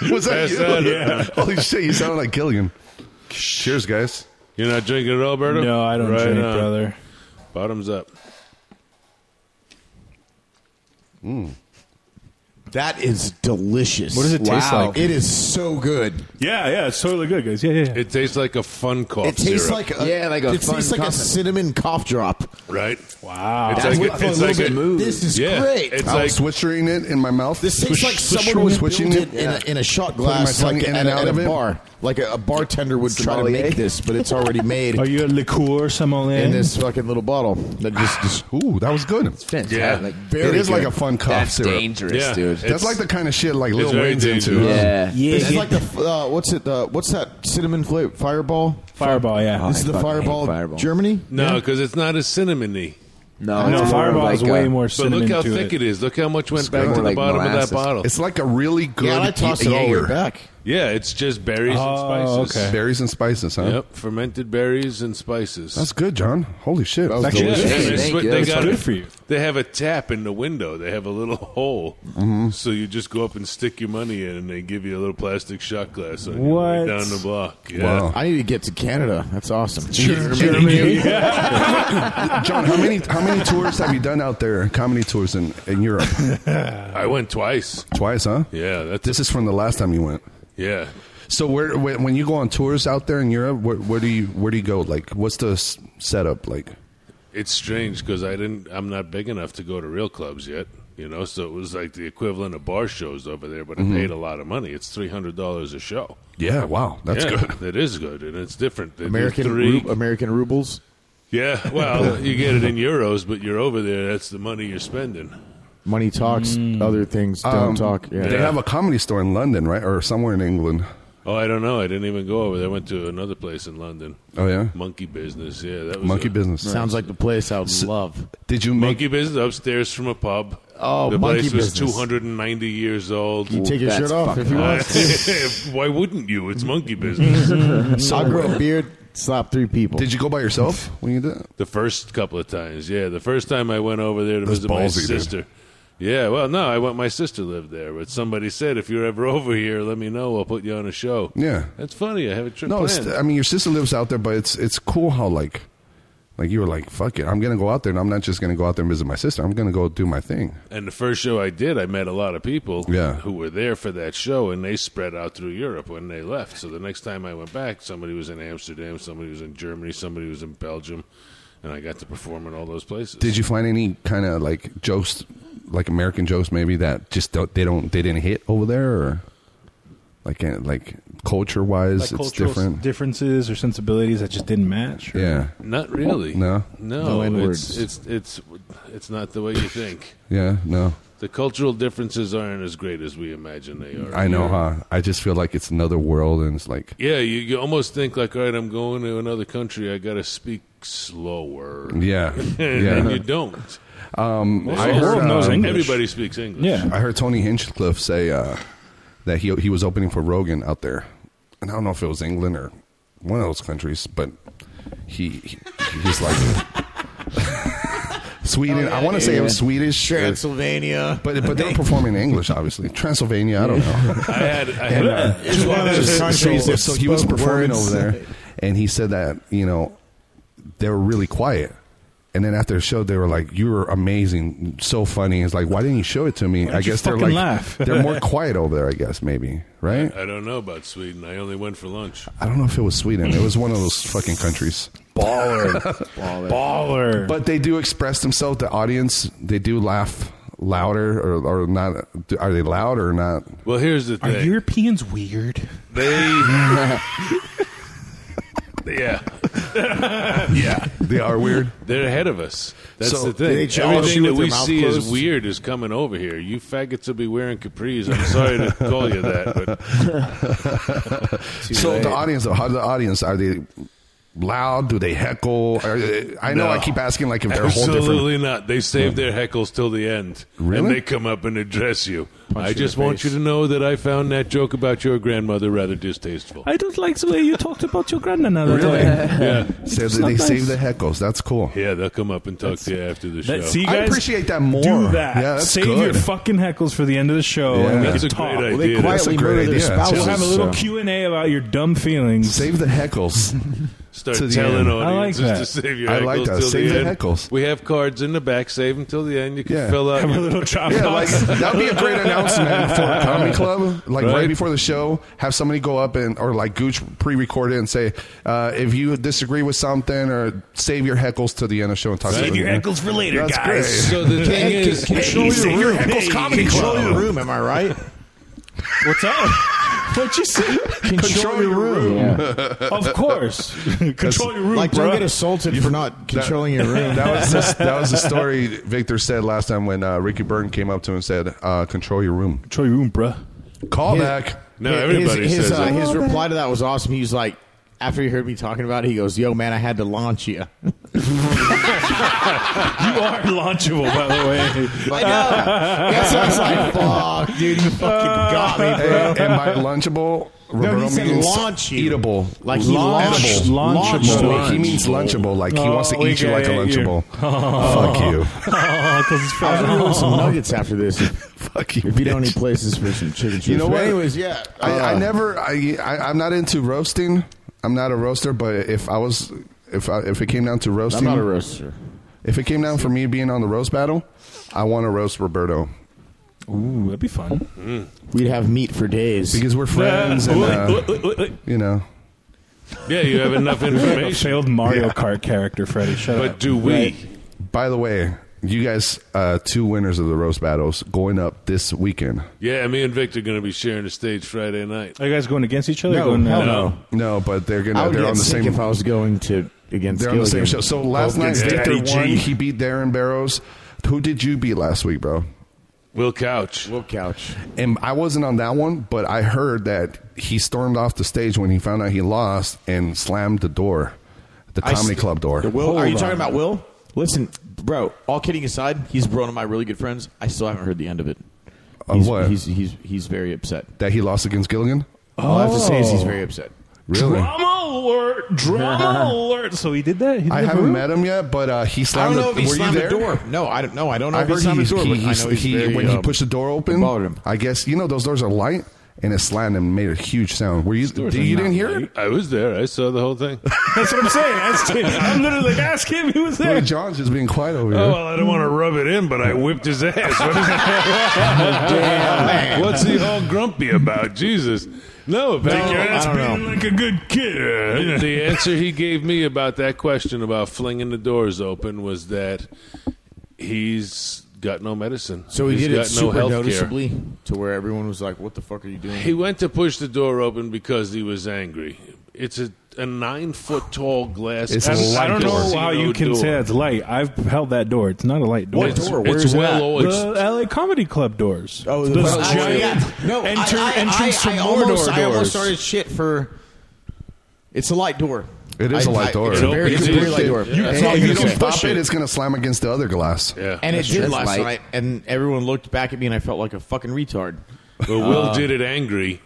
(laughs) Was that
Pass
you?
that, (laughs) yeah.
Holy shit, you sound like Gilligan. Cheers, guys.
You're not drinking it, Alberto?
No, I don't
Right
drink,
on.
brother.
Bottoms up.
That is delicious.
What does it taste
Wow.
like?
It is so good.
Yeah, yeah, it's totally good, guys. Yeah, yeah. yeah.
It tastes like a fun cough
It tastes
syrup.
like a,
Yeah, like a
it tastes
fun
like a
coffee.
cinnamon cough drop.
right?
Wow,
it's like, a, it's like a, yeah, It's
I'm
like
switchering it in my mouth.
This tastes like someone was switching it in, a, in a shot glass, like in and out of a bar. Like a, a bartender would try to
Sommelier?
make this, but it's already made
Are you a liqueur someone?
in this fucking little bottle. That just, just
ooh, that was good. It's
fantastic.
Yeah.
Like,
It
very
is like
good.
a fun cough
That's
syrup.
dangerous,
Yeah.
dude.
That's
It's-
like the kind of shit like
it's
Lil
very
Wayne's into.
dangerous.
yeah.
Yeah,
This is
yeah.
like the f- uh, what's it? Uh, what's that cinnamon flavor? Fireball.
Fireball, yeah.
this is the
I fucking hate
fireball,
Fireball.
Germany.
no, because it's not as cinnamony.
No,
no,
it's more
Fireball
like
is way
a-
more
But
cinnamon
look how
to
thick
it.
it is. Look how much went
more
back to the
like
bottom
molasses.
of that bottle.
It's like a really good.
Yeah, and I tossed it all the way
Jaeger.
back.
yeah, it's just berries
Oh,
and spices.
okay.
Berries and spices, huh?
Yep, fermented berries and spices.
That's good, John. Holy shit.
was
That's
good.
Yeah,
delicious.
and
Thank
it's what
you.
they
That's
got
good for you.
They have a tap in the window. They have a little (laughs) hole, so you just go up and stick your money in, and they give you a little plastic shot glass on you right
What?
down the block. Yeah.
Wow.
I need to get to Canada. That's awesome.
(laughs)
Germany.
John, how many how many tours have you done out there? Comedy tours in, in
(laughs)
Europe?
I went twice.
Twice, huh?
Yeah, that's
This is from the last time you went.
yeah.
So where when when you go on tours out there in Europe, where, where do you where do you go? Like, what's the s- setup like?
It's strange because I didn't. I'm not big enough to go to real clubs yet. You know, so it was like the equivalent of bar shows over there, but I paid a lot of money. It's three hundred dollars a show.
Yeah, wow, that's
Yeah,
good.
That is good, and it's different. They do
American
three-
ru- American rubles.
Yeah, well, you get it in euros, but you're over there. That's the money you're spending.
Money talks.
Mm.
Other things (laughs) don't
Um,
talk. Yeah.
They have a comedy store in London, right, or somewhere in England.
Oh, I don't know. I didn't even go over there. I went to another place in London.
Oh yeah,
Monkey business. Yeah, that was
monkey
a-
business.
Sounds like the place I would love.
Did you make
Monkey business upstairs from a pub.
Oh,
the
monkey
place was
business.
290 years old.
you take your
That's
shirt off if you
Uh,
want.
(laughs) Why wouldn't you? It's monkey business.
(laughs)
I'll grow a beard.
Slap three people.
Did you go by yourself when you did? That?
the first couple of times, yeah. The first time I went over there to
That's
visit my
ballsy, dude.
sister. Yeah, well, no, I went. My sister lived there, but somebody said if you're ever over here, let me know. I'll put you on a show.
Yeah.
that's funny. I have a trip
No, it's,
planned.
I mean your sister lives out there, but it's it's cool how like like you were like fuck it, I'm gonna go out there, and I'm not just gonna go out there and visit my sister. I'm gonna go do my thing.
And the first show I did, I met a lot of people
Yeah.
who were there for that show, and they spread out through Europe when they left. So the next time I went back, somebody was in Amsterdam, somebody was in Germany, somebody was in Belgium, and I got to perform in all those places.
Did you find any kind of like jokes, like American jokes, maybe that just don't, they don't they didn't hit over there, or like uh, like culture
Like
wise, it's
cultural
different.
differences or sensibilities that just didn't match. or-
yeah,
Not really.
No?
no.
No
it's,
N-words.
it's it's it's not the way you think.
yeah, no,
the cultural differences aren't as great as we imagine they are.
I know,
Yeah.
huh? I just feel like it's another world, and it's like
Yeah, you, you almost think like, all right, I'm going to another country. I got to speak slower.
yeah,
(laughs)
Um,
and then
yeah.
you don't.
I
the
heard,
world
knows
uh,
English.
Everybody speaks English.
Yeah.
I heard Tony Hinchcliffe say uh, that he he was opening for Rogan out there, and I don't know if it was England or one of those countries, but he, he he's
(laughs)
like (laughs)
Oh,
Sweden. I want to say it was Swedish, or-
Transylvania.
but but they were performing in English, obviously. Transylvania, I don't (laughs) know.
I had, I had
uh,
It's one of those countries
uh, so, so
that
he was
spoke
performing
words.
over there, and he said that you know they were really quiet. And then after the show, they were like, "You were amazing, so funny." It's like, why didn't you show it to me?
don't
I
you
guess they're like
fucking laugh?
(laughs) they're more quiet over there. I guess maybe right.
I don't know about Sweden. I only went for lunch.
I don't know if it was Sweden. It was one of those fucking (laughs) countries.
Baller. Baller.
But they do express themselves. The audience, they do laugh louder or, or not. Are they loud or not?
Well, here's the
are
thing.
Europeans weird? (laughs)
they, (laughs) yeah, yeah,
They are weird.
they're ahead of us. That's
So,
the
did
thing.
they
challenge
Everything
you
that
with
we
their mouth
see as
closed?
weird is coming over here. You faggots will be wearing capris. I'm sorry to call you that,
(laughs)
but
So the audience, though, how the audience are they loud? Do they heckle? Are they, I know
No.
I keep asking like if they're a whole different.
Absolutely not. They save their heckles till the end.
Really?
And they come up and address you.
Punch
I
you in
just
the
want you
face.
to know that I found that joke about your grandmother rather distasteful.
I don't like the way you talked about your grandma. Really?
yeah.
So (laughs)
It's
they
not nice.
save the heckles. That's cool.
Yeah, they'll come up and talk to you after the show.
That, see,
I
guys,
appreciate that more.
Do that.
Yeah, that's
Save
good.
your fucking heckles for the end of the show,
Yeah.
and we
That's
can
a
talk.
great
We'll
That's
idea.
a
quietly
great (laughs)
murder their
idea.
spouses.
(laughs) have a little Q and A about your dumb feelings.
Save the heckles.
Start
To the
telling
end. I like
audiences to
that.
save your
I
heckles
like that.
till
Save
the
the
end.
heckles.
We have cards in the back. Save them till the end. You can
Yeah.
fill out
Have a
your-
little drop Yeah, box. like, that'd be a great announcement for a comedy club, like right, before the show, have somebody go up and or like Gooch pre-record it and say, uh, if you disagree with something, or save your heckles to the end of the show and talk.
Save
about it
your
later.
heckles for later,
That's
guys.
Great. (laughs)
So the thing Hey, is- hey,
control your
save
room.
your
heckles
hey,
comedy
control
club.
your room. Am I right?
What's up? (laughs) What you say?
Control, your
(laughs)
room.
of course. (laughs) Control your room,
Like,
bro.
don't get assaulted for not controlling your
(laughs)
room.
That was this, that was the story Victor said last time when uh, Ricky Burton came up to him and said, uh, "Control your room."
Control your room, bruh.
Call
His-
back.
his- his, his, uh, His reply to that was awesome. He was like, after he heard me talking about it, he goes, "Yo, man, I had to launch you."
you are (laughs) launchable, by the way.
I know. (laughs) That's what I
(laughs)
was like, fuck, dude, you fucking got me, bro.
And, and by lunchable, Roberto
he said
means
launch you.
eatable.
Like he launched-
Edible.
launched
Launchable. He
lunch.
means lunchable. Like he
Oh,
wants to
we
eat you
get
like a
it. You're-
(laughs)
lunchable.
Oh.
Fuck you. (laughs)
Oh,
Uh,
'cause it's
I was
fat.
gonna order some nuggets after this.
Fuck you.
If you don't
bitch.
need places for some chicken strips.
You know
But
what?
Anyways, yeah.
I, I
uh,
never. I, I I'm not into roasting. I'm not a roaster. But if I was, if I, if it came down to roasting,
not a roaster.
If it came down for me being on the roast battle, I want to roast Roberto
Ooh, that'd be fun.
We'd have meat for days.
because we're friends and uh, you know.
Yeah, you have (laughs) enough
You're like a
information.
failed Mario
Yeah.
Kart character, Freddy. Shut
But
up.
do we?
By the way, you guys, uh, two winners of the roast battles going up this weekend.
Yeah, me and Victor going to be sharing the stage Friday night.
Are you guys going against each other?
No,
going, uh,
hell
no.
No, but they're
I
gonna.
would
They're
get
on the
sick
same.
if I was going to against.
They're on the same
Gilligan.
show. So last night,
against
Victor
Daddy G.
won. He beat Darren Barrows. Who did you beat last week, bro?
Will Couch.
Will couch.
And I wasn't on that one, but I heard that he stormed off the stage when he found out he lost and slammed the door, the
I
comedy
s-
club door.
Will, are you talking about Will? Listen, bro. All kidding aside, he's one of my really good friends. I still haven't heard the end of it.
Of
he's,
what?
He's, he's he's very upset.
that he lost against Gilligan?
All I have to say is
Oh.
he's very upset.
Really?
Drama alert! Drama alert! So he did that. He did
I
that for
haven't
real?
met him yet, but uh, he
I
slammed
don't know
the
if he
Were
slammed
you
the
there?
door. No, I don't know. I don't know
I
if he
heard
slammed
he,
the door,
he,
but I
he,
know he's
he-
very,
when he
um,
pushed the door open,
bothered him.
I guess, you know, those doors are light, and it slammed and made a huge sound. Were you,
doors
did-
are
you
not
didn't hear it?
I was there. I saw the whole thing.
(laughs) That's what I'm saying. Ask him. I'm literally like, ask him. He was
Look at
there.
John's just being quiet over
(laughs) Oh,
here.
well, I don't want (laughs) to rub it in, but I whipped his ass. What is (laughs) Oh, What's he all grumpy about? Jesus. No,
Like,
about
your ass
I don't
being
know.
like a good kid.
the answer he gave me about that question about flinging the doors open was that he's got no medicine.
So he
He's
did it
got
super
no healthcare.
noticeably to where everyone was like, "What the fuck are you doing?"
He went to push the door open because he was angry. It's a, a nine foot tall glass.
It's
casino
light
I don't know how you can
door.
say that's light. I've held that door. It's not a light door.
What
It's,
door? Where
it's
is
well
that?
oiled.
The LA Comedy Club doors.
Oh,
Those
oh,
giant
yeah. no,
enter-
I, I,
entrance
I,
to
I
Mordor
almost, I
doors.
almost started shit for. It's a light door.
It is
a
a light door.
It's a
It
very, it's
opens
a
it.
very light door.
You,
That's
and
all
if
I'm
you
gonna
don't
say.
stop it, it's going to slam against the other glass.
yeah.
And it did
That's
last
light.
night, and everyone looked back at me, and I felt like a fucking retard.
But Will
uh,
did it angry.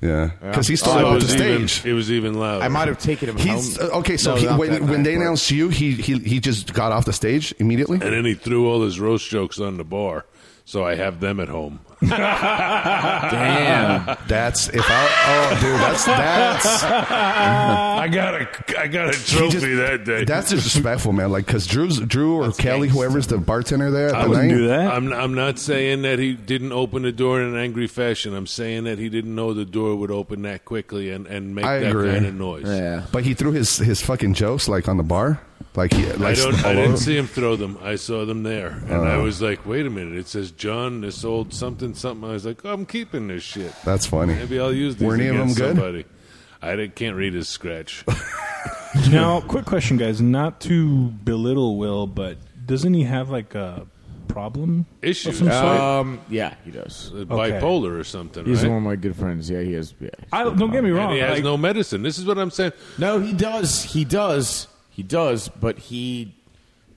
Yeah. Because he
So
stormed
it
off the
was even-
stage.
It was even louder.
I might have taken him
He's
home.
uh, okay. So
Um, No,
he,
not that
when when
night,
they
but-
announced you, he, he he just got off the stage immediately.
and then he threw all his roast jokes on the bar. So I have them at home.
Damn.
(laughs) That's if I oh dude, that's that's
I got a I got a trophy
just-
that day.
that's disrespectful, man. Like because Drew's Drew or Kelly, whoever's the bartender there, at
I
the
wouldn't
night,
do that.
I'm I'm not saying that he didn't open the door in an angry fashion. I'm saying that he didn't know the door would open that quickly and, and make
I
that
agree.
kind of noise.
yeah.
But he threw his his fucking jokes like on the bar, like he,
I
like
don't.
all
I didn't
over.
see him throw them. I saw them there, and
Uh.
I was like, "Wait a minute! It says John. This old something something." I was like, "I'm keeping this shit.
That's funny.
Maybe I'll use these
Were any of
against
them good?
somebody." I didn't, can't read his
(laughs)
scratch.
Now, quick question, guys. Not to belittle Will, but doesn't he have like a problem?
Issue
Of some sort?
Um, yeah, he does.
Uh, bipolar or something.
He's
right?
one of my good friends. Yeah, he has. Yeah,
I, don't get me
And
wrong.
he has
like,
no medicine. This is what I'm saying.
No, he does. He does. He does. But he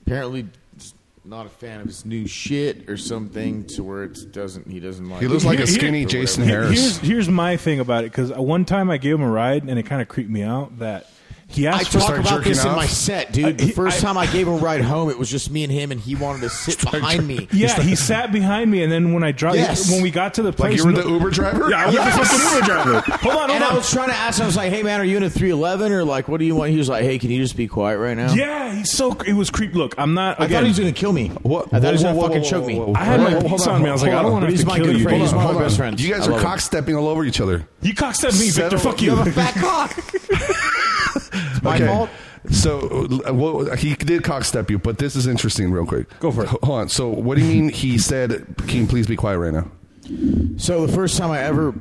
apparently is not a fan of his new shit or something to where it doesn't. He doesn't like.
He looks
it.
like
Here-
a skinny
here-
Jason
Here- Here's
Harris.
here's my thing about it because one time I gave him a ride and it kind of creeped me out that He asked
I
for-
talk
Start
about
jerking
this in
off?
my set, dude.
I-
The first
I-
time I gave him a ride home, it was just me and him, and he wanted to sit behind me.
Yeah, he sat behind me, and then when I dropped,
Yes.
when we got to the place, no- Yeah, I was
Yes.
the fucking (laughs) Uber driver. Hold on, hold
and
on.
I was trying to ask him. I was like, "Hey, man, are you in a three eleven or like what do you want?" He was like, "Hey, can you just be quiet right now?"
Yeah, he's so. It was creep. Look, I'm not.
I
Again,
thought he was going to kill me.
What?
I thought he was
Whoa,
going to
whoa,
fucking
whoa,
choke
whoa,
me.
whoa, whoa. I had my piece on me. I was like, I don't want to
He's
have to
my
kill
good
you.
friend.
Hold
He's
on,
one of my
hold
best
on.
friends.
You guys
I
are
love him.
cockstepping all over each other.
You cockstepped me, Victor. Fuck you.
You have a (laughs) fat cock.
It's
my fault.
So uh, well, he did cockstep you, but this is interesting. Real quick, go for it. Hold on. So what do you mean he said, "Can you please be quiet right now"?
So the first time I ever,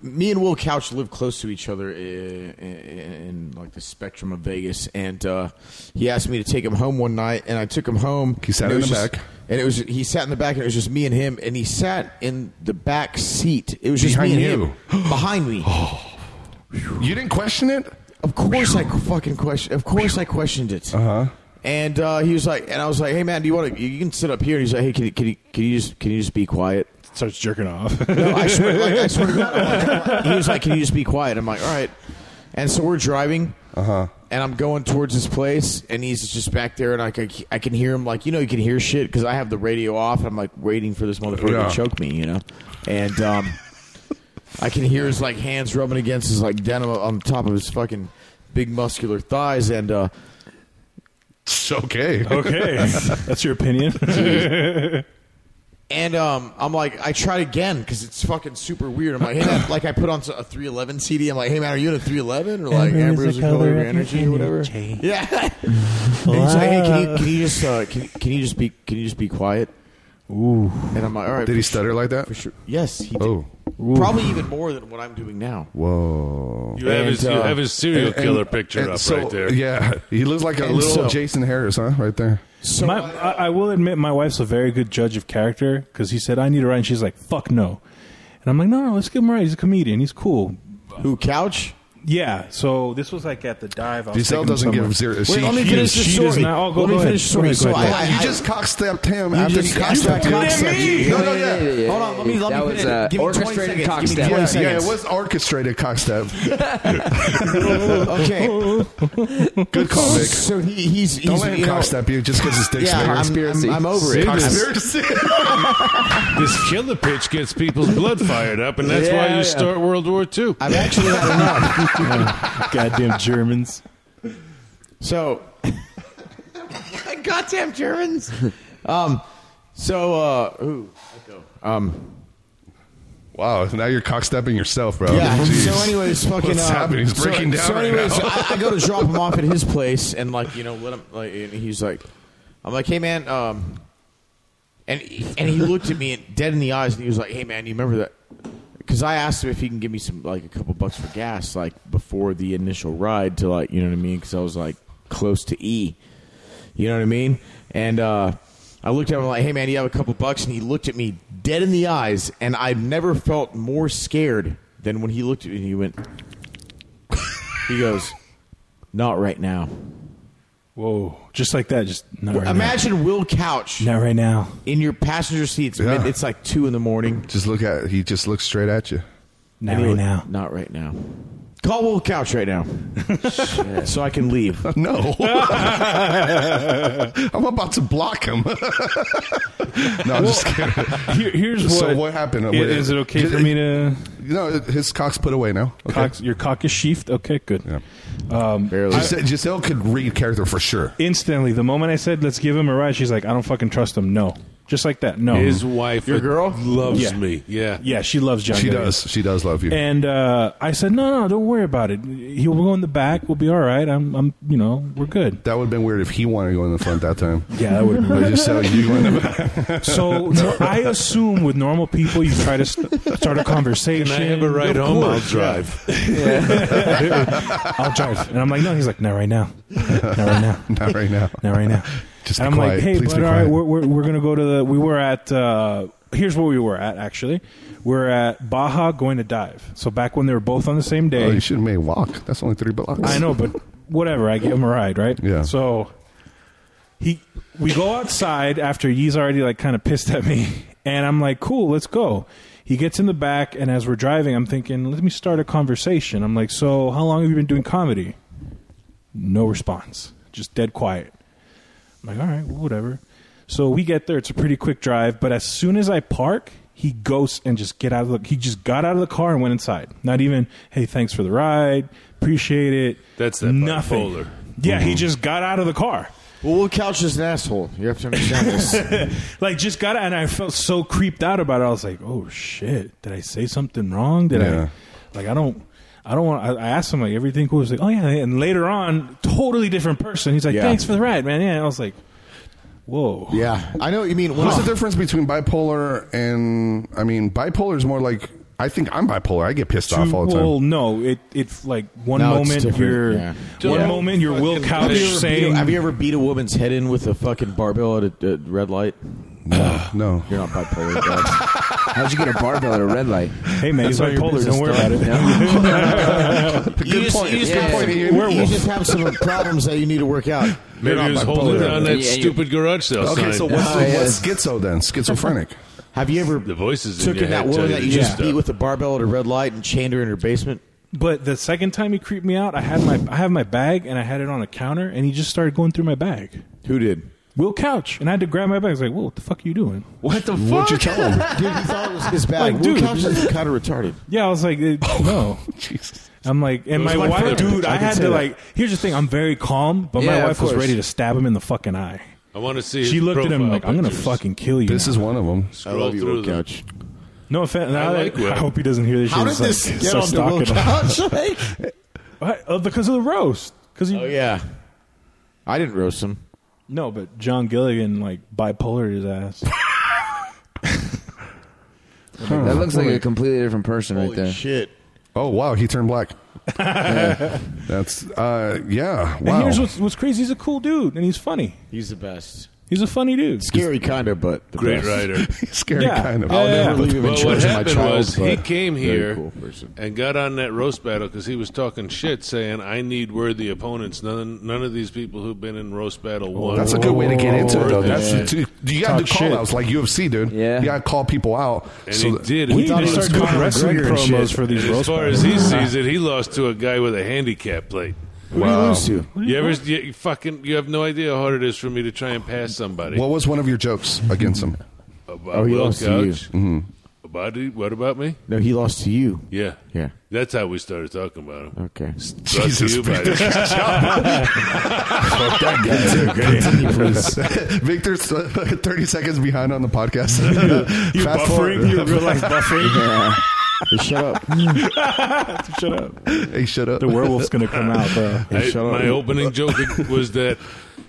me and Will Couch lived close to each other in, in, in like the spectrum of Vegas, and uh, he asked me to take him home one night, and I took him home. He
sat in the back.
and it was he sat in the back, and it was just me and him, and he sat in the back seat. It was just me
Behind
and
(gasps)
him behind me.
You didn't question it?
Of course I fucking question. Of course I questioned it. Uh-huh. And uh, he was like, and I was like, "Hey man, do you want to? You can sit up here." And he's like, "Hey, can you can you, can you just can you just be quiet?"
(laughs) Starts jerking off.
no, I swear, like, I swear to God. I'm like- he was like, "Can you just be quiet?" I'm like, "All right." And so we're driving, uh-huh. and I'm going towards his place, and he's just back there, and I can I can hear him like you know you can hear shit because I have the radio off, and I'm like waiting for this motherfucker
Yeah.
to choke me, you know, and um, I can hear his like hands rubbing against his like denim on top of his fucking big muscular thighs, and uh,
It's okay.
(laughs)
Oh,
Okay, that's your (laughs) opinion.
And um, I'm like, I tried again because it's fucking super weird. I'm like, hey, man, like I put on a 311 CD. I'm like, hey man, are you in a 311 or like
Amber
Amber's
is
a
the color
color of your
of your
energy or whatever?
energy.
(laughs)
(laughs)
Yeah. and he's like, hey, can you, can you just uh, can, can you just be can you just be quiet? Ooh. And I'm like, all right.
Did he stutter like that?
For sure. Yes, he did.
Oh.
Probably even more than what I'm doing now.
Whoa!
You have his- you
uh,
have his serial killer picture up
so-
right there.
Yeah, he looks like a
And
little
so-
Jason Harris, huh? Right there.
So
my, I, I will admit, my wife's a very good judge of character because he said I need a ride, and she's like, "Fuck no," and I'm like, "No, no, let's give him a ride. He's a comedian. He's cool."
Who couch?
Yeah. So this was like at the dive. I was
Giselle doesn't
taking him somewhere.
give zero.
Wait, let me finish the
she
story.
does not. Oh, go,
let
go
me
ahead.
finish the story.
Go
So
ahead, go
I,
ahead.
you
I-
just cockstepped him
You
after
just
he cockstepped
cockstepped
you.
me.
No, no, yeah.
Hold on, let me- let me
That was
finish-
uh,
give me 20
orchestrated
seconds, give me
cockstep.
20
Yeah, yeah, it
seconds.
was orchestrated cockstep. (laughs)
okay.
Good call, Vic.
So he, he's, he's
Don't let him
you know,
cockstep you just because his dick's
yeah, I'm-
bigger.
I'm- I'm, over it.
Conspiracy.
This killer pitch gets people's blood fired up, and that's why
Yeah,
you
yeah.
start World War II.
I've actually had enough.
(laughs) Goddamn Germans.
So, (laughs) goddamn Germans. Um, so uh, ooh, um,
Wow, now you're cockstepping yourself, bro.
yeah.
Jeez.
So, anyways, fucking.
What's
uh,
happening? He's
so-
breaking down
So,
right
anyways,
now.
I, I go to drop him off
(laughs)
at his place, and like you know, let him. Like, and he's like, I'm like, hey man, um, and and he looked at me dead in the eyes, and he was like, hey man, you remember that? Because I asked him if he can give me some like a couple bucks for gas, like before the initial ride to like you know what I mean? Because I was like close to E. You know what I mean? And uh, I looked at him like, "Hey, man, you have a couple bucks?" And he looked at me dead in the eyes, and I've never felt more scared than when he looked at me. and He went, he goes, "Not right now."
Whoa! Just like that. Just not right
Imagine Will Couch
now. Not right now.
in your passenger seats.
Yeah.
mid- It's like two in the morning.
Just look at. He just looks straight at you.
Not
And he
right
went,
now.
Not right now. Call Will Couch right now, (laughs) so I can leave.
No, (laughs) I'm about to block him. (laughs) no, I'm just kidding.
Here, here's what.
So what happened?
i-
What-
Is it okay for me to?
(laughs) No, his cock's put away now. Okay.
Cock, your cock is sheathed. Okay, good.
Yeah.
(laughs) Barely.
Giselle, Giselle could read character for sure.
Instantly, the moment I said let's give him a ride, she's like, I don't fucking trust him. No, just like that. No.
His wife, your
girl?
loves
Yeah.
me. Yeah,
yeah, she loves John.
She
Gotti.
does. She does love you.
And uh, I said, no, no, don't worry about it. He'll go in the back. We'll be all right. I'm, I'm, you know, we're good.
that would have been weird if he wanted to go in the front that time.
Yeah, that would.
But Giselle, you go in the back. (laughs)
so no, I assume with normal people, you try to st- start a conversation.
Can I have a ride
Of
home? I'll
course,
drive. (laughs)
yeah. I'll drive. And I'm like, no. He's like, not right now. Not right now.
Not right (laughs) now.
Not right now.
Just be
and I'm
quiet.
like, hey,
Please
but
be
all right,
quiet.
we're, we're, we're going to go to the. We were at. Uh, here's where we were at, actually. We're at Baja going to dive. So back when they were both on the same day.
Oh, you should have made walk. That's only three blocks.
I know, but whatever. I give him a ride, right?
Yeah.
So he, we go outside after he's already like kind of pissed at me, and I'm like, "Cool, let's go." He gets in the back, and as we're driving, I'm thinking, "Let me start a conversation." I'm like, "So, how long have you been doing comedy?" No response. Just dead quiet. I'm like, all right, well, whatever. So we get there. It's a pretty quick drive, but as soon as I park, he goes and just get out of the. He just got out of the car and went inside. Not even, hey, thanks for the ride, appreciate it.
That's
that
nothing.
bipolar.
Yeah, he just got out of the car.
Well, we'll couch is an asshole. You have to understand (laughs) this.
like just got it, and I felt so creeped out about it. I was like, "Oh shit! Did I say something wrong? Did
Yeah.
I like I don't." I don't want. I I asked him like everything cool. He's like, "Oh yeah," and later on, totally different person. He's like,
Yeah.
"Thanks for the ride, man." Yeah, and I was like, "Whoa."
Yeah, I know what you mean. What's the difference between bipolar and I mean bipolar is more like I think I'm bipolar. I get pissed off all the time.
Well, no, it it's like one
No, it's
moment
different,
you're
yeah.
one
Yeah.
moment you're Will Couch saying,
have you ever beat a woman's head in with a fucking barbell at a, a red light?
No, no.
You're not bipolar. Dad. How'd you get a barbell at a
red light?
"Hey man,
That's
he's
all your
bipolar.
business,
Don't worry about
dog.
it."
You just- you just- Yeah.
You, you just have some problems that you need to work out. You're
Maybe
not
he was
bipolar.
holding down that
Yeah, you-
stupid garage sale
Okay,
sign.
so what's, what's schizo then? Schizophrenic.
Have you ever
(laughs) the voices in
took
your
in that
head tell
woman that you
the
just
stuff.
beat with a barbell at a red light and chained her in her basement?
(laughs) But the second time he creeped me out, I had my I have my bag and I had it on a counter, and he just started going through my bag.
Who did?
Will Couch, and I had to grab my bag. I was like, "Whoa, what the fuck are you doing?"
What the
What'd you tell him? (laughs)
Dude, he thought it was his bag.
Like,
Will
dude.
Couch is kind of
(laughs)
retarded.
Yeah, I was like, eh, "No, Jesus." I'm like, and
It
my
was like
wife,
flipping.
dude, I,
I can
had
say
to
that.
like. Here's the thing: I'm very calm, but
Yeah,
my
of
wife was
course.
ready to stab him in the fucking eye.
I want to see.
She
his
looked at him
profile
like, "I'm gonna
pictures.
fucking kill you."
This
now."
is one of them.
Scroll through them.
No offense.
I
I,
like Will.
I hope he doesn't hear this.
How
shit.
did
It's
this
like,
get
so
onto Will
stalking him.
Couch?
(laughs)
What? Uh, because of the roast. Because oh
yeah, I didn't roast him.
No, but John Gilligan like bipolar his ass.
That looks like a completely different person right there.
Shit.
Oh wow, he turned (laughs) black. That's uh yeah.
And
Wow.
here's what's, what's crazy: he's a cool dude, and he's funny.
He's the best.
He's a funny dude.
Scary kind of, but the
Great
best.
writer.
Scary
Yeah.
kind of.
I'll Yeah, never yeah.
leave him in
Well,
charge
what
of my
happened
child,
was he
but
came
very
here
cool person.
(laughs) and got on that roast battle because he was talking shit, saying, "I need worthy opponents. None, none of these people who've been in roast battle won."
That's a good way to get into it, though.
Worthy.
That's dude, you got to
Talk
do call
shit.
outs like UFC, dude. Yeah, you got to call people out.
And he
that-
did. He thought he was
doing wrestling promos for these
And as (laughs)
roast
far
battles.
as he sees it, he lost to a guy with a handicap plate.
Who did he Wow. lose to?
You ever you, you fucking you have no idea how hard it is for me to try and pass somebody.
What was one of your jokes against him?
About Oh, he Will lost to you. Mm-hmm. Couch?
Mhm.
About it- what about me?
No, he lost to you.
Yeah.
Yeah.
That's how we started talking about (laughs) him.
Okay.
Jesus,
you, buddy.
Victor. (laughs) Fuck that guy.
Continue,
(laughs)
please.
Victor's uh, (laughs) 30 seconds behind on the (laughs) podcast.
You
Fast
buffering?
forward. (laughs)
You real life buffering?
shut up.
Shut up.
Hey, shut up. (laughs)
The werewolf's gonna come out, bro.
(laughs) I- my opening joke was that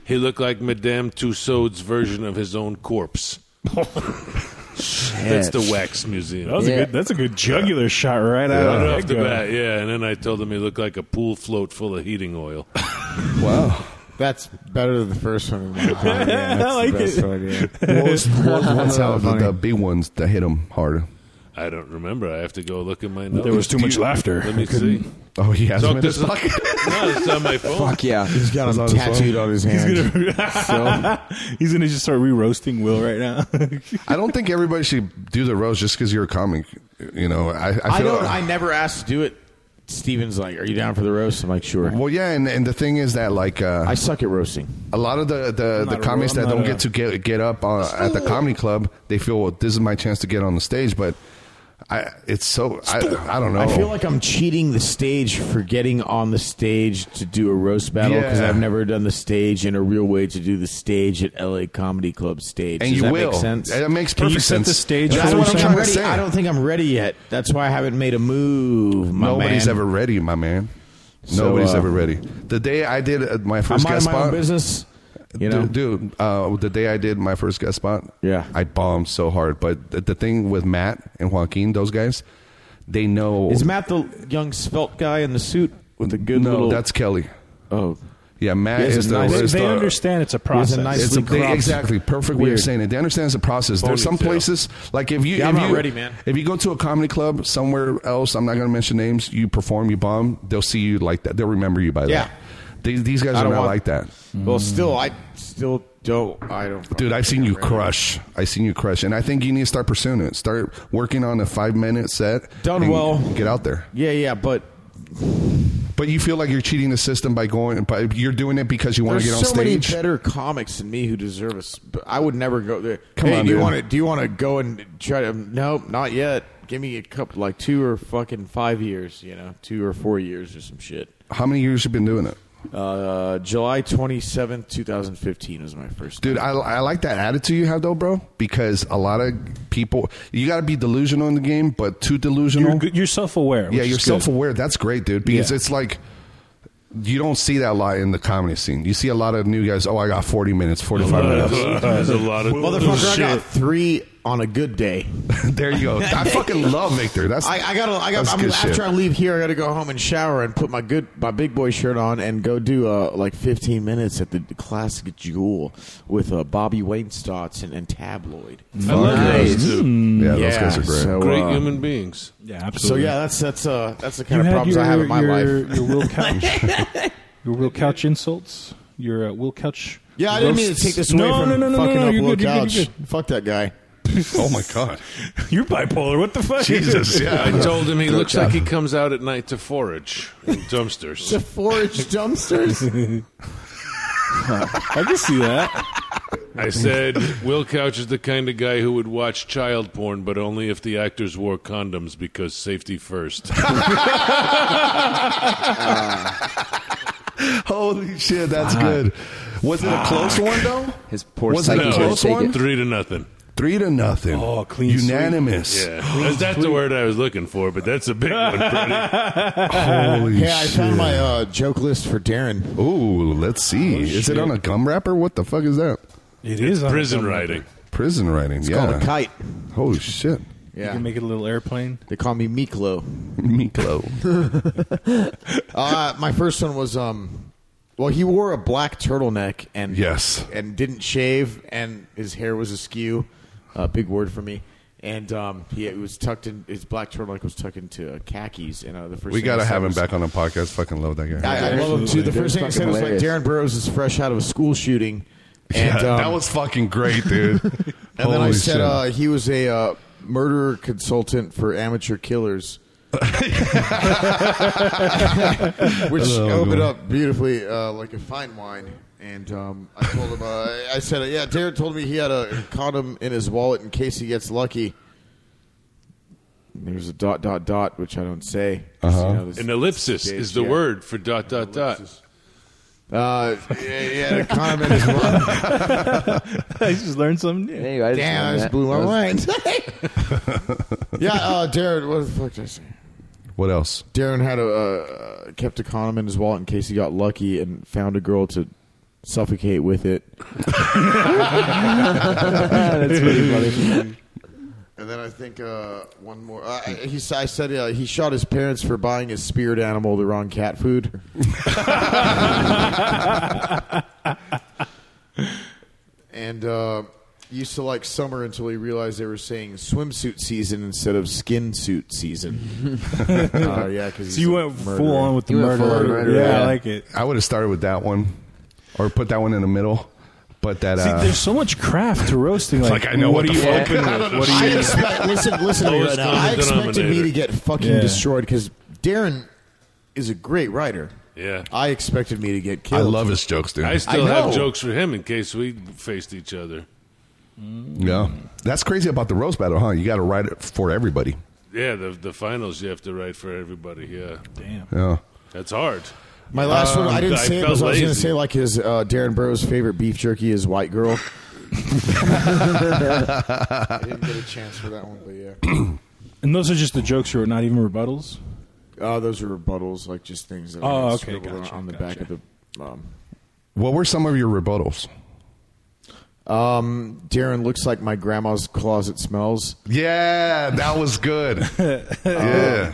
he looked like Madame Tussauds' version of his own corpse. That's the wax museum.
That was a good. That's a good jugular shot right
Yeah.
out
Right
of
off
the
the
gut.
bat, yeah. And then I told him he looked like a pool float full of heating oil.
Wow.
(laughs) That's better than the first one. in
(laughs)
my opinion.
I
That's
like
the best
it.
one, yeah.
What was, what
(laughs)
was one
That's so
of Uh, the,
funny.
the big ones that hit him hard?
I don't remember. I have to go look in my notes.
There was too
Do
much
you-
laughter.
Let me
I couldn't-
see.
Oh, he has
So
him in
this
his
is-
pocket.
No, it's on my phone.
yeah.
He's got
It's
him
on his
tattooed
phone.
on his
He's
hand.
(laughs)
gonna. He's gonna just start re-roasting Will right now. (laughs)
I don't think everybody should do the roast just because you're a comic. You know, I, I feel
I don't. I never asked to do it. Steven's like, "Are you down for the roast?" I'm like, "Sure."
Well, yeah, and, and the thing is that like uh,
I suck at roasting.
a lot of the the, the
not a-
comics
I'm
that
not
don't
a-
get to get get up uh, at the comedy club, they feel well, this is my chance to get on the stage, but I it's so I, I don't know.
I feel like I'm cheating the stage for getting on the stage to do a roast battle because
Yeah.
I've never done the stage in a real way to do the stage at LA Comedy Club stage.
And
Does
you
that
will.
Make sense?
That makes Can you perfect set sense. the stage
That's
for what
what I'm
you're trying
not
to
ready-
say?
I don't think I'm ready yet. That's why I haven't made a move. My
Nobody's
man.
ever ready, my man.
So,
Nobody's
uh,
ever ready. The day I did uh, my first
I'm out
guest
of my own
spot,
business. You know?
dude. dude, uh, the day I did my first guest spot, yeah, I bombed so hard. But the, the thing with Matt and Joaquin, those guys, they know.
Is Matt the young svelte guy in the suit with the good
no,
little?
that's Kelly.
Oh,
yeah, Matt
He has
is
a
the.
nice-
is
They- they
the-
understand it's a process. He has a
It's
nicely
they-
cropped
exactly perfect way
beard.
of saying it. They understand it's a process. There's some
Ponytail.
places like if you
Yeah,
if
I'm not
you-
ready, man.
If you go to a comedy club somewhere else, I'm not going to mention names. You perform, you bomb, they'll see you like that. They'll remember you by
Yeah.
that. These, these guys
I
are
don't
not
want-
like that.
Well, still, I still don't. I don't.
Dude, I've seen you crush. I've seen you crush, and I think you need to start pursuing it. Start working on a five minute set.
Done
and
well.
Get out there.
Yeah, yeah, but
But you feel like you're cheating the system by going, by you're doing it because you want to
There's
get on
so many
stage.
better comics than me who deserve us. I would never go there.
Come
hey,
on,
do you
dude.
want to? Do you want to go and try to? No, not yet. Give me a couple, like two or fucking five years. You know, two or four years or some shit.
How many years you been doing it?
Uh, July twenty seventh, two thousand fifteen, was my first.
Dude, I, I like that attitude you have though, bro. Because a lot of people, you got to be delusional in the game, but too delusional.
You're, good- you're self-aware.
yeah,
which
you're
is good.
self aware. That's great, dude. Because
Yeah.
it's like you don't see that a lot in the comedy scene. You see a lot of new guys. Oh, I got 40 minutes, 45 minutes.
Uh, There's a lot of
Motherfucker, I got three on a good day.
there you go. I fucking love Victor. That's
I, I gotta. I got.
that's
I'm,
good
after
shit.
I leave here, I gotta go home and shower and put my good my big boy shirt on and go do uh, like 15 minutes at the classic Jewel with uh, Bobby Wainstotts and, and Tabloid.
I love
Nice.
those two.
yeah, those guys are great.
So,
Oh,
Great
uh,
human beings.
Yeah,
So
absolutely.
yeah, that's that's uh that's the
You
kind
had
of problems
your,
I have in my
your,
life.
Your
(laughs)
Will Couch, your Will Couch insults, your uh, Will Couch.
Yeah, I didn't mean to
roasts.
take this away
no,
from
no, no, no,
fucking
no, no,
up
you're
Will
good, you're good,
Couch.
you're
Fuck that guy.
oh my god,
good. You're bipolar. What the fuck?
Jesus, yeah.
I told him he
Good
looks
job.
like he comes out at night to forage in dumpsters.
The forage (laughs) dumpsters.
I can see that.
I said Will Couch is the kind of guy who would watch child porn, but only if the actors wore condoms because safety first.
(laughs) Holy shit, that's good. Was it a close one though?
His poor
Was it
psyche
a
No.
couldn't
close
take
one?
it.
Three to nothing.
Three to nothing.
Oh, clean
unanimous.
Yeah, Is that the word I was looking for, but that's a big one. Freddie.
Holy
yeah, I
shit.
found my uh, joke list for Darren.
Ooh, let's see. is it on a gum wrapper? What the fuck is that?
It is on
Prison
the-
writing.
Prison writing.
It's
yeah.
called a kite.
Holy shit.
You
Yeah,
can make it a little (laughs) airplane.
they call me Miklo.
Miklo.
(laughs) Uh, my first one was um, well, he wore a black turtleneck and
Yes.
and didn't shave, and his hair was askew. Uh, big word for me. And um, he it was tucked in. His black turtleneck was tucked into uh, khakis. And uh, the first
we
thing
gotta
I said
have him
was-
back on the podcast. Fucking love that guy.
I, I love him too. The first thing I said was like
Hilarious.
Darren Burrows is fresh out of a school shooting.
Yeah,
And, um,
that was fucking great, dude. and
(laughs) and then I said uh, he was a uh, murder consultant for amateur killers. Which opened up beautifully uh, like a fine wine. And um, I told him, uh, I said, yeah, Darren told me he had a condom in his wallet in case he gets lucky. There's a dot, dot, dot, which I don't say. 'cause, you know, this-
An ellipsis
this
is
stage,
the
yeah.
word for dot dot dot.
Uh, yeah, yeah, a condom in his wallet.
I just learned something new.
Anyway, I just
Damn, I
learned
just blew
that.
my
That was-
mind. (laughs) yeah, uh, Darren, what the fuck did I say?
What else?
Darren had a uh, kept a condom in his wallet in case he got lucky and found a girl to suffocate with
(laughs)
it. (laughs)
That's pretty funny.
And then I think uh, one more. Uh, he s- I said uh, he shot his parents for buying his spirit animal the wrong cat food. (laughs) and uh, used to like summer until he realized they were saying swimsuit season instead of skin suit season. (laughs) uh, yeah, because
So you went full on with the
You went
murder.
full on murder,
yeah, I
yeah.
like it.
I would have started with that one, or put that one in the middle. But that
See,
uh,
there's so much craft to roasting. Like,
like, I know
what,
what
do
the
you
fuck.
open
I
with?
don't
What do
know.
you?
I expect, listen, listen to me
Lowest
right now.
common
I expected me
denominator.
to get fucking
Yeah.
destroyed because Darren is a great writer.
Yeah.
I expected me to get
I
killed.
love his jokes, dude.
I still have
know.
jokes for him in case we faced each other.
yeah, that's crazy about the roast battle, huh? You got to write it for everybody.
Yeah, the the finals you have to write for everybody. Yeah,
Damn.
Yeah.
that's hard.
My last one, Um, I didn't
I
say it
felt
because I was going to
lazy.
say like his uh, Darren Burrow's favorite beef jerky is white girl. (laughs) I didn't get a chance for that one, but yeah.
And those are just the jokes, or not even rebuttals.
(coughs) Uh, those are rebuttals, like just things that
Oh,
are
okay,
scribbled on-
gotcha,
on the back
gotcha.
of the. Um,
What were some of your rebuttals?
um, Darren looks like my grandma's closet smells.
Yeah, that was good. yeah.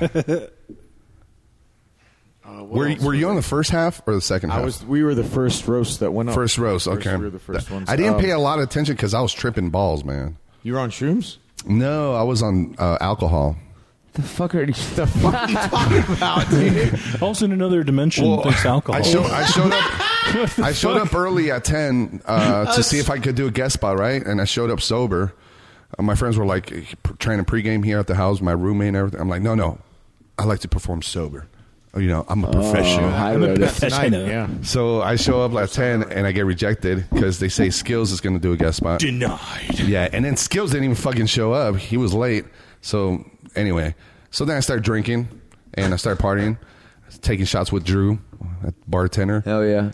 Uh, what
Were
else
Were
was
you
it?
on the first half or the second half?
I was. We were the first roast that went up.
first roast. Okay.
we were the first
That-
ones.
I didn't
Um,
pay a lot of attention because I was tripping balls, man.
You were on shrooms.
No, I was on uh, alcohol.
The fuck are you?
The fuck are you talking about, dude?
Also, in another dimension, thanks to alcohol.
I, show,
(laughs)
I showed up. I showed up early at ten uh, to see if I could do a guest spot, right? And I showed up sober. Uh, my friends were like eh, p- training pregame here at the house. My roommate and everything. I'm like, no, no, I like to perform sober. you know, I'm a professional.
high I'm a road. professional.
Yeah. So I show up at 10 and I get rejected because they say Skills is going to do a guest spot.
Denied.
Yeah. And then Skills didn't even fucking show up. He was late. So anyway, so then I start drinking and I start partying, taking shots with Drew, a bartender. (laughs)
Hell yeah.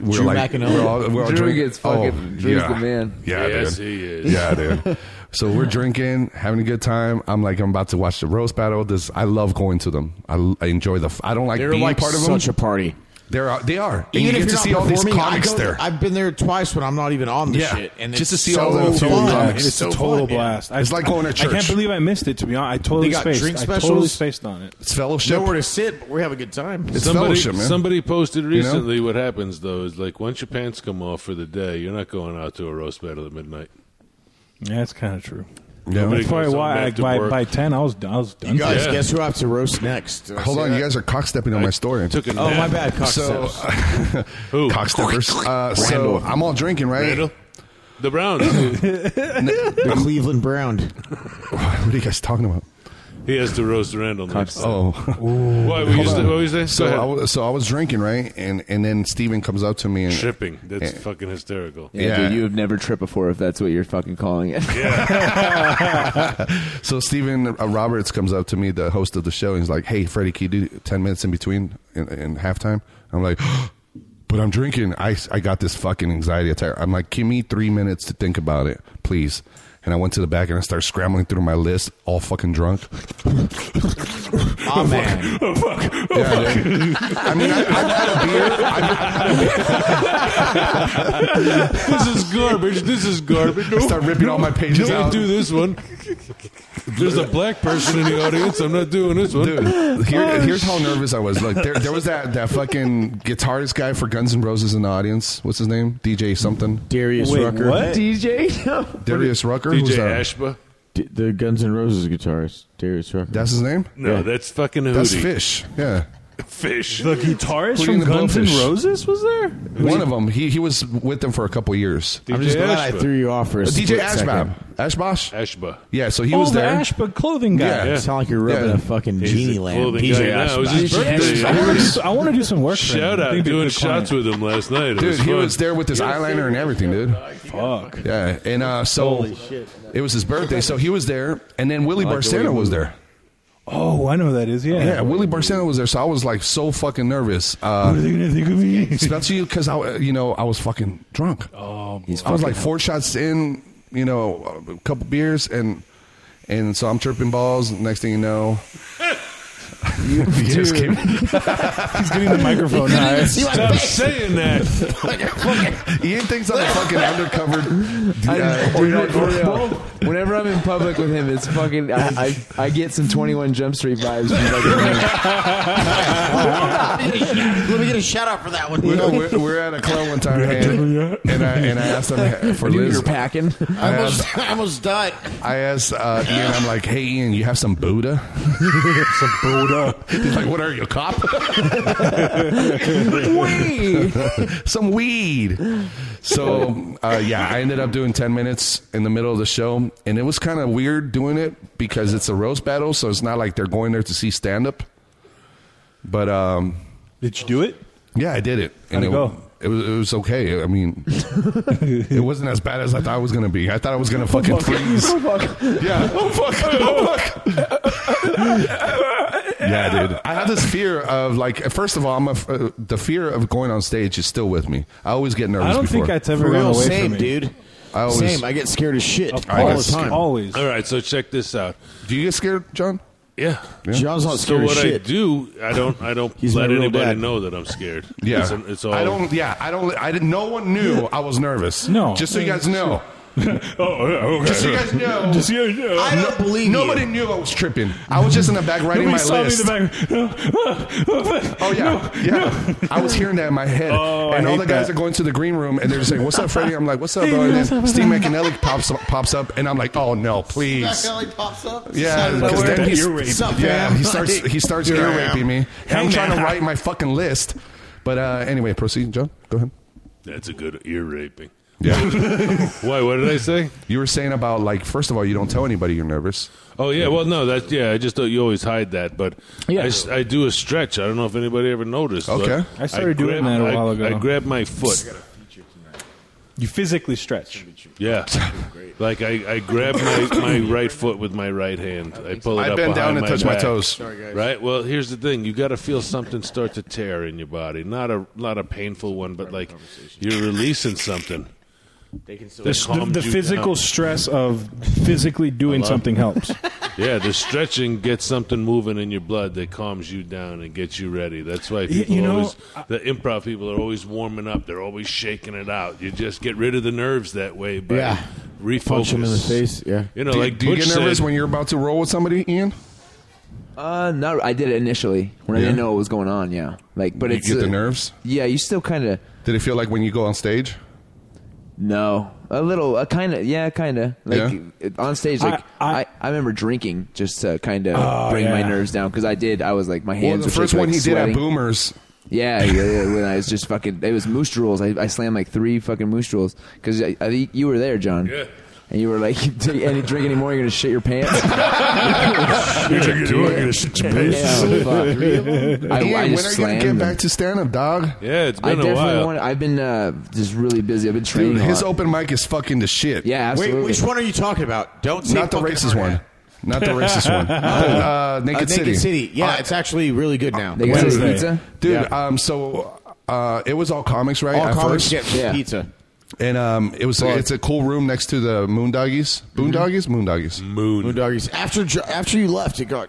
We're
Drew
like,
McEnany.
we're all, we're all
Drew
drinking.
gets fucking- Drew's the man.
Yeah,
Yes,
dude.
he is.
Yeah, dude. So we're drinking, having a good time. I'm like, I'm about to watch the roast battle. This, I love going to them. I, I enjoy the. f- I don't like
They're
being
like
part of them.
such a party.
They're uh, they are. And
Even
you get
if you're
to
not
see all these
performing, I
comics
go-
there.
I've been there twice when I'm not even on the
Yeah.
shit, and
Just
it's
to see
so
all the fucking
fun.
comics.
It's,
It's
a
so
total
fun, yeah.
blast. I-
It's like going to
I can't
church.
believe I missed it. To be honest, I totally
They got
spaced.
drink
I totally
specials.
spaced on it.
It's fellowship.
Nowhere to sit, but we have a good time.
It's
somebody,
fellowship, man.
somebody posted
know?
recently what happens though is like once your pants come off for the day, you're not going out to a roast battle at midnight.
Yeah, that's kind of true.
Yeah.
Nobody
That's probably
goes
why
home
I,
after
by,
work.
by ten I was I was done. (laughs)
You guys,
Yeah.
guess who I have to roast next? Did I
Hold
say
on,
that?
you guys are cockstepping on my story.
Took a
Oh, my
nap.
bad, cock
so uh,
steps.
Who?
cocksteppers. Uh, so
Randall.
I'm all drinking, right?
Randall? The Browns.
the Cleveland Brown.
(laughs) What are you guys talking about?
he has to roast Randall next.
Oh,
Why were you st- what were you
(laughs)
saying?
so
Go
I
ahead.
was, so I was drinking, right? And and then Steven comes up to me and
tripping. That's
Yeah.
fucking hysterical.
Yeah,
Yeah.
dude, you have never tripped before if that's what you're fucking calling it.
So Steven uh, Roberts comes up to me, the host of the show, and he's like, "Hey, Freddie, can you do ten minutes in between in, in halftime?" I'm like, (gasps) "But I'm drinking. I I got this fucking anxiety attack." I'm like, "Give me three minutes to think about it, please." And I went to the back and I started scrambling through my list, all fucking drunk.
Oh man,
Oh,
Yeah, dude. I mean, I, I've had a beer. I've,
this is garbage. This is
(laughs)
garbage.
I started ripping all my pages
Don't
out.
do this one. There's a black person in the audience. I'm not doing this one.
Dude, here, here's how nervous I was. Like, there, there was that, that fucking guitarist guy for Guns N' Roses in the audience. What's his name? DJ something.
Darius
Wait,
Rucker,
what?
DJ? No.
Darius Rucker. Who's
DJ
that?
Ashba.
D- the Guns N' Roses guitarist, Darius Rucker.
That's his name.
No, that's fucking Hootie.
That's Fish. Yeah.
Fish.
The guitarist
Putting the
from Guns N'
blowfish.
Roses was there.
One of them. He he was with them for a couple years.
DJ
I'm just glad I
Ashba.
threw you off for a
DJ
split
Ashbab.
second.
Ashbosh.
Ashba.
Yeah. So he
oh,
was
the
there.
Ashba clothing guy.
Yeah.
You Sound like you're rubbing
Yeah.
a fucking genie lamp.
clothing guy now. It was his
Ashbab.
birthday.
I wanna do- I want to do some work. for him.
Shout
I think
out
he'd be a
doing
good
shots
client.
with him last night. It
Dude,
was
he
fun.
was there with his eyeliner and everything, dude.
Fuck.
Yeah, and uh, so it was his birthday, so he was there, and then Willie Barcena was there.
Oh, I know who that is. Yeah.
Yeah, Willie Barcena was there, so I was like so fucking nervous, uh,
What are they gonna think of me?
especially because I, you know, I was fucking drunk.
Oh,
He's
I was like
fucking-
four shots in, you know, a couple beers, and and so I'm tripping balls. Next thing you know, (laughs) you guys came-
He's getting the microphone high.
Stop saying that.
(laughs) Ian thinks I'm a fucking
(laughs)
undercover.
I-
Uh,
dude, Oreo. (laughs) Whenever I'm in public with him, it's fucking. I, I, I get some 21 Jump Street vibes. From fucking
Let me get a shout out for that one.
we know, we're, we're at a club one time, and, and I and I asked him (laughs) for
him.
Liz.
You're packing.
I asked,
I (laughs) almost died.
I asked uh, Ian, I'm like, hey Ian, you have some
(laughs)
Buddha? some Buddha. He's like, what are you, a cop?
Wee!
some weed. So uh, yeah, I ended up doing ten minutes in the middle of the show, and it was kind of weird doing it because it's a roast battle, so it's not like they're going there to see stand up. But um,
Did you do it?
yeah, I did it.
How'd it go?
It was it was okay. I
(laughs)
mean, it wasn't as bad as I thought it was gonna be. I thought I was gonna fucking freeze.
(laughs)
Yeah. Oh fuck. Oh fuck. (laughs) yeah, dude. I have this fear of like. First of all, I'm a, uh, the fear of going on stage is still with me. I always get nervous.
I don't
before.
think that's ever
For
gone
real,
away from
same
me.
dude.
I always-
same. I get scared as shit
Of
I
all
guess-
the
course,
time.
always.
All right, so check this out.
Do you get scared, John?
Yeah.
John's not
So
scared
what
as
I
shit.
do, I don't, I don't
He's my
let
real
anybody
dad.
know that I'm scared.
Yeah.
it's, it's all.
I don't. Yeah, I don't. I didn't. No one knew I was nervous.
No.
Just so you guys know.
Oh, yeah, okay.
Just so you guys know.
Just you know.
I don't believe Nobody knew I was tripping. I was just in the back writing
Nobody
my
saw
list.
me in (laughs) the back.
Oh yeah, yeah. I was hearing that in my head,
Oh, I
and all
hate
the guys
that.
are going to the green room, and they're saying, "What's up, Freddie?" I'm like, "What's up, bro?" And then Steve McAnally pops up, pops up, and I'm like, "Oh no, (laughs) please!"
pops up.
Yeah, because then he's, yeah, he starts he starts ear raping me. And I'm
Hey,
trying to
man.
write my fucking list, but uh, anyway, proceed, John. Go ahead.
That's a good ear raping.
Yeah.
Wait, what did I say?
(laughs) You were saying about like first of all, you don't tell anybody you're nervous.
Oh yeah, well no, that's yeah. I just thought you always hide that, but I s- I, do a stretch. I don't know if anybody ever noticed. but
Okay.
I started doing that
grab-
a
I-
while ago.
I grab my foot.
You physically stretch.
Yeah, like I, I grab my, my right foot with my right hand. I pull it
I
up.
bend down
behind
and touch my
back.
toes. Sorry, guys.
Right. Well, here's the thing: you got to feel something start to tear in your body. Not a not a painful one, but like you're releasing something. They can
The, the physical stress of physically doing
love
something
it.
helps.
yeah, the stretching gets something moving in your blood that calms you down and gets you ready. That's why
Y-
people
you know,
always the improv people are always warming up. They're always shaking it out. You just get rid of the nerves that way by
Yeah.
refocus.
Punch 'em in the
face, yeah.
You know,
do,
like
do you
Butch
get nervous
said-
when you're about to roll with somebody, Ian?
Uh, no, I did it initially when I
Yeah?
didn't know what was going on. Yeah, like, but
you
it's
get the
uh,
nerves.
Yeah, you still kind of.
Did it feel like when you go on stage?
No, a little, a kind of, yeah, kind of. Like
Yeah?
it- on stage, like I, I, remember drinking just to kind of
Oh,
bring my
yeah.
nerves down because I did. I was like, my
Well,
hands.
the
were
first
shaking,
one
like,
he did at
sweating.
Boomers.
Yeah, yeah, yeah, when I was just fucking, it was moose drools. I, I slammed like three fucking moose drools because I, I think you were there, John.
Yeah.
And you were like, (laughs) you take any drink anymore, you're gonna shit your pants.
(laughs) You're drinking anymore, you're gonna shit your pants.
Yeah, fuck.
(laughs) Three of
I, I
Ian, when are you
just
gonna
slammed
get
them.
back to stand up, dog?
Yeah, it's
I definitely want. I've been uh, just really busy. I've been training.
Dude,
a
his
lot.
open mic is fucking the shit.
Yeah, absolutely. Wait, which one
are you talking about? Don't say
not the
fucking
racist one. Not the racist one.
Uh,
uh, Naked,
Naked
City.
City. Yeah,
Uh,
it's actually really good now.
Naked City Pizza? Dude, um, so uh, it was all comics, right?
All
at
comics
first?
get Yeah. pizza.
And um, it was
Fuck.
it's a cool room next to the Moondoggies. Boondoggies? Moondoggies.
Moon.
Moondoggies. After Jo- after you left, it got.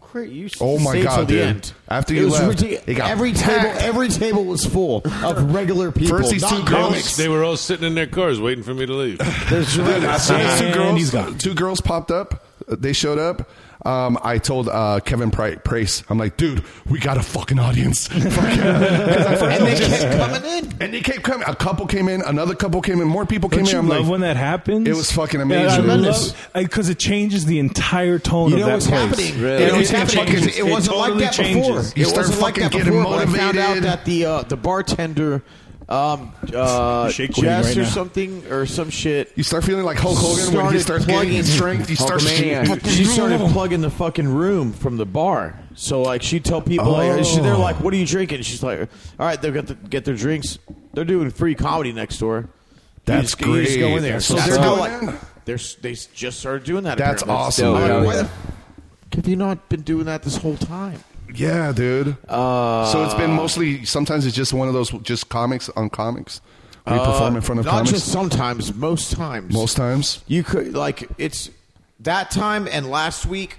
Cra- You
Oh my
stayed
God,
till the
dude.
end.
After
It
you
was
left,
ridic-
it got
every table, every table was full
(laughs)
of regular people.
First, these
not
two
comics.
girls, they were all sitting in their cars waiting for me to leave.
There's
Dude, as soon as two
And he's
girls, two girls popped up. uh, They showed up. Um, I told uh, Kevin Pri- Price, I'm like, dude, we got a fucking audience. (laughs) Fucking- 'cause I first
And they
was just-
kept
And they kept coming. A couple came in, another couple came in, more people
Don't
came in.
you
I'm
love
like,
when that happens?
It was fucking
Yeah, I
amazing.
love because it changes the entire tone
You
of
know
that
what's
place.
happening. Really? You know what's happening.
changes.
It wasn't like
totally
that before.
changes.
You
it
start
wasn't like
fucking
that
getting
before. When I found out
motivated.
that the uh, the bartender, um, uh,
Shake weighting
Jess
right
or
now.
something or some shit.
You start feeling like Hulk Hogan when you start
plugging-
gaining strength. You start
Hulkamania. She started plugging the fucking room from the bar. So like she'd tell people, like, she- they're
Oh.
like, "What are you drinking?" She's like, "All right, they've got to get their drinks. They're doing free comedy next door."
That's
you just, You just go
great.
in there.
That's
So
what's
they're
up.
like, they're, s- they s- just started doing that.
That's
apparently.
awesome,
I'm like,
dude.
why the f- have you not been doing that this whole time?
Yeah, dude.
Uh,
so it's been mostly. Sometimes it's just one of those just comics on comics. We
Uh,
perform in front of
not
comics.
just sometimes, most times.
Most times.
You could like it's that time and last week,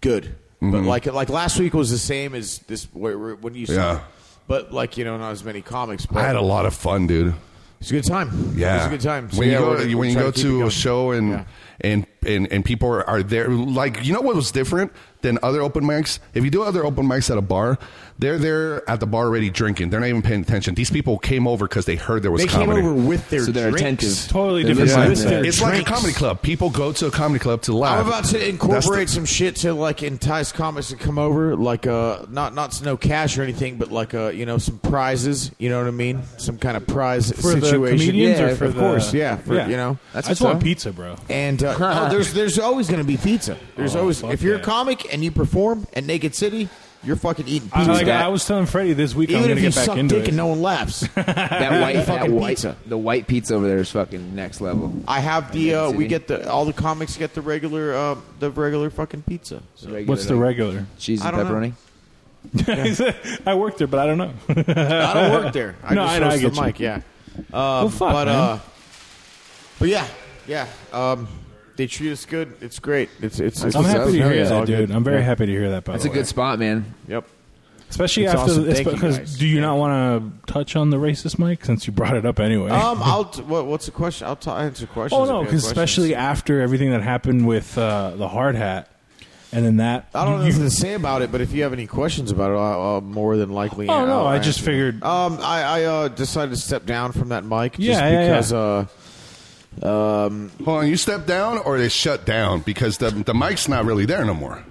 good. But
Mhm.
like like last week was the same as this where, where- when you saw.
Yeah.
But like you know, not as many comics. But
I had a lot of fun, dude.
It's a good time.
Yeah,
it's a good time. So
when
yeah,
you go,
we're gonna
when you
try
go
keep it
to
going.
a show and
Yeah.
and and and people are, are there, like you know what was different than other open mics. If you do other open mics at a bar, they're there at the bar already drinking. They're not even paying attention. These people came over because they heard there was
They came
comedy.
over with their So they're drinks. attentive. Totally They're different listening. mindset. With their
It's like a
drinks.
comedy club. People go to a comedy club to laugh.
I'm about
That's
to
the-
incorporate some shit to like entice comics to come over, like uh, not not no cash or anything, but like uh, you know, some prizes. You know what I mean? Some kind of prize
For the
situation.
comedians
yeah,
or for
of
the-
course, yeah, for,
Yeah.
you know,
That's I just what's want up. pizza, bro.
And uh, no, there's there's always going to be pizza. There's
Oh,
always
fuck
if you're
that.
a comic and you perform at Naked City, you're fucking eating
I,
pizza.
like, I was telling Freddie this week I'm
Even
going
if
to
you
get back
suck
into
dick
it.
and no
(laughs)
one laughs,
that white, that
fucking
white,
pizza.
the white pizza over there is fucking next level.
I have the
Naked
uh, we
City.
get the all the comics get the regular uh, the regular fucking pizza. So.
What's the regular?
Cheese
I
and
don't know.
pepperoni.
I worked there, but I don't know.
I don't work there.
(laughs)
I
no,
just
I know. I
host
get
the
you.
mic. Yeah. Um,
Well, fuck,
but
man.
uh, but yeah, yeah. Um, they treat us good. It's great. It's it's. it's
I'm happy to hear
it's all
that, dude.
good.
I'm very
Yeah.
happy to hear that. By
That's
the
a
way.
good
spot, man.
Yep.
Especially
It's
after
awesome.
this,
Thank you,
because
guys.
do you not want to touch on the racist mic since you brought it up anyway?
Um, I'll. T- what, what's the question? I'll t- answer questions.
oh
if
no,
you have
because
questions.
especially after everything that happened with uh, the hard hat, and then that
I don't know
you-
what to say about it, but if you have any questions about it, I'll, I'll more than likely.
Oh, no,
I'll
I just
answer.
figured-
Um, I, I uh, decided to step down from that mic just
Yeah, yeah, yeah.
because. Uh, um,
Hold on, you step down or they shut down because the the mic's not really there no more.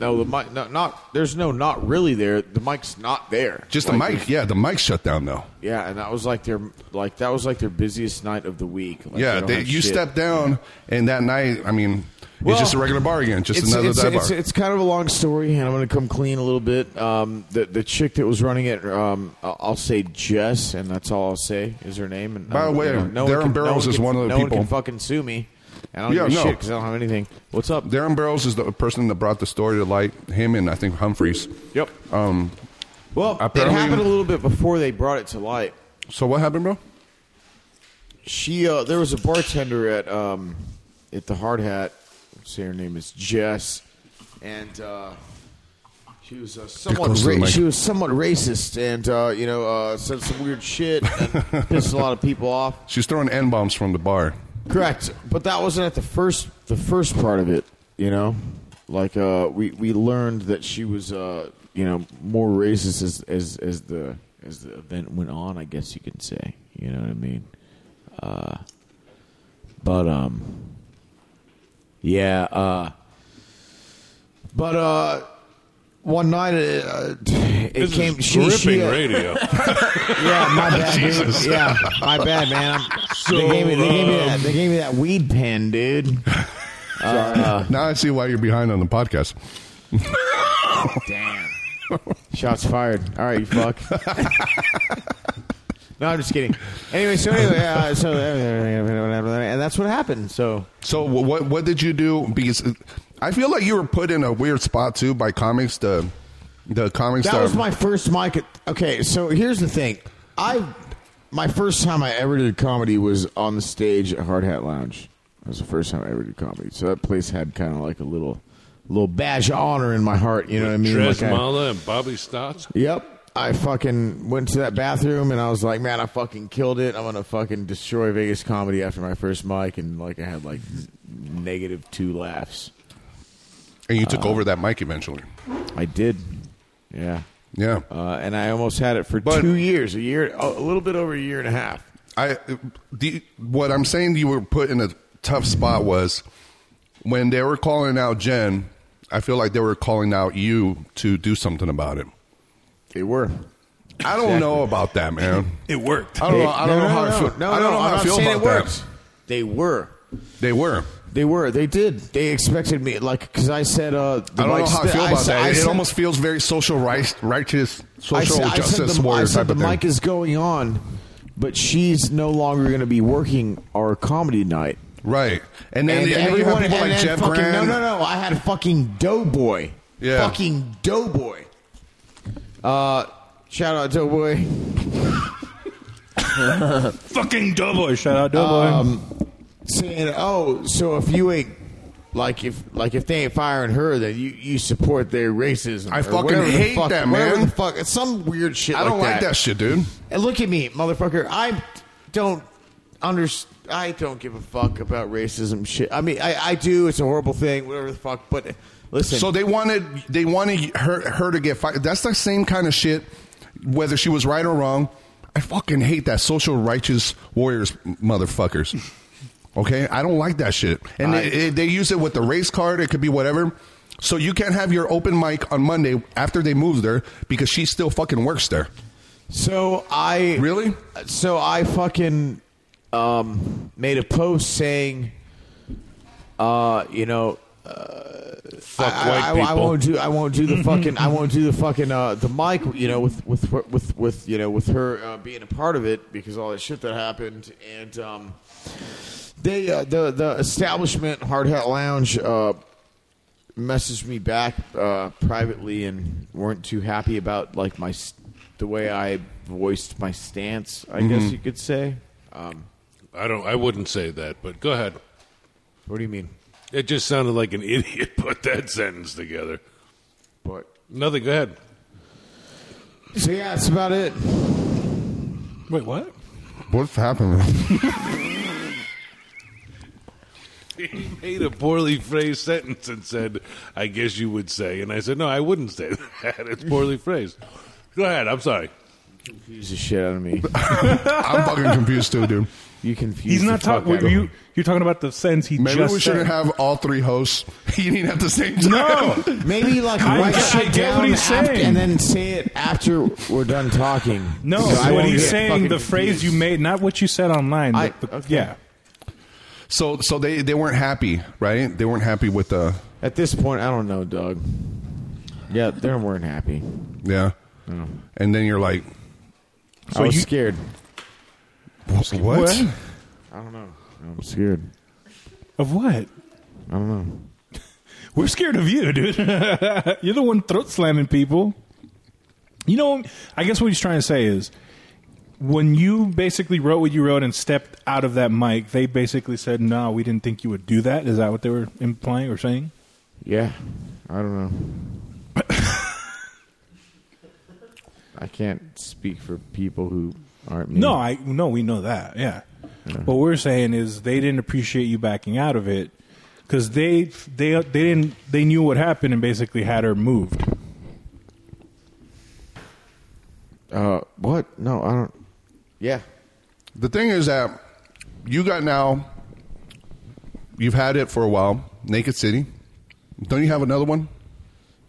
No, the mic. No, not. There's no. Not really. There. The mic's not there.
Just the
Like,
mic. Yeah, the mic shut down though.
Yeah, and that was like their like that was like their busiest night of the week. Like,
yeah,
don't
they,
have
you
shit.
step down, and that night, I mean,
Well,
it's just a regular bar again, just
it's-
another
it's,
dive
it's,
bar.
It's kind of a long story, and I'm going to come clean a little bit. Um, the the chick that was running it, um, I- I'll say Jess, and that's all I'll say is her name. And
By the
um,
way,
you know, one
Darren
can-
Burrows
one
is
can-
one of the
no
people-
One can fucking sue me. And I don't
Yeah,
give a
no.
shit because I don't have anything. What's up?
Darren Burrows is the person that brought the story to light. Him and I think Humphreys.
Yep.
Um,
well, it happened a little bit before they brought it to light.
So what happened, bro?
She uh, there was a bartender at um, at the Hard Hat. Let's say her name is Jess, and uh, she was uh, somewhat
close to the
ra-
mic.
she was somewhat racist, and uh, you know uh, said some weird shit,
(laughs)
and pissed a lot of people off.
She's throwing n bombs from the bar.
Correct, but that wasn't at the first the first part of it. You know, like uh, we we learned that she was uh, you know more racist as, as as the as the event went on. I guess you could say. You know what I mean? Uh, but um, yeah. Uh, but uh, one night it, uh, it
This is
came. she, she,
gripping
uh,
radio.
yeah, my bad. dude.
Jesus.
Yeah, my bad, man. I'm, they gave me they gave me that they gave me that weed pen, dude. Uh,
now I see why you're behind on the podcast.
Damn. Shots fired. All right, you fuck. no, I'm just kidding. Anyway, so anyway, uh, so and that's what happened. So
So wh- what what did you do? Because uh, I feel like you were put in a weird spot too by comics. The the comics
that
that-
was my first mic. Okay, so here's the thing. I my first time I ever did comedy was on the stage at Hard Hat Lounge. That was the first time I ever did comedy. So that place had kind of like a little little badge of honor in my heart. You know what (laughs) I mean?
Dres
Like I-
Mala and Bobby Stotts.
Yep. I fucking went to that bathroom and I was like, man, I fucking killed it. I'm gonna fucking destroy Vegas comedy after my first mic, and like I had like z- negative two laughs.
and you took over that mic eventually.
I did. Yeah.
Yeah.
Uh, and I almost had it for two years, a year, a little bit over a year and a half.
I the, what I'm saying you were put in a tough spot was when they were calling out Jen. I feel like they were calling out you to do something about it.
They were.
I don't know about that, man.
(laughs) It worked.
I don't know. I don't
No,
know
no,
how
no,
I feel.
no,
I
no,
don't know
I'm
how I
not
feel
saying
about
it worked. They were.
that. They were.
They were. They did. They expected me, like, because I said, uh, the
I don't know
mic
how I
sti-
feel about
said-
that.
I
it
said-
almost feels very social right, righteous, social
I said,
justice
I said the,
warrior
I said
type
the
of thing.
mic is going on, but she's no longer going to be working our comedy night.
Right. And then- and then you have people
and
like
then
Jeff
fucking,
Graham.
No, no, no. I had fucking Doughboy.
Yeah.
Fucking Doughboy. Uh, shout out Doughboy.
Fucking Doughboy. Shout out Doughboy.
Um, saying, oh, so if you ain't. Like if like if they ain't firing her, then you, you support their racism.
I
or
fucking
whatever the
hate
fuck-
that,
whatever
man.
The fuck, it's some weird shit.
I don't like that shit, dude.
And look at me, motherfucker. I don't under. I don't give a fuck about racism shit. I mean, I, I do. It's a horrible thing. Whatever the fuck. But uh, listen.
So they wanted they wanted her her to get fired. That's the same kind of shit, whether she was right or wrong. I fucking hate that social righteous warriors motherfuckers. Okay, I don't like that shit. And
I-
they, they use it with the race card. It could be whatever. So you can't have your open mic on Monday after they moved there because she still fucking works there.
So I
really.
So I fucking um, made a post saying, uh, you know, uh,
Fuck
I,
white
I, I
people.
won't do. I won't do
(laughs)
the fucking. I won't do the fucking. Uh, the mic. You know, with with with with you know with her uh, being a part of it because all that shit that happened and um, they uh, the the establishment Hard Hat Lounge. Uh, messaged me back uh, privately and weren't too happy about like my s the way I voiced my stance. I guess
Mhm.
you could say. Um,
I don't. I wouldn't say that, but go ahead.
What do you mean?
It just sounded like an (laughs) idiot put that sentence together.
But
nothing. Go ahead.
so yeah, that's about it.
Wait, what?
What's happening?
(laughs) He made a poorly phrased sentence and said, "I guess you would say," and I said, "No, I wouldn't say (laughs) that. It's (laughs) poorly phrased." Go ahead. I'm sorry.
Confused the shit out of me.
I'm fucking confused too, dude.
You confused.
He's
the
not
fuck
talking.
out of
You
me.
you're talking about the sentence he
Maybe
just.
we shouldn't
said.
have all three hosts (laughs) eating at the same time.
No.
Maybe
like
I
write
get- I
shit
get
down
what he's
after-
saying.
and then say it after we're done talking.
No,
So I
what
won't
he's
get
saying,
fucking
the phrase you
confused.
made, not what you said online.
I-
the- the-
okay.
Yeah.
So so they, they weren't happy, right? They weren't happy with the
At this point, I don't know, Doug. Yeah, they weren't happy.
yeah. And then you're like,
I
So
was
you-
scared.
what? what?
I don't know. I'm scared.
Of what?
I don't know.
(laughs) We're scared of you, dude. (laughs) You're the one throat slamming people. You know, I guess what he's trying to say is when you basically wrote what you wrote and stepped out of that mic, they basically said, no, we didn't think you would do that. Is that what they were implying or saying?
Yeah, I don't know.
(laughs)
I can't speak for people who aren't me.
No, I no, we know that. Yeah. What we're saying is they didn't appreciate you backing out of it because they they they didn't they knew what happened and basically had her moved.
Uh, what? No, I don't. Yeah.
The thing is that you got now. You've had it for a while. Naked City. Don't you have another one?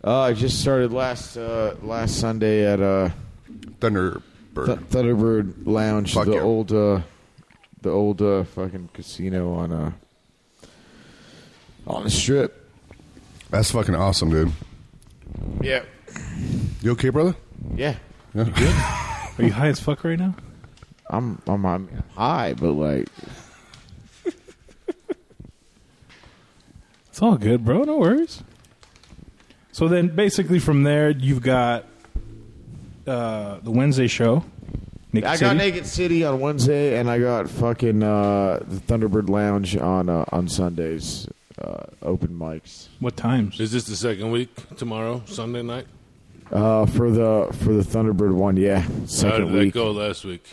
Uh, I just started last uh, last Sunday at uh,
Thunderbird.
Th- Thunderbird Lounge,
Fuck
the
yeah.
old uh, the old uh, fucking casino on uh, on the strip.
That's fucking awesome, dude.
Yeah.
You okay, brother?
Yeah.
Are you high as fuck right now?
I'm I'm, I'm high, but like
It's all good, bro. No worries. So then, basically, from there, you've got uh, the Wednesday show. Naked
I
City.
got Naked City on Wednesday, and I got fucking uh, the Thunderbird Lounge on uh, on Sundays, uh, open mics
What times?
Is this the second week? Tomorrow, Sunday night.
uh, for the for the Thunderbird one. Yeah,
How did
second
that
week.
go last week?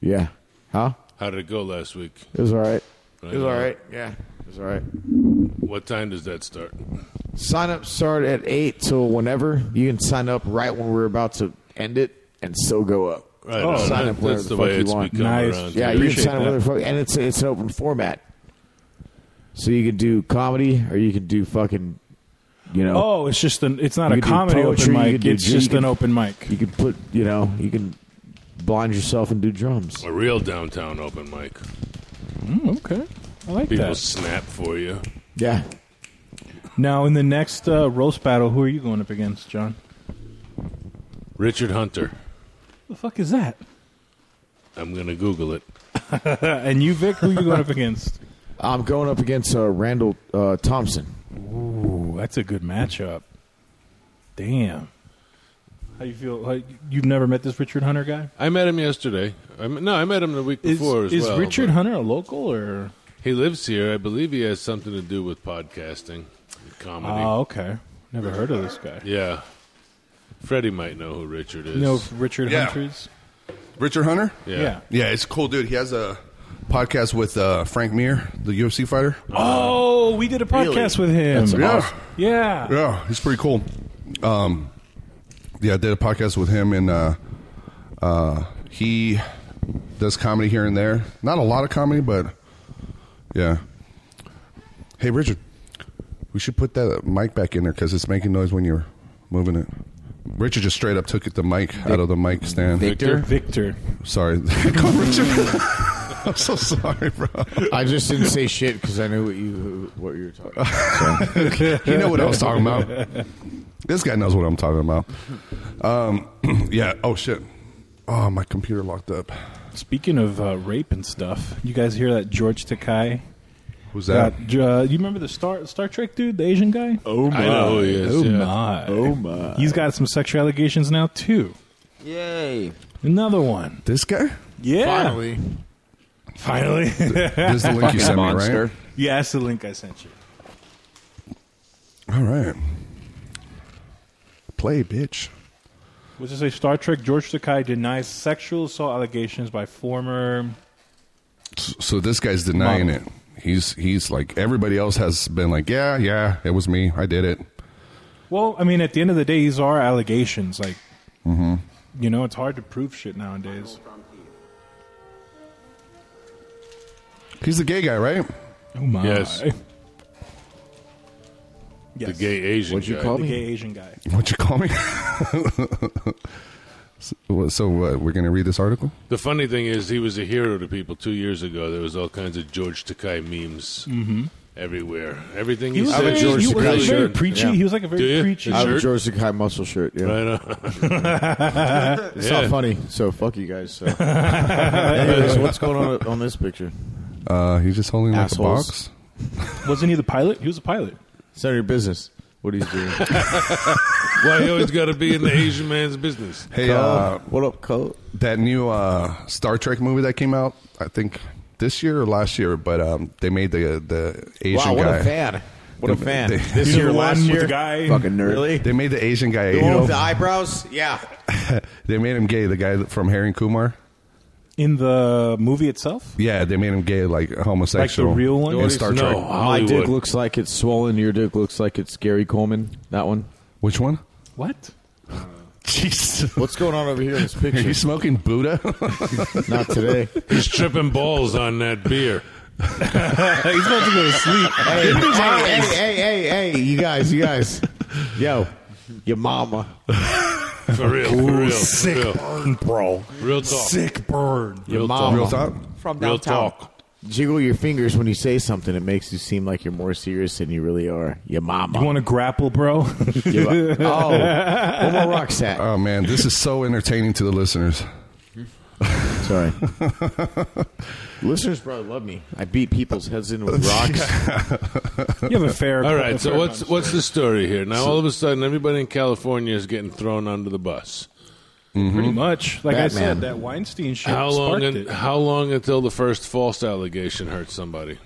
Yeah, huh?
How did it go last week?
It was all right.
Right
It was
now.
all right. Yeah, it was all right.
What time does that start?
Oh, Sign up start at eight till whenever. You can sign up right when we're about to end it, and still go up.
Right.
You
on.
can sign
That-
up whenever
that's
the,
the
fuck
way
you
it's
want.
become
Nice.
Yeah,
around. here.
you can
Appreciate
sign up
that.
with fuck, and it's it's an open format, so you can do comedy or you can do fucking, you know,
Oh, it's just an. It's not
You
a
could do
comedy
poetry, you
open
could
mic.
do
It's
ju-
just
you could-
an open mic.
you can put you know you can blind yourself and do drums.
A real downtown open mic.
Mm, okay, I like
People
that.
snap for you.
Yeah,
Now, in the next uh, roast battle, who are you going up against, John?
Richard Hunter.
The fuck is that?
I'm gonna Google it.
Uh, and you, Vic, who are you going up against?
I'm going up against uh, Randall uh, Thompson.
Ooh, that's a good matchup. Damn. How you feel? Like, you've never met this Richard Hunter guy?
I met him yesterday. I met, no, I met him the week
Is,
before as
is
well.
Richard
but
Hunter a local or?
He lives here. I believe he has something to do with podcasting, comedy.
Oh, okay. Never heard of this guy.
yeah. Freddie might know who Richard is.
You know Richard
Yeah.
Hunter's?
Richard Hunter?
Yeah.
Yeah, it's cool, dude. He has a podcast with uh, Frank Mir, the UFC fighter.
Oh, we did a podcast with him.
yeah,
yeah.
yeah, he's pretty cool. Um, yeah, I did a podcast with him, and uh, uh, he does comedy here and there. Not a lot of comedy, but yeah. Hey, Richard, we should put that mic back in there because it's making noise when you're moving it. Richard just straight up took it the mic out of the mic stand.
Victor,
Victor.
Sorry, (laughs) Call Richard. I'm so sorry, bro.
I just didn't say shit because I knew what you what you were talking. about.
You know what I was talking about. (laughs) This guy knows what I'm talking about. Um, (clears throat) yeah. Oh shit. Oh, my computer locked up.
Speaking of uh, rape and stuff, you guys hear that George Takai?
Who's that?
uh, you remember the Star Star Trek dude, the Asian guy?
Oh
I know who he is.
oh
yeah.
my!
Oh my.
He's got some sexual allegations now too.
Yay.
Another one.
This guy?
Yeah.
Finally,
Finally.
This is the link you sent me,
Monster.
right?
(laughs) yeah, that's the link I sent you.
All right. Play, bitch.
What's it say? Star Trek George Takei denies sexual assault allegations by former.
So this guy's denying
Model.
it. He's he's like everybody else has been like, yeah, yeah, it was me. I did it.
Well, I mean, at the end of the day, these are allegations. Like,
Mm-hmm.
you know, it's hard to prove shit nowadays.
He's the gay guy, right?
Oh my. (laughs)
Yes. The
Yes.
gay Asian. guy.
The gay Asian guy.
What'd you call me? (laughs) so, so what, we're gonna read this article.
The funny thing is, he was a hero to people two years ago. There was all kinds of George Takai memes
Mhm.
everywhere. Everything
He
he,
was
said.
very- he was like very preachy. He was like a very
Do you?
preachy-
The
I have a
shirt?
George Sakai muscle shirt. Yeah.
Right on.
it's
Yeah.
not funny, so fuck you guys.
(laughs)
So. Anyways, what's going on on this picture?
Uh, he's just holding like a box.
Assholes.
Wasn't he the pilot? He was a pilot.
It's none of your business. What he's doing?
Why you always got to be in the Asian man's
(laughs)
business?
Hey,
Cole,
uh,
what up, Cole?
that new uh, Star Trek movie that came out, I think this year or last year, but um, they made the the Asian
wow, what
guy.
a fan! What a
They-
fan!
they-
this
He's
year,
the
last
one
year,
with the guy.
Fucking nerd.
really.
They made the Asian guy.
The
you
one
know,
with the eyebrows, yeah.
they made him gay. The guy from Harry and Kumar.
In the movie itself?
Yeah, they made him gay, like homosexual.
real one?
in Star
No,
Trek.
Oh,
My
Hollywood.
dick looks like it's swollen. Your dick looks like it's Gary Coleman. That one.
Which one?
What?
Jesus,
What's going on over here in this
are you
picture?
smoking
(laughs)
Buddha?
Not today.
He's tripping balls on that beer.
(laughs) He's about to go to sleep.
hey, hey, hey, hey, hey, you guys, you guys, yo, your mama.
For real, for real, for
Sick
real.
burn, bro.
Real talk.
Sick burn.
Real
mom.
talk.
real talk.
From
Real
downtown.
talk.
Jiggle your fingers when you say something. It makes you seem like you're more serious than you really are. Your mama.
You want to grapple, bro? (laughs)
Your ma- oh, one more rock set.
Uh,
Oh man, this is so entertaining to the listeners.
Sorry. (laughs) Listeners probably love me. I beat people's heads in
(laughs)
with rocks.
you have a fair.
All
a
right, so
fair
what's what's the story here? Now all of a sudden, everybody in California is getting thrown under the bus.
Pretty much, like I
Batman.
said, that Weinstein shit
How long?
sparked
un-
it.
how long until the first false allegation hurts
(laughs)
somebody?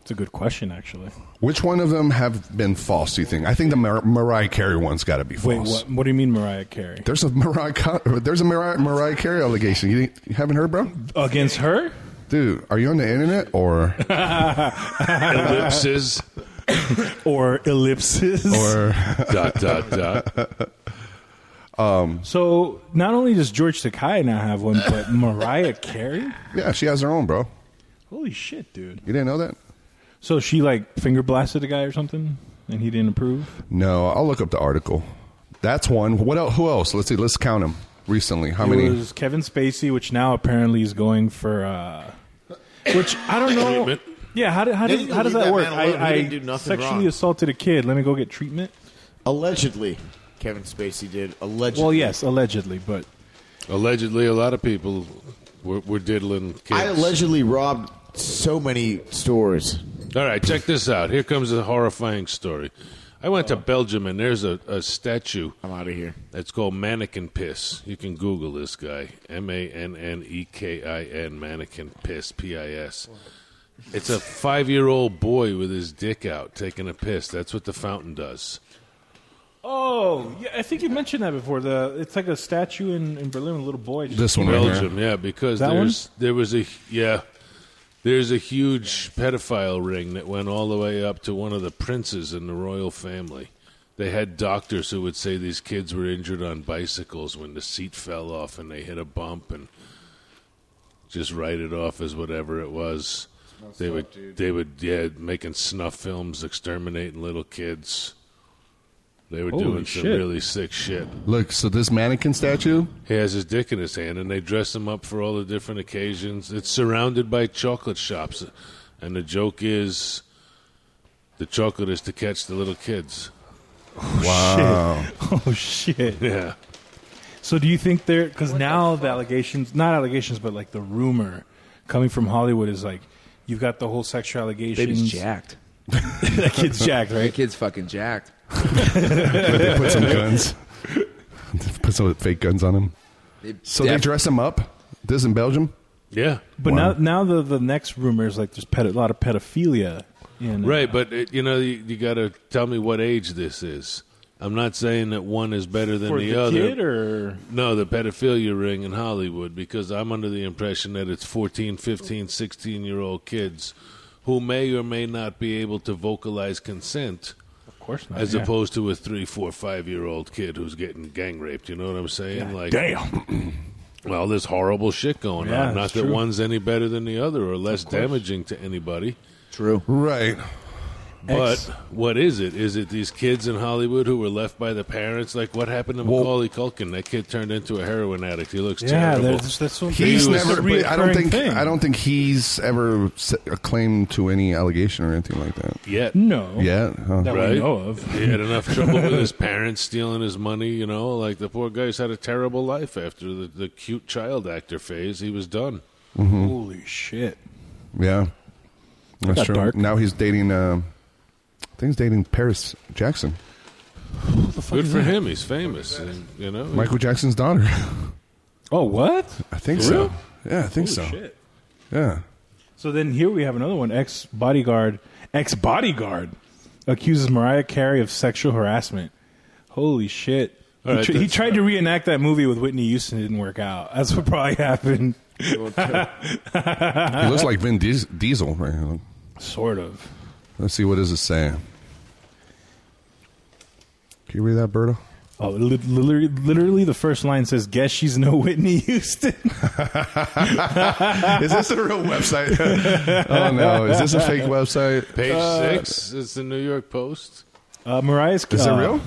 It's a good question, actually.
Which one of them have been false? Do you think? I think the Mar- Mariah Carey one's got to be false.
Wait, what? What do you mean, Mariah Carey
There's a Mariah. Ca- There's a Mariah, Mariah Carey allegation. You, think- you haven't heard, bro?
against her? (laughs)
Dude, are you on the internet
(laughs)
or
Ellipses.
Or ellipses?
or?
dot dot dot.
so not only does George Takai now have one, but Mariah Carey?
Yeah, she has her own, bro.
Holy shit, dude!
You didn't know that?
So she like finger blasted a guy or something, and he didn't approve.
No, I'll look up the article. That's one. What else? Who else? Let's see. Let's count them recently. How
it
many?
was Kevin Spacey, which now apparently is going for, uh, which I don't know.
Treatment.
Yeah, how, do, how, does,
Leave-
how does
leave
that
that
work?
man
I,
alone. He
I
didn't do nothing
sexually
wrong.
assaulted a kid. Let me go get treatment.
Allegedly, Kevin Spacey did. Allegedly.
Well, yes, allegedly, but
Allegedly, a lot of people were, were diddling kids.
I allegedly robbed so many stores.
All right, check this out. Here comes a horrifying story. I went to Belgium, and there's a, a statue
I'm out of here.
that's called Mannequin Piss. You can Google this guy. M A N N E K I N, Mannequin Piss, P I S. It's a five year old boy with his dick out taking a piss. That's what the fountain does.
oh, yeah, I think you mentioned that before. The it's like a statue in, in Berlin, with a little boy. Just,
this one right here.
Belgium, yeah, because
That
there's there was a yeah, there's a huge pedophile ring that went all the way up to one of the princes in the royal family. They had doctors who would say these kids were injured on bicycles when the seat fell off and they hit a bump and just write it off as whatever it was. They would they would yeah making snuff films, exterminating little kids. They were
Holy
doing some
shit.
really sick shit.
Look, so this mannequin statue.
He has his dick in his hand, and they dress him up for all the different occasions. It's surrounded by chocolate shops, and the joke is the chocolate is to catch the little kids. (laughs)
Wow.
(laughs) oh shit!
Yeah,
So do you think they're because now the, allegations, not allegations, but like the rumor coming from Hollywood is like you've got the whole sexual allegations.
Baby's jacked.
(laughs) that kid's jacked,
The
right?
kid's fucking jacked.
they put
(laughs)
some guns. (laughs) put some fake guns on him.
They
So they
def-
dress him up. This in Belgium.
yeah,
But
Wow.
now, now the the next rumor is like there's ped- a lot of pedophilia. In,
right. But it, you know, you, you got to tell me what age this is. I'm not saying that one is better than
for
the,
the,
other.
kid or
no, the pedophilia ring in Hollywood because I'm under the impression that it's 14, 15, 16 year old kids who may or may not be able to vocalize consent.
of course not.
as
yeah.
opposed to a three, four, five year old kid who's getting gang raped. You know what I'm saying? like,
damn.
(clears throat) Well, there's horrible shit going
Yeah,
on. Not
it's
that
true.
one's any better than the other or less damaging to anybody.
True.
Right.
But
Ex-
what is it? Is it these kids in Hollywood who were left by the parents? Like what happened to
Well-
Macaulay Culkin? That kid turned into a heroin addict. He looks
Yeah,
terrible.
that's- that's what-
He
He's
was-
never. but I don't think.
thing.
I don't think he's ever s- claimed to any allegation or anything like that.
yet.
No.
Yet, huh?
That we
right?
know of.
He had enough trouble
(laughs)
with his parents stealing his money. You know, like the poor guy's had a terrible life after the, the cute child actor phase. He was done.
Holy shit.
Yeah, that's
got
true.
dark.
Now he's dating. Uh, I think he's dating Paris Jackson,
Good for him. He's famous. and, you know,
Michael Jackson's daughter. (laughs)
Oh, what?
I think
For
so.
real?
Yeah, I think
Holy
so.
shit.
Yeah.
So then here we have another one. Ex bodyguard, ex bodyguard accuses Mariah Carey of sexual harassment. Holy shit.
All right,
he, tr- he
that's-
tried to reenact that movie with Whitney Houston. It didn't work out. That's what probably (laughs) happened.
Ah,
He looks like Vin Dies- Diesel right here.
Sort of.
Let's see what does it say. Can you read that,
(laughs)
Berto?
Oh, li- literally, literally, the first line says, "Guess she's no (laughs) Whitney Houston."
Is this a real website? (laughs) oh no! Is this a
(laughs)
fake website? Uh,
Page six. It's the New York Post.
Uh, Mariah's.
Is
uh,
it real?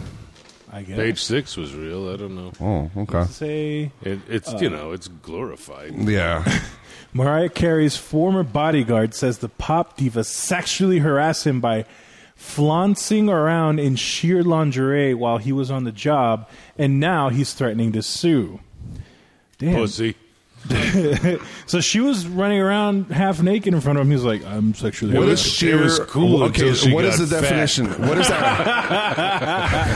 I guess.
Page six was real. I don't know.
Oh, okay.
Say
It, it's
Uh,
you know, it's glorified.
Yeah.
Mariah Carey's former bodyguard says the pop diva sexually harassed him by flouncing around in sheer lingerie while he was on the job, and now he's threatening to sue. Damn. (laughs)
Pussy.
So she was running around half naked in front of him. He was like, "I'm sexually."
What
It
is
was-
sheer?
it was cool
Okay,
until she
what is
got
the
fat.
definition? What is
(laughs)
that?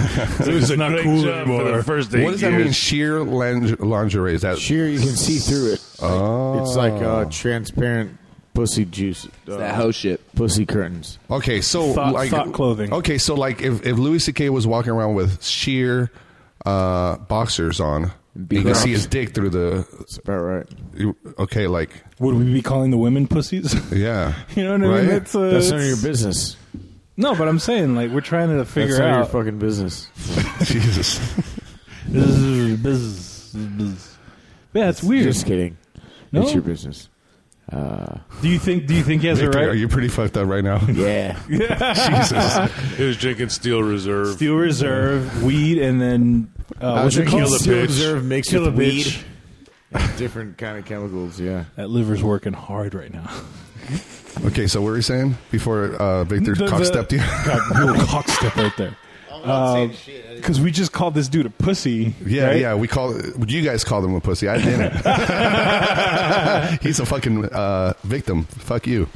harassed. It was not
Great
cool
job
anymore.
For the first eight
what does that
years.
mean? Sheer linge- lingerie? Is that
Sure, you can see through
(laughs)
it.
Oh.
It's like uh, transparent pussy juice. uh,
that hoe shit.
pussy curtains.
okay? So
Thought-
like
thought clothing.
Okay, so like if if Louis C.K. was walking around with sheer uh, boxers on, you can
Beaver.
see his dick through
That's
the.
about right.
Okay, like
Would we be calling the women pussies?
yeah,
(laughs) you know what I
right?
mean? That's, uh,
That's none of your
it's-
business.
No, but I'm saying like we're trying to figure
That's none
out.
of your fucking business.
(laughs)
Jesus.
Bzz, bzz, bzz. yeah, it's weird.
Just kidding.
No?
It's your business.
do you think? Do you think he has a
Victor,
right?
Are you pretty fucked up right now?
(laughs)
Yeah.
He was drinking Steel Reserve.
Steel Reserve, weed, and then uh,
I
what's
was
it
drinking
called?
Steel Reserve mixed
Kill a
with weed.
bitch.
Different kind of chemicals, yeah.
That liver's working hard right now. (laughs)
Okay, so what were you saying before uh, Victor
The- the-
cock stepped you? (laughs)
God, little cock step right there. Because we just called this dude a pussy.
Yeah,
right?
yeah. We call you guys called him a pussy. I
(laughs)
didn't. (laughs) He's a fucking uh, victim. Fuck you.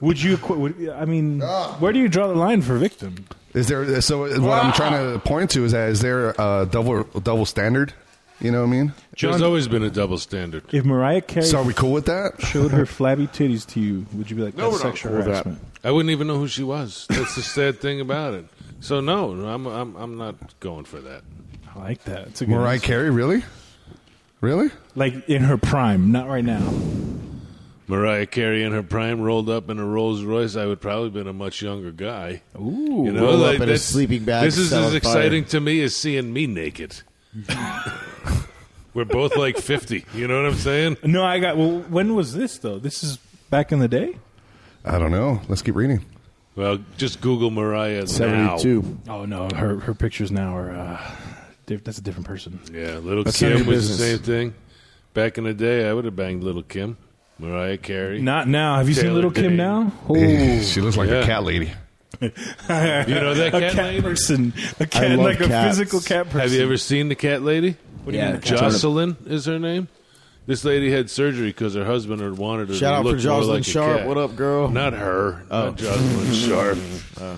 Would you? acqu- Would, I mean,
Ah.
where do you draw the line for victim?
Is there? So what I'm trying to point to is that is there a double double standard? You know what I mean?
There's always been a double standard.
If Mariah Carey
So are we cool with that?
showed her flabby titties to you, would you be like,
No,
that's
we're not
sexual
cool with that.
harassment?
I wouldn't even know who she was. That's the sad thing about it. So no, I'm I'm I'm not going for that.
I like that. It's a good
Mariah
answer.
Carey, really? Really?
Like in her prime, not right now.
Mariah Carey in her prime rolled up in a Rolls Royce. I would probably been a much younger guy.
Ooh.
You know,
Roll up
like
in a
that's-
sleeping bag,
This is
set
as
on
exciting to me as seeing me naked. We're both like fifty. You know what I'm saying?
No, I got. Well, when was this though? This is back in the day.
I don't know. Let's keep reading.
Well, just Google Mariah now.
72.
Oh no, her her pictures now are. Uh, diff- that's a different person.
Yeah, little
That's none of
Kim
your
was the same
business.
thing. Back in the day, I would have banged little Kim, Mariah Carey.
Not now. Have you seen
Taylor
Little Kim
Dane.
now? Oh,
(laughs) she looks like
Yeah.
a cat lady.
(laughs)
You know that
a
cat
cat,
lady?
person, a cat
love
like a
cats.
physical cat person.
Have you ever seen the cat lady?
yeah,
Jocelyn is her name. This lady had surgery because her husband had wanted her
Shout
to
out
look
for Jocelyn
more like a
Sharp.
cat.
What up, Oh. girl?
Not her. Not
(laughs)
Jocelyn Sharp.
Oh.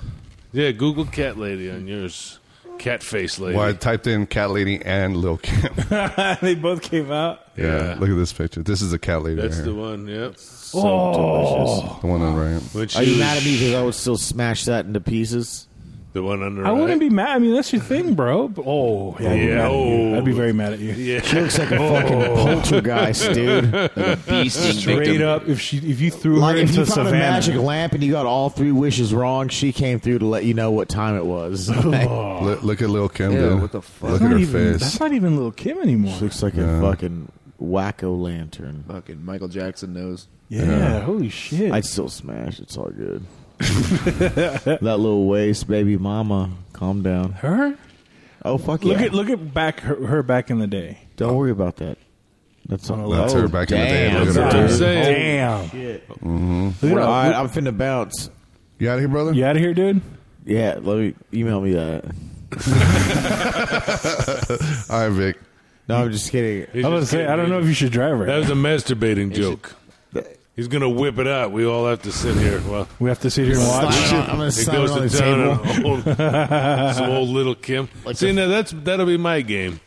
Yeah, Google cat lady on yours. Cat face lady.
Well, I typed in cat lady and Lil Kim. yeah,
(laughs) they both came out.
(laughs) Look at this picture. This is a cat lady.
That's
right
the
here.
one. Yep.
oh,
The one on the right.
When she
Are you
was-
mad at me because I would still smash that into pieces?
The one on the
I
right.
wouldn't be mad. I mean, that's your thing, bro. But- oh, yeah. I'd be
Yeah.
mad at you.
Oh.
I'd be very mad at you.
Yeah.
She looks like a
fucking
poltergeist, dude. Like a beast in
(laughs) Straight
victim.
up, if she if you threw
Like
her
if
into
you found a
Savannah,
magic
lamp and you got all three wishes wrong, she came through to let you know what time it was.
Look, look at Lil Kim,
Ew,
dude.
what the fuck?
Look
That's
at her
not even-
face.
that's
not even little Kim anymore.
She looks like
Yeah.
a fucking wacko lantern.
Fucking Michael Jackson knows.
Yeah, holy shit.
I'd still smash. It's all good. that little waist, baby mama. Calm down.
Her?
Oh fuck
look
yeah.
at look at back her, her back in the day.
Don't worry about that. That's all. Oh,
That's her back in the day.
damn,
Look at
son.
her.
Dude.
Oh, Damn.
Mhm.
Well, all right, I'm finna bounce.
You out of here, brother?
You out of here, dude?
Yeah, let me email me that.
All right, Vic.
No, I'm just kidding.
He's
I was
just
gonna say, I
kidding.
don't know if you should drive right.
That was a masturbating
He's
joke. He's gonna whip it out. We all have to sit here. Well,
We have to sit here and watch.
I'm gonna it goes to town on old, (laughs) some old little Kim. See, now that's that'll be my game.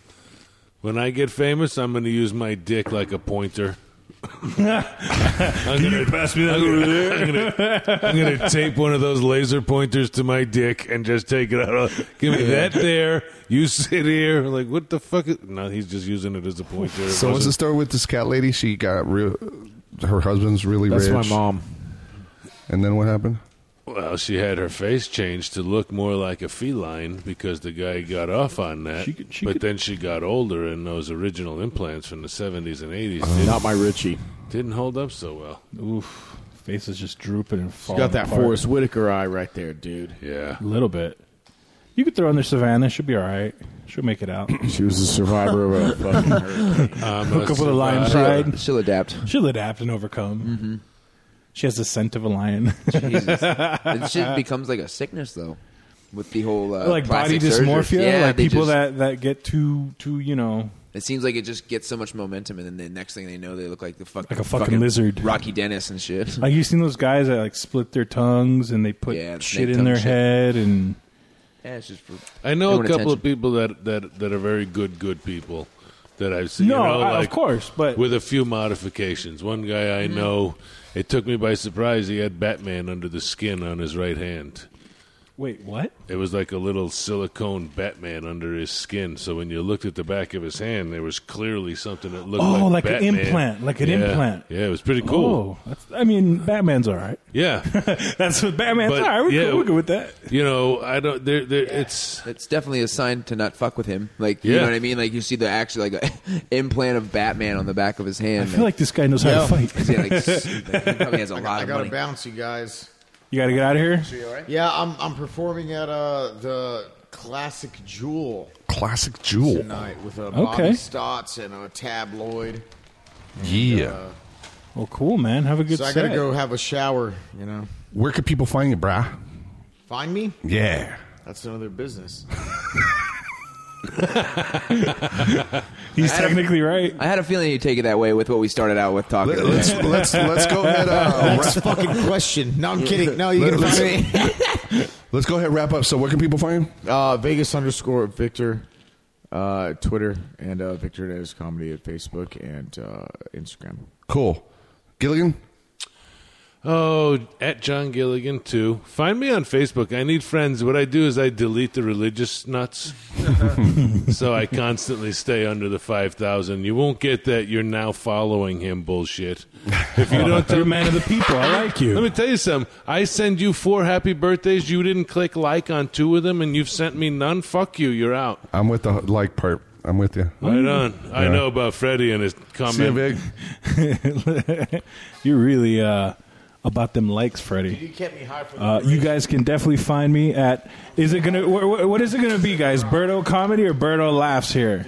When I get famous, I'm gonna use my dick like a (laughs) pointer. I'm gonna, pass me that over there. I'm gonna, I'm gonna tape one of those laser pointers to my dick and just take it out. Give me that there. You sit here. Like what the fuck? Is, no, he's just using it as a pointer.
So
It
what's the
wasn't-
story with this cat lady? She got real. Her husband's really
That's
rich.
my mom.
And then what happened?
Well, she had her face changed to look more like a feline because the guy got off on that.
She could- she
but
could-
then she got older, and those original implants from the 70s and 80s
Uh-huh.
Not
didn't,
my Richie.
didn't hold up so well.
Oof. Face is just drooping and
You
falling.
got that
apart.
Forrest Whitaker eye right there, dude.
Yeah.
A little bit. You could throw in there Savannah. She'll be all right. She'll make
(clears throat)
it out.
She was a survivor
(laughs)
of a fucking hurricane.
Um,
Hook up with a lion
survivor.
pride.
She'll adapt.
She'll adapt and overcome.
Mm-hmm.
She has the scent of a
(laughs)
lion.
Jesus. it shit becomes like a sickness though, with the whole
(laughs)
uh,
like body
plastic surgery.
dysmorphia.
Yeah,
like
they
people
just-
that, that get too too you know.
It seems like it just gets so much momentum, and then the next thing they know, they look like the fuck,
Like a fucking lizard.
Rocky Dennis and shit.
Like you seen those guys that like split their tongues and they put
Yeah, the
shit
snake
in
tongue
their
shit.
head and
yeah, it's just for.
I know
they
a
want
couple of
attention.
people that, that, that are very good, good people that I've seen.
no,
you know,
I-
like,
of course, Mm-hmm. but
With a few modifications. One guy I know, it took me by surprise. He had Batman under the skin on his right hand.
wait, what?
It was like a little silicone Batman under his skin. So when you looked at the back of his hand, there was clearly something that looked
Oh,
like,
like an
Batman.
implant, like an
Yeah.
implant.
Yeah, it was pretty
Oh,
cool.
that's, I mean, Batman's all right.
Yeah,
(laughs) That's what Batman's
But,
all right. We're,
yeah,
good, we're good with that.
you know, I don't. There, there. It's
It's definitely a sign to not fuck with him. Like you
Yeah.
know what I mean? Like you see the actual like (laughs) implant of Batman on the back of his hand.
I feel like this guy knows how to fight.
yeah, like, s- like, (laughs) he probably has a lot
I
of
got to
money.
bounce, you guys.
You got to get out of here.
Yeah, I'm I'm performing at uh the Classic Jewel
Classic jewel.
tonight with uh,
Okay.
Bobby Stotts and a tabloid.
Yeah.
Well, cool, man. Have a good
so I
set.
gotta go have a shower. You know,
Where could people find you, brah?
find me.
Yeah.
That's none of their business.
He's technically right.
I had a feeling you'd take it that way with what we started out with talking.
Let, us
about.
let's let's go ahead. Uh,
Next
wrap,
fucking question. No, I'm kidding. No, you
Let-
can
let's-
find me.
(laughs) let's go ahead and wrap up. So where can people find you?
Uh, Vegas underscore Victor, uh, Twitter, and uh, Victor Hernandez Comedy at Facebook and uh, Instagram.
Cool. Gilligan.
oh, at John Gilligan too. Find me on Facebook. I need friends. What I do is I delete the religious nuts, so I constantly stay under the five thousand. You won't get that. You're now following him. Bullshit. If you don't
You're a man of the people. I like
Let
you.
me tell you something. I send you four happy birthdays. You didn't click like on two of them, and you've sent me none. Fuck you. You're out.
I'm with the like part. I'm with you.
Right on. I
Yeah.
know about Freddie and his
See you,
comment.
Vic.
(laughs) You're really uh, about them likes, Freddie.
You kept me high for
Uh, you guys can definitely find me at. Is it gonna? Wh- wh- what is it gonna be, guys? Birdo comedy or Birdo laughs here?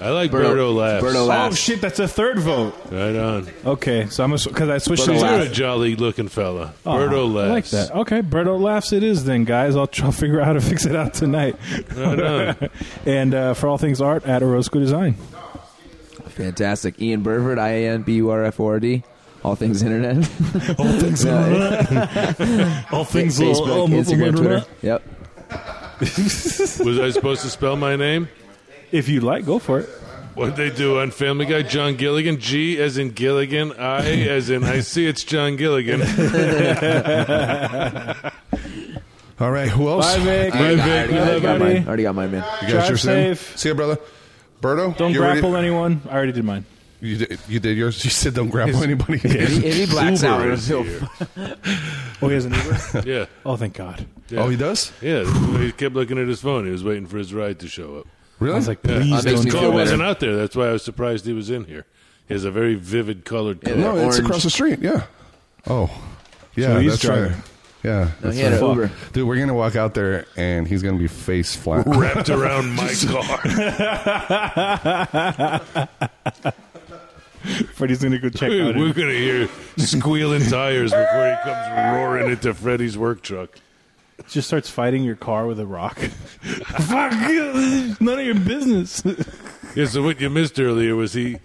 I like Birdo, laughs.
Birdo
Oh
laughs.
shit, that's a third vote.
Right on.
Okay, so I'm because I switched.
You're
to
a jolly looking fella.
Oh,
Birdo
I like
laughs.
that. Okay, Birdo laughs. It is then, guys. I'll try to figure out how to fix it out tonight.
Right
(laughs) and uh, for all things art at Orozco Design.
Fantastic. Ian Burford, I A N B U R F O R D. All things internet. (laughs)
All things all things
Facebook, Instagram, Twitter. Yep.
Was I supposed to spell my name?
If you like, go for it.
What they do on Family Guy, John Gilligan, G as in Gilligan, I as in I see it's John Gilligan.
All right, who else?
Bye, Vic.
I-
Bye, Vic. We
I
love
got
you.
mine.
I already got mine, man.
You
Drive
got yours, Sam?
safe.
See you, brother. Berto,
Don't
you already-
grapple anyone. I already did mine.
you, did, you did yours. (laughs) You said don't grapple anybody.
Uber is here. oh, he has an Uber.
Yeah.
(laughs) Oh, thank God.
(laughs) Oh, he does?
Yeah. He kept looking at his phone. He was waiting for his ride to show up.
Really?
I was like,
Yeah.
please
That makes
don't.
me
His
feel
car
better.
wasn't out there. That's why I was surprised he was in here. He has a very vivid colored car.
No, it's
Orange.
across the street. Yeah. Oh, yeah.
So he's
that's
driving.
right. Yeah,
No,
that's
he had
right.
an Uber.
dude. We're gonna walk out there, and he's gonna be face flat.
Wrapped around
(laughs)
my car.
Freddie's gonna go check out.
(laughs) We're
his-
going to hear squealing tires before he comes roaring into Freddy's work truck.
Just starts fighting your car with a rock. (laughs) Fuck you! (laughs) None of your business.
Yeah, so what you missed earlier was he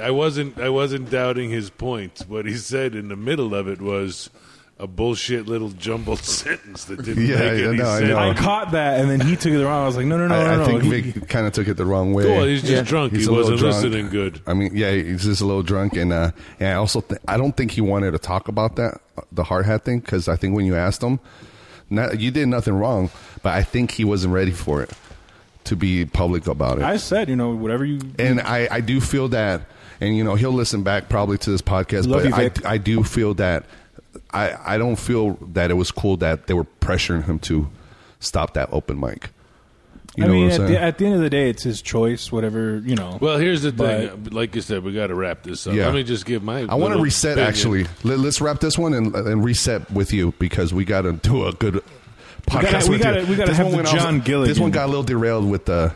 I wasn't I wasn't doubting his points. What he said in the middle of it was a bullshit little jumbled (laughs) sentence that didn't
Yeah,
make
yeah,
any
no, I
sense.
know.
I caught that, and then he took it wrong. I was like, no, no, no,
I,
no,
I
no.
think
He-
Vic kind of took it the wrong way.
Well, Oh, he's just
Yeah.
drunk.
He's
he
a little
wasn't
drunk.
listening good.
I mean, yeah, he's just a little drunk, and uh, and I also th- I don't think he wanted to talk about that the hard hat thing because I think when you asked him, not, you did nothing wrong, but I think he wasn't ready for it to be public about it.
I said, you know, whatever you.
and I, I do feel that, and you know, he'll listen back probably to this podcast.
Love
but
you,
I,
Vic.
I do feel that I, I don't feel that it was cool that they were pressuring him to stop that open mic. You
I
know
mean,
what I'm
at
saying?
the, at the end of the day, it's his choice. Whatever you know.
Well, here's the
But-
thing. Like you said, we got to wrap this up.
Yeah.
Let me just give my.
I want to
little
reset
opinion.
actually. Let, us wrap this one and, and reset with you because we got to do a good
gotta-
podcast
we
with
gotta-
you.
we gotta
This
have
one
the
went off-
John Gilligan.
This one got a little derailed with the.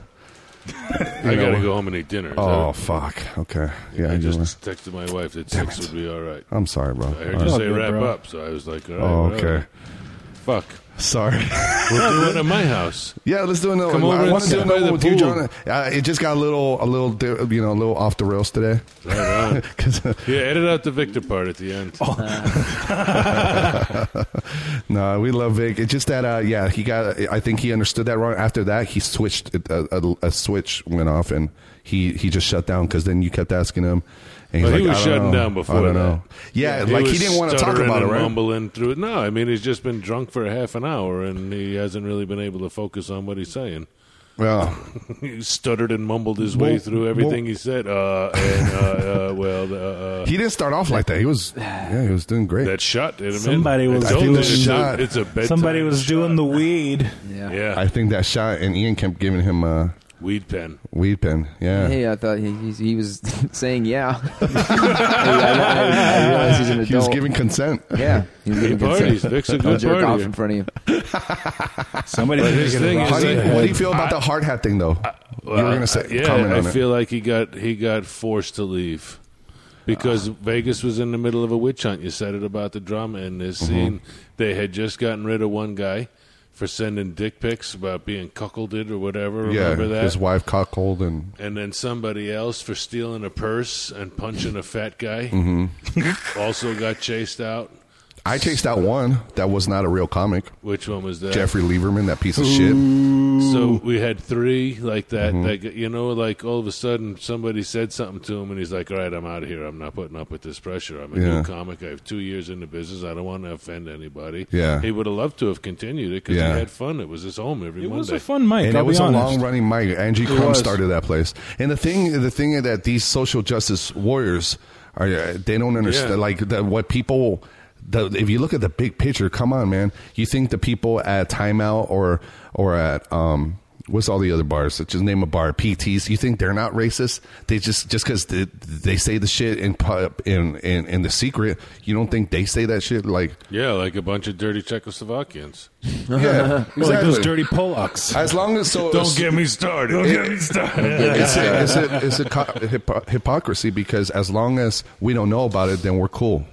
I got to go home and eat dinner. Is
Oh
that-
fuck! Okay, yeah,
I
you were-
just texted my wife that six would be all right.
I'm sorry, bro.
I heard
All
you
right.
say
good,
wrap
bro.
up, so I was like, all right.
Oh,
whatever.
okay.
Fuck.
Sorry.
We're doing it at my house.
yeah, let's do another.
Come
one.
over
I
and
want to
sit
do
by
another
the
one with you,
pool.
John. Uh, it just got a little, a little, di- you know, a little off the rails today. (laughs)
Right on.
'Cause, (laughs) uh,
Yeah, edit out the Victor part at the end.
Oh, No, we love Vic. It's just that, uh, yeah, he got. I think he understood that wrong. After that, he switched. A, a, a switch went off, and he he just shut down because then you kept asking him, and
But
he's
he
like, "I
was
don't
shutting
know.
down before
I don't
that.
know. Yeah, like he
was
didn't want to talk
stuttering
about it,
and
right?
Mumbling through it. No, I mean he's just been drunk for a half an hour, and he hasn't really been able to focus on what he's saying.
Yeah.
he stuttered and mumbled his
Well,
way through everything
well-
he said. Uh, and uh, uh, well, uh, uh,
he didn't start off like that. He was, yeah, he was doing great.
that shot did him in.
Somebody was
I told
doing
you, it's a-
shot.
It's a bedtime
Somebody was
shot.
doing the weed.
Yeah.
Yeah,
I think that shot, and Ian kept giving him a
weed (laughs) pen.
weed pen. Yeah,
Hey, I thought he, he, he was (laughs)
(laughs)
saying yeah. I, I, I realize he's an adult.
he was giving consent.
yeah, he was
He
giving consent.
parties. Vic's a
I'll
good
jerk off
party.
in front of you.
Somebody
But his thing
How
is
do you,
that-
what do you feel about the hard hat thing, though? you were gonna say
uh, yeah,
comment on
I
it.
feel like he got he got forced to leave because Vegas was in the middle of a witch hunt. You said it about the drama in this scene. They had just gotten rid of one guy for sending dick pics about being cuckolded or whatever.
yeah,
Remember that?
his wife caught cold, and
and then somebody else for stealing a purse and punching a fat guy (laughs) also got chased out.
I chased out one that was not a real comic.
Which one was that?
Jeffrey Lieberman, that piece of shit.
So we had three like that.
Mm-hmm.
That g you know, like all of a sudden somebody said something to him, and he's like, "All right, I'm out of here. I'm not putting up with this pressure. I'm a
Yeah.
new comic. I have two years in the business. I don't want to offend anybody."
Yeah.
he would have loved to have continued it because
Yeah.
he had fun. It was his home every
It
Monday.
was a fun mic.
And
I'll
it was
be
a
honest.
long running mic. Angie Crumb
was.
started that place. And the thing, the thing is that these social justice warriors are, uh, they don't understand
Yeah.
like the, what people. The, if you look at the big picture, come on, man. You think the people at Timeout or or at um, what's all the other bars? Such as name a bar, PTs. You think they're not racist? They just just because they, they say the shit in, pu- in in in the secret, you don't think they say that shit
(laughs)
like
Yeah, like a bunch of dirty Czechoslovakians.
yeah,
Like those
exactly.
dirty Polacks.
As long as so,
Don't get me started. Don't (laughs) get me started.
it's a, it's a, it's a co- hypo- hypocrisy because as long as we don't know about it, then we're cool.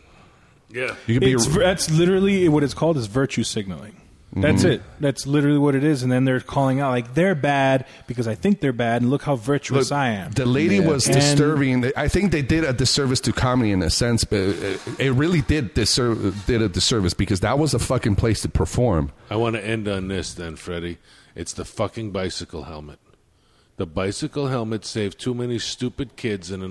yeah.
You could be
It's, that's literally what it's called is virtue signaling.
Mm-hmm.
That's it. That's literally what it is. And then they're calling out like they're bad because I think they're bad, and look how virtuous I am. (laughs)
the lady was
And-
disturbing. I think they did a disservice to comedy in a sense, but it, it really did disserv- did a disservice because that was a fucking place to perform.
I want to end on this then, Freddie. It's the fucking bicycle helmet. The bicycle helmet saved too many stupid kids in the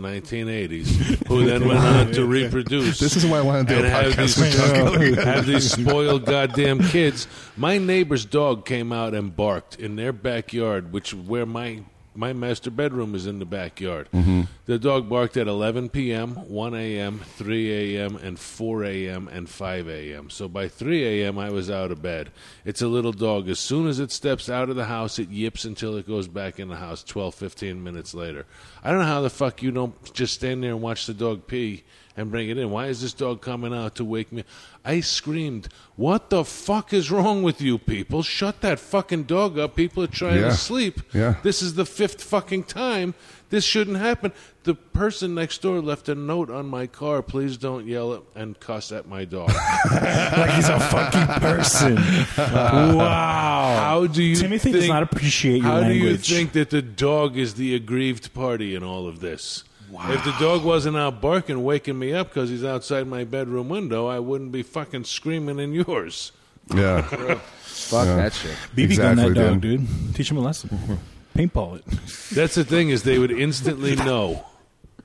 1980s, who then went
(laughs)
on to reproduce.
This is why I wanted to do
and
a
have
podcast
these,
with John Kelly.
(laughs) have these spoiled goddamn kids. My neighbor's dog came out and barked in their backyard, which where my my master bedroom is in the backyard.
Mhm.
The dog barked at 11 p.m., 1 a.m., 3 a.m., and 4 a.m. and 5 a.m. So by 3 a.m., I was out of bed. It's a little dog. As soon as it steps out of the house, it yips until it goes back in the house 12, 15 minutes later. I don't know how the fuck you don't just stand there and watch the dog pee and bring it in. Why is this dog coming out to wake me? I screamed, What the fuck is wrong with you people? Shut that fucking dog up. People are trying
Yeah.
to sleep.
Yeah.
This is the fifth fucking time. This shouldn't happen. The person next door left a note on my car. Please don't yell at and cuss at my dog. (laughs)
like he's a fucking person. wow.
How do you
Timothy does
think-
not appreciate your
How
language.
do you think that the dog is the aggrieved party in all of this? If the dog wasn't out barking, waking me up because he's outside my bedroom window, I wouldn't be fucking screaming in yours.
Yeah.
Fuck
Yeah.
that shit.
BB gun that
Exactly,
dog, dude. Teach him a lesson. Paintball it.
That's the thing is they would instantly
(laughs)
know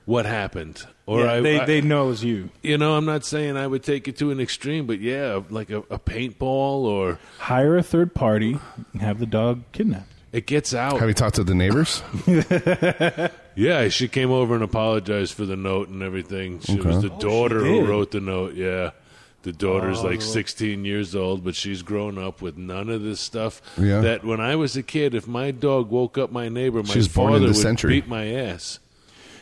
what happened, (laughs) or
Yeah,
I,
they,
I-
they know it's you.
You know, I'm not saying I would take it to an extreme, but yeah, like a, a paintball or
Hire a third party and have the dog kidnapped.
it gets out.
Have you talked to the neighbors?
Yeah, she came over and apologized for the note and everything. She
Okay.
was the
Oh,
daughter
she
who
did.
wrote the note. Yeah. The daughter's
Oh.
like 16 years old, but she's grown up with none of this stuff.
Yeah.
That when I was a kid, if my dog woke up my neighbor, my
She was born in the
father would
century.
beat my ass.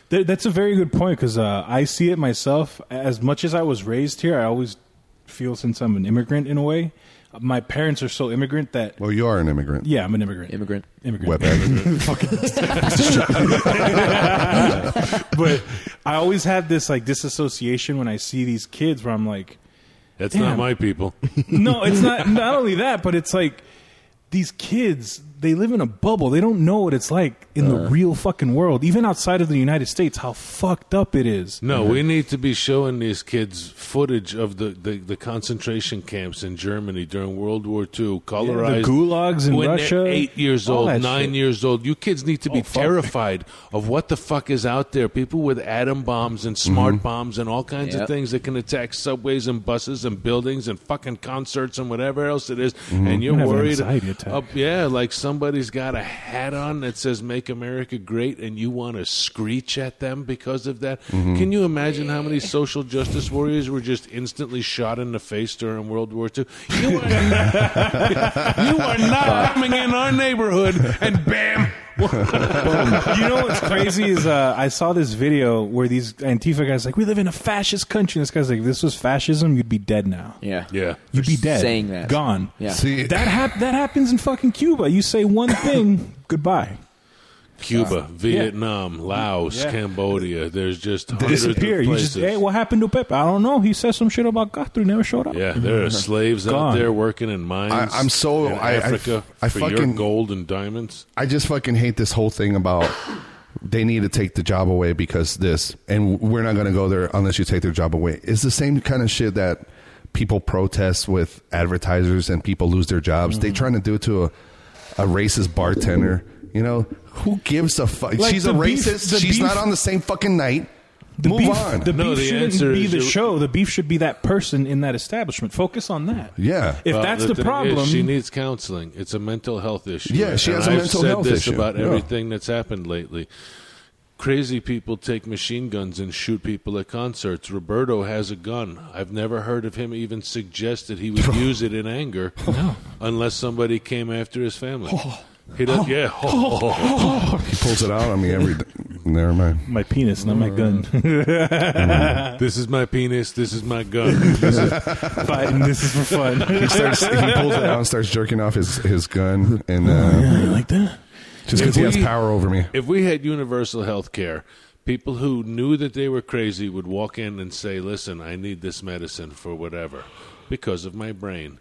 Th- that's a very good point because uh, I see it myself. As much as I was raised here, I always feel since I'm an immigrant in a way, my parents are so immigrant that.
Well, you are an immigrant.
Yeah, I'm an immigrant. Immigrant. Immigrant.
Webhead.
(laughs) but I always have this like disassociation when I see these kids where I'm like,
That's
Damn.
not my
(laughs)
people.
no, it's
(laughs)
not. Not only that, but it's like these kids. They live in a bubble. They don't know what it's like in the
Uh.
real fucking world, even outside of the United States. How fucked up it
(laughs)
is.
No, we need to be showing these kids footage of the, the, the concentration camps in Germany during World War II, colorized
gulags in
when they're
Russia,
Eight years
all
old,
that
nine
shit. Oh,
years old. You kids need to be terrified of what the fuck is out there. People with atom bombs and smart bombs and all kinds
Mm-hmm.
of
Yep.
things that can attack subways and buses and buildings and fucking concerts and whatever else it is. And you're
I'm having an
worried.
anxiety attack.
uh, yeah, like somebody's got a hat on that says "Make America Great," and you want to screech at them because of that.
Mm-hmm.
Mhm.
Can you imagine how many social justice warriors were just instantly shot in the face during World War II? You are not, (laughs) you are
Uh,
not coming in our neighborhood, and bam.
you know what's crazy is uh, I saw this video where these Antifa guys like, we live in a fascist country. And this guy's like, if this was fascism, you'd be dead now.
Yeah.
Yeah.
You'd be
For
dead.
saying that.
Gone.
Yeah.
See-
(laughs) that, hap- that happens in fucking Cuba. You say
(laughs)
one thing, goodbye.
Cuba,
Yeah.
Vietnam, Laos,
Yeah.
Cambodia. There's just
They
hundreds
disappear.
of
You just, eh,
places.
hey, what happened to Pepe? I don't know. He said some shit about Castro. He never showed up.
yeah, there are slaves out
Mm-hmm. Gone.
there working in mines.
I- I'm so-
in
I- I-
Africa
I
for your
fucking-
gold and diamonds.
I just fucking hate this whole thing about they need to take the job away because this, and we're not going to go there unless you take their job away. It's the same kind of shit that people protest with advertisers and people lose their jobs.
Mm-hmm.
They trying to do it to a, a racist bartender. You know, who gives a fuck?
Like
She's a
the beef-
racist.
the
She's
beef-
not on the same fucking night.
The
Move
beef,
on.
The
No,
beef
the
shouldn't
answer
be
is
the
you-
show. The beef should be that person in that establishment. Focus on that.
Yeah.
If
Well,
that's the,
thing is,
problem,
she needs counseling. It's a mental health issue.
Yeah, she
And
has a
I've
mental
said
health
this
issue.
about
Yeah.
everything that's happened lately. Crazy people take machine guns and shoot people at concerts. Roberto has a gun. I've never heard of him even suggest that he
(laughs)
would use it in anger, unless somebody came after his family.
Oh.
He does, yeah. (laughs)
He pulls it out on me every. Never mind.
my penis, not my gun. (laughs)
This is my penis. This is my
(laughs)
gun. This is-
Fighting. This is for fun.
He
(laughs)
starts. he pulls it out and starts jerking off his his gun, and uh,
like that.
just because
If
he has
we-
power over me.
If we had universal health care, people who knew that they were crazy would walk in and say, Listen, I need this medicine for whatever because of my brain.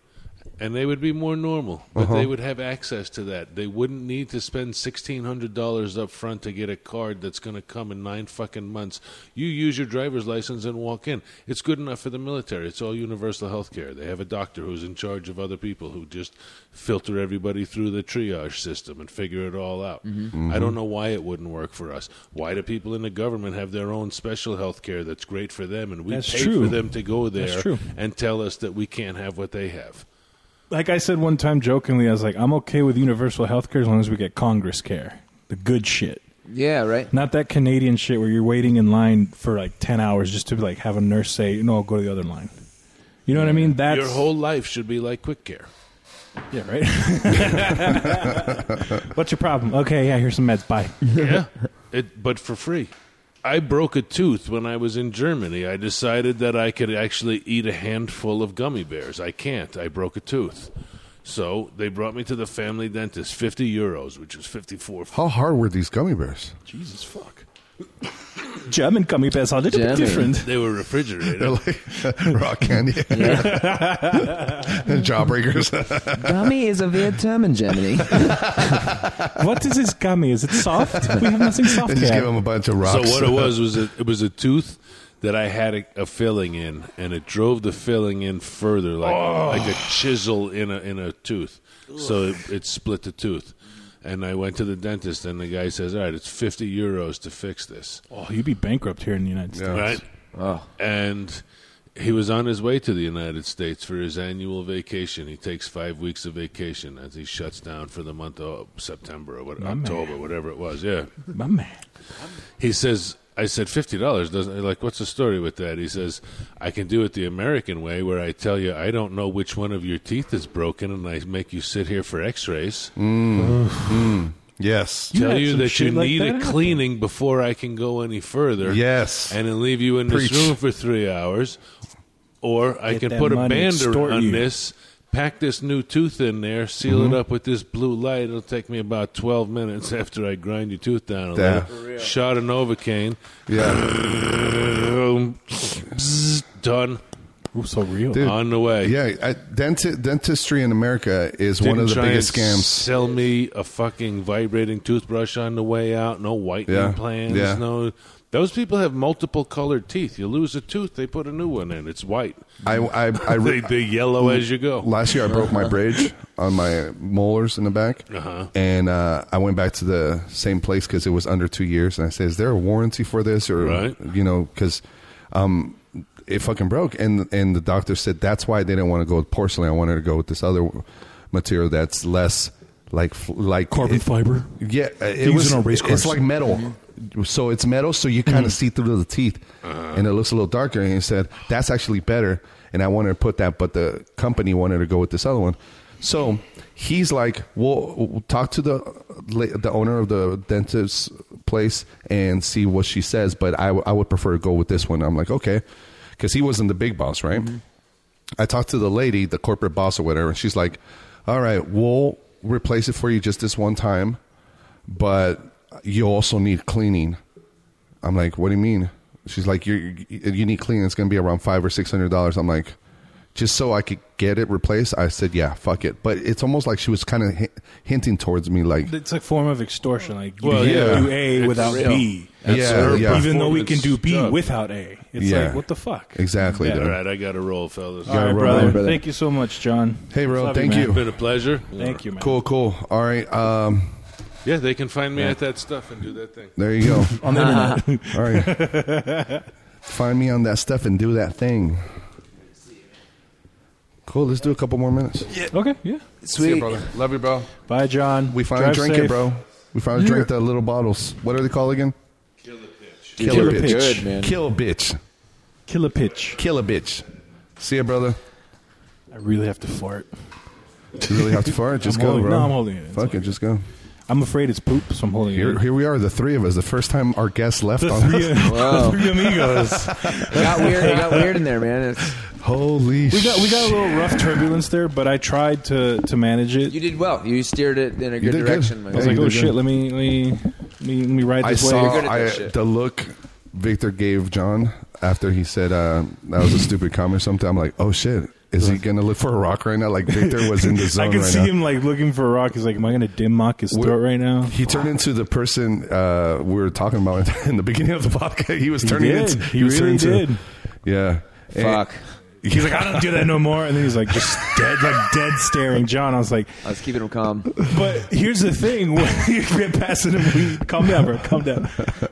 and they would be more normal. But
Uh-huh.
they would have access to that. They wouldn't need to spend sixteen hundred dollars up front to get a card that's going to come in nine fucking months. You use your driver's license and walk in. It's good enough for the military. It's all universal health care. They have a doctor who's in charge of other people who just filter everybody through the triage system and figure it all out.
Mhm.
Mm-hmm.
I don't know why it wouldn't work for us. Why do people in the government have their own special health care that's great for them and we
That's
pay
true.
for them to go there
That's true.
and tell us that we can't have what they have?
Like I said one time jokingly, I was like, I'm okay with universal health care as long as we get Congress care, the good shit.
Yeah, right.
Not that Canadian shit where you're waiting in line for like ten hours just to like have a nurse say, "No, go to the other line." You know what I mean? That's
Your whole life should be like quick care.
yeah, right. (laughs) What's your problem? Okay, yeah, here's some meds. Bye.
yeah, (laughs) it, but for free. I broke a tooth when I was in Germany. I decided that I could actually eat a handful of gummy bears. I can't. I broke a tooth. So they brought me to the family dentist, 50 euros, which was 54.
How hard were these gummy
(laughs)
bears?
Jesus fuck.
German gummy bears are a little bit different.
They were refrigerated.
They're like (laughs) raw candy. (laughs) Jawbreakers. (laughs)
Gummy is a weird term in (laughs) Germany.
what is this gummy? Is
(laughs)
it soft? We have nothing soft
They just
here.
give them a bunch of rocks.
So what it was
(laughs)
was a, it was a tooth that I had a, a filling in, and it drove the filling in further, like
Oh.
like a chisel in a in a tooth. So it, it split the tooth. And I went to the dentist, and the guy says, "All right, it's fifty euros to fix this."
Oh, you'd be bankrupt here in the United States.
Right. And he was on his way to the United States for his annual vacation. He takes five weeks of vacation as he shuts down for the month of September or what,
My man.
October, whatever it was. Yeah.
My man.
He says, I said fifty dollars doesn't like what's the story with that? He says, I can do it the American way where I tell you I don't know which one of your teeth is broken and I make you sit here for x rays.
Mm. Mm. (laughs) Yes.
Tell you that you need a cleaning before I can go any further.
Yes.
And then leave you in this
Preach.
room for three hours. Or I
Get
can
that
put a
money,
band
extort
on
you.
this, pack this new tooth in there, seal
Mhm.
it up with this blue light. It'll take me about 12 minutes after I grind your tooth down a
Yeah.
little. Shot a Novocaine. Yeah. Done.
Ooh, so real.
Dude.
On the way.
Yeah, I, denti- dentistry in America is one
Didn't
of the
try
biggest
and
scams.
Sell me a fucking vibrating toothbrush on the way out. No whitening
Yeah.
plans.
Yeah.
No. Those people have multiple colored teeth. You lose a tooth, they put a new one in. It's white.
I, I,
(laughs)
I
they, they yellow as you go.
Last year, I broke my
(laughs)
bridge on my molars in the back,
Uh-huh.
and uh, I went back to the same place because it was under two years. And I said, "Is there a warranty for this?" Or
Right.
you know, because um, it fucking broke, and and the doctor said that's why they didn't want to go with porcelain. I wanted to go with this other material that's less like f- like
Carbon
it-
fiber?
Yeah, uh,
They
it
use
was
it on race
It's
cars.
like metal. So it's metal, so you kind of see through the teeth, and it looks a little darker. And he said, "That's actually better." And I wanted to put that, but the company wanted to go with this other one. So he's like, "Well, we'll talk to the la- the owner of the dentist's place and see what she says." But I, w- I would prefer to go with this one. I'm like, "Okay," because he wasn't the big boss, right? I talked to the lady, the corporate boss or whatever, and she's like, "All right, we'll replace it for you just this one time, but you also need cleaning." I'm like, "What do you mean?" She's like, "You you need cleaning. It's going to be around five or six hundred dollars." I'm like, "Just so I could get it replaced?" I said, "Yeah, fuck it." But it's almost like she was kind of hi- hinting towards me, like,
It's a form of extortion. Like you
Well,
can
yeah.
do A
It's
without
real.
B.
That's Yeah, her yeah.
Even though we can do B
performance
without A, it's
Yeah.
like what the fuck?
Exactly,
Yeah.
dude.
All right, I got to roll, fellas.
All right, brother. Thank you so much, John.
"Hey, bro,
Love
thank
man.
you.
Been a pleasure.
Thank you, man.
Cool, cool. All right, um,
Yeah, they can find me at that stuff and do that thing.
there you go.
(laughs) On the internet.
All right." Find me on that stuff and do that thing. Cool. Let's do a couple more minutes.
Yeah. Okay. Yeah.
See you, brother. Love you, bro.
Bye, John.
We finally
Drive
drink
safe.
it, bro. We finally
Yeah.
drink the little bottles. What are they called again? Kill
Killer
a bitch.
pitch. Good, man.
Kill a bitch.
Kill a pitch.
Kill a bitch. See ya, brother.
I really have to fart.
You really
(laughs)
have to fart. Just
I'm
go,
holding-
bro.
no, I'm holding it. It's
Fuck it. Just go.
I'm afraid it's poop, so I'm holding
Here,
it.
here we are, the three of us. The first time our guest left
The
on
(laughs) three-
(laughs) us.
the three amigos.
It Oh, got weird. It got weird in there, man. It's,
(laughs) Holy
We got we got a little
shit.
rough turbulence there, but I tried to to manage it.
You did well. You steered it in a
did
good
good.
direction.
I
my
was
guy.
like, oh shit, let me let me let me, let me ride
I
this
saw
wave.
I- the look Victor gave John after he said uh, that was a stupid comment or something. I'm like, oh shit. Is he going to look for a rock right now? Like Victor was in the zone.
(laughs) I can
right
see
now.
him like looking for a rock. He's like, am I going to dim mock his throat right now?
He turned into the person uh, we were talking about (laughs) in the beginning of the podcast. He was
He
turning
did.
into.
He
was
really
turning
did.
yeah. And-
Fuck.
He's like, I don't do that no more. And then he's like, just dead, like dead staring John. I was like,
I was keeping him calm.
But here's the thing: when (laughs) you get passing him, weed, calm down, bro, calm down.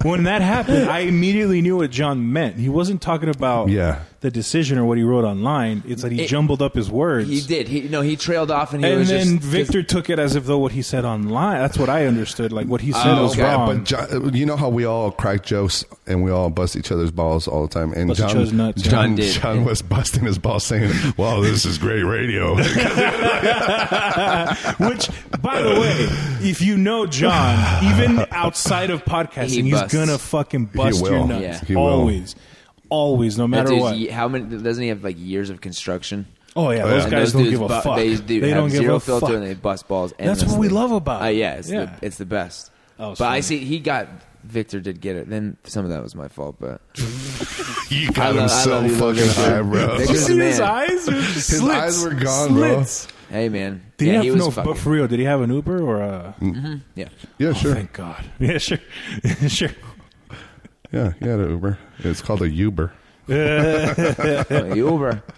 When that happened, I immediately knew what John meant. He wasn't talking about
Yeah.
the decision or what he wrote online. It's that he
It-
jumbled up his words. (laughs)
He did. He no. He trailed off, and he
and
was
then
just
Victor took it as if though what he said online. That's what I understood. Like what he said
Oh,
was
okay.
wrong.
But John, you know how we all crack jokes and we all bust each other's balls all the time. And
Bust each
John,
other's nuts.
John,
John did.
John was busting his balls, saying, "Wow, this is great radio." (laughs)
Which, by the way, if you know John, even outside of podcasting, he's
busts.
gonna fucking bust
will.
your nuts.
Yeah.
He will.
always, always, no
That
matter
dude's
what.
ye- How many? Doesn't he have like years of construction?
Oh yeah, those
And
guys don't
those dudes
give a
bu-
fuck.
They, do
They
have
don't give
zero
a
filter
fuck.
and they bust balls.
That's what we
endlessly.
love about
Uh,
it.
yeah, it's,
Yeah. Oh,
The, it's the best.
That
But
was
I
funny.
see he got Victor did get it. Then some of that was my fault, but
he
I
got
love-
him
I
so
love you, love
fucking
you.
high, bro.
Victor's the
See his
man.
eyes?
His eyes were gone, bro.
Hey
(laughs)
man,
Did
yeah,
he
he
have
was
no?
fucking. Mm,
But for real, did he have an Uber or a?
yeah,
Yeah,
Oh,
sure.
Thank God. (laughs) Yeah, sure, sure. (laughs)
Yeah, he had an Uber. It's called a Uber.
Hey, Oh, Uber. (laughs)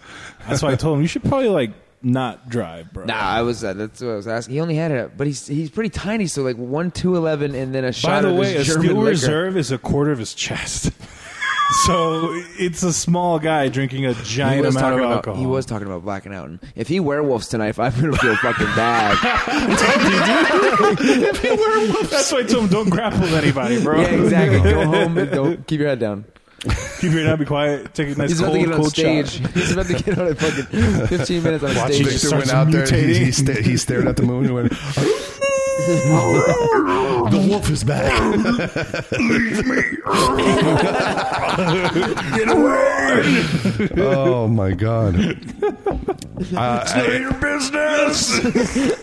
That's why I told him you should probably like not drive, bro.
Nah, I was. Uh, that's what I was asking. He only had it, but he's he's pretty tiny. So like one two eleven, and then a
By
shot
the
of
way, a
his German
Steel
liquor.
Reserve is a quarter of his chest. (laughs) so it's a small guy drinking a
He
giant
was,
amount
talking
of
about,
alcohol.
he was talking about blacking out. And if he werewolves tonight, (laughs) if I'm gonna feel
(laughs)
fucking bad.
That's why I told him don't grapple with anybody, bro.
yeah, exactly. Go home. and Don't keep your head down.
Keep your head down, be quiet. Take a nice
He's about
cold,
to get on
cold shot.
stage. He's about to get on a
(laughs)
fucking 15 minutes on
Watch
stage.
it.
Victor went
starts
out there. and He,
mutating.
he, sta- he stared at the moon and went, "The wolf is back."
(laughs) Get away!
oh my god! Uh, I-
your business.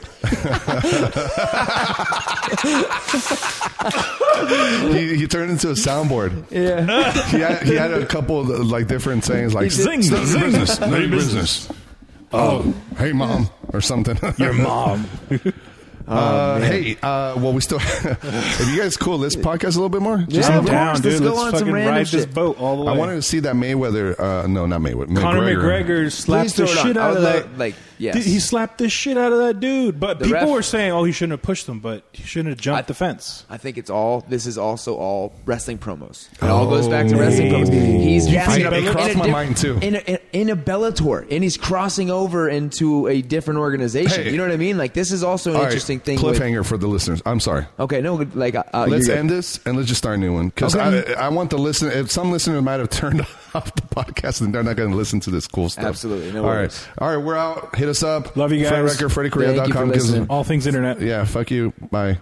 (laughs) he, he turned into a soundboard.
Yeah.
He had, he had a couple of, like different sayings, like
did.
"It's none of your
Zing,
business,
zing.
none of your business." Oh, hey mom, or
(laughs)
something.
Your mom.
Uh, hey, uh, well, we still. (laughs) if you guys cool this podcast a little bit more,
Yeah,
just
I'm
of
down,
course.
dude.
Let's go on some
fucking
random
ride this
shit.
boat all the way.
I wanted to see that Mayweather. Uh, no, not Mayweather.
Conor McGregor,
Please
slapped
throw
the
it on.
shit
I
out
would
of
love-
that.
like, yes.
Dude, he slapped the shit out of that dude. But
The
people
ref-
were saying, "Oh, he shouldn't have pushed him, but he shouldn't have jumped
I-
the fence."
I think it's all. This is also all wrestling promos. It all goes back to wrestling promos. He's
You
fighting
know, it
in a
Oh. crossed my
diff-
mind, too.
In a, in, in a Bellator, and he's crossing over into a different organization.
Hey.
You know what I mean? Like this is also an
All right,
interesting thing. with-
Cliffhanger for the listeners. I'm sorry.
okay, no, like uh, uh,
Let's
you're good.
end this and let's just start a new one because
Okay.
I, I want the listen. If some listeners might have (laughs) turned off the podcast and they're not going to listen to this cool stuff.
Absolutely, no
All right.
worries.
All right. We're out. Hit us up.
Love you
Fred
guys.
Recker,
Thank you for
FreddyCorea.com. Gives us-
listening.
All things internet.
Yeah. Fuck you. Bye.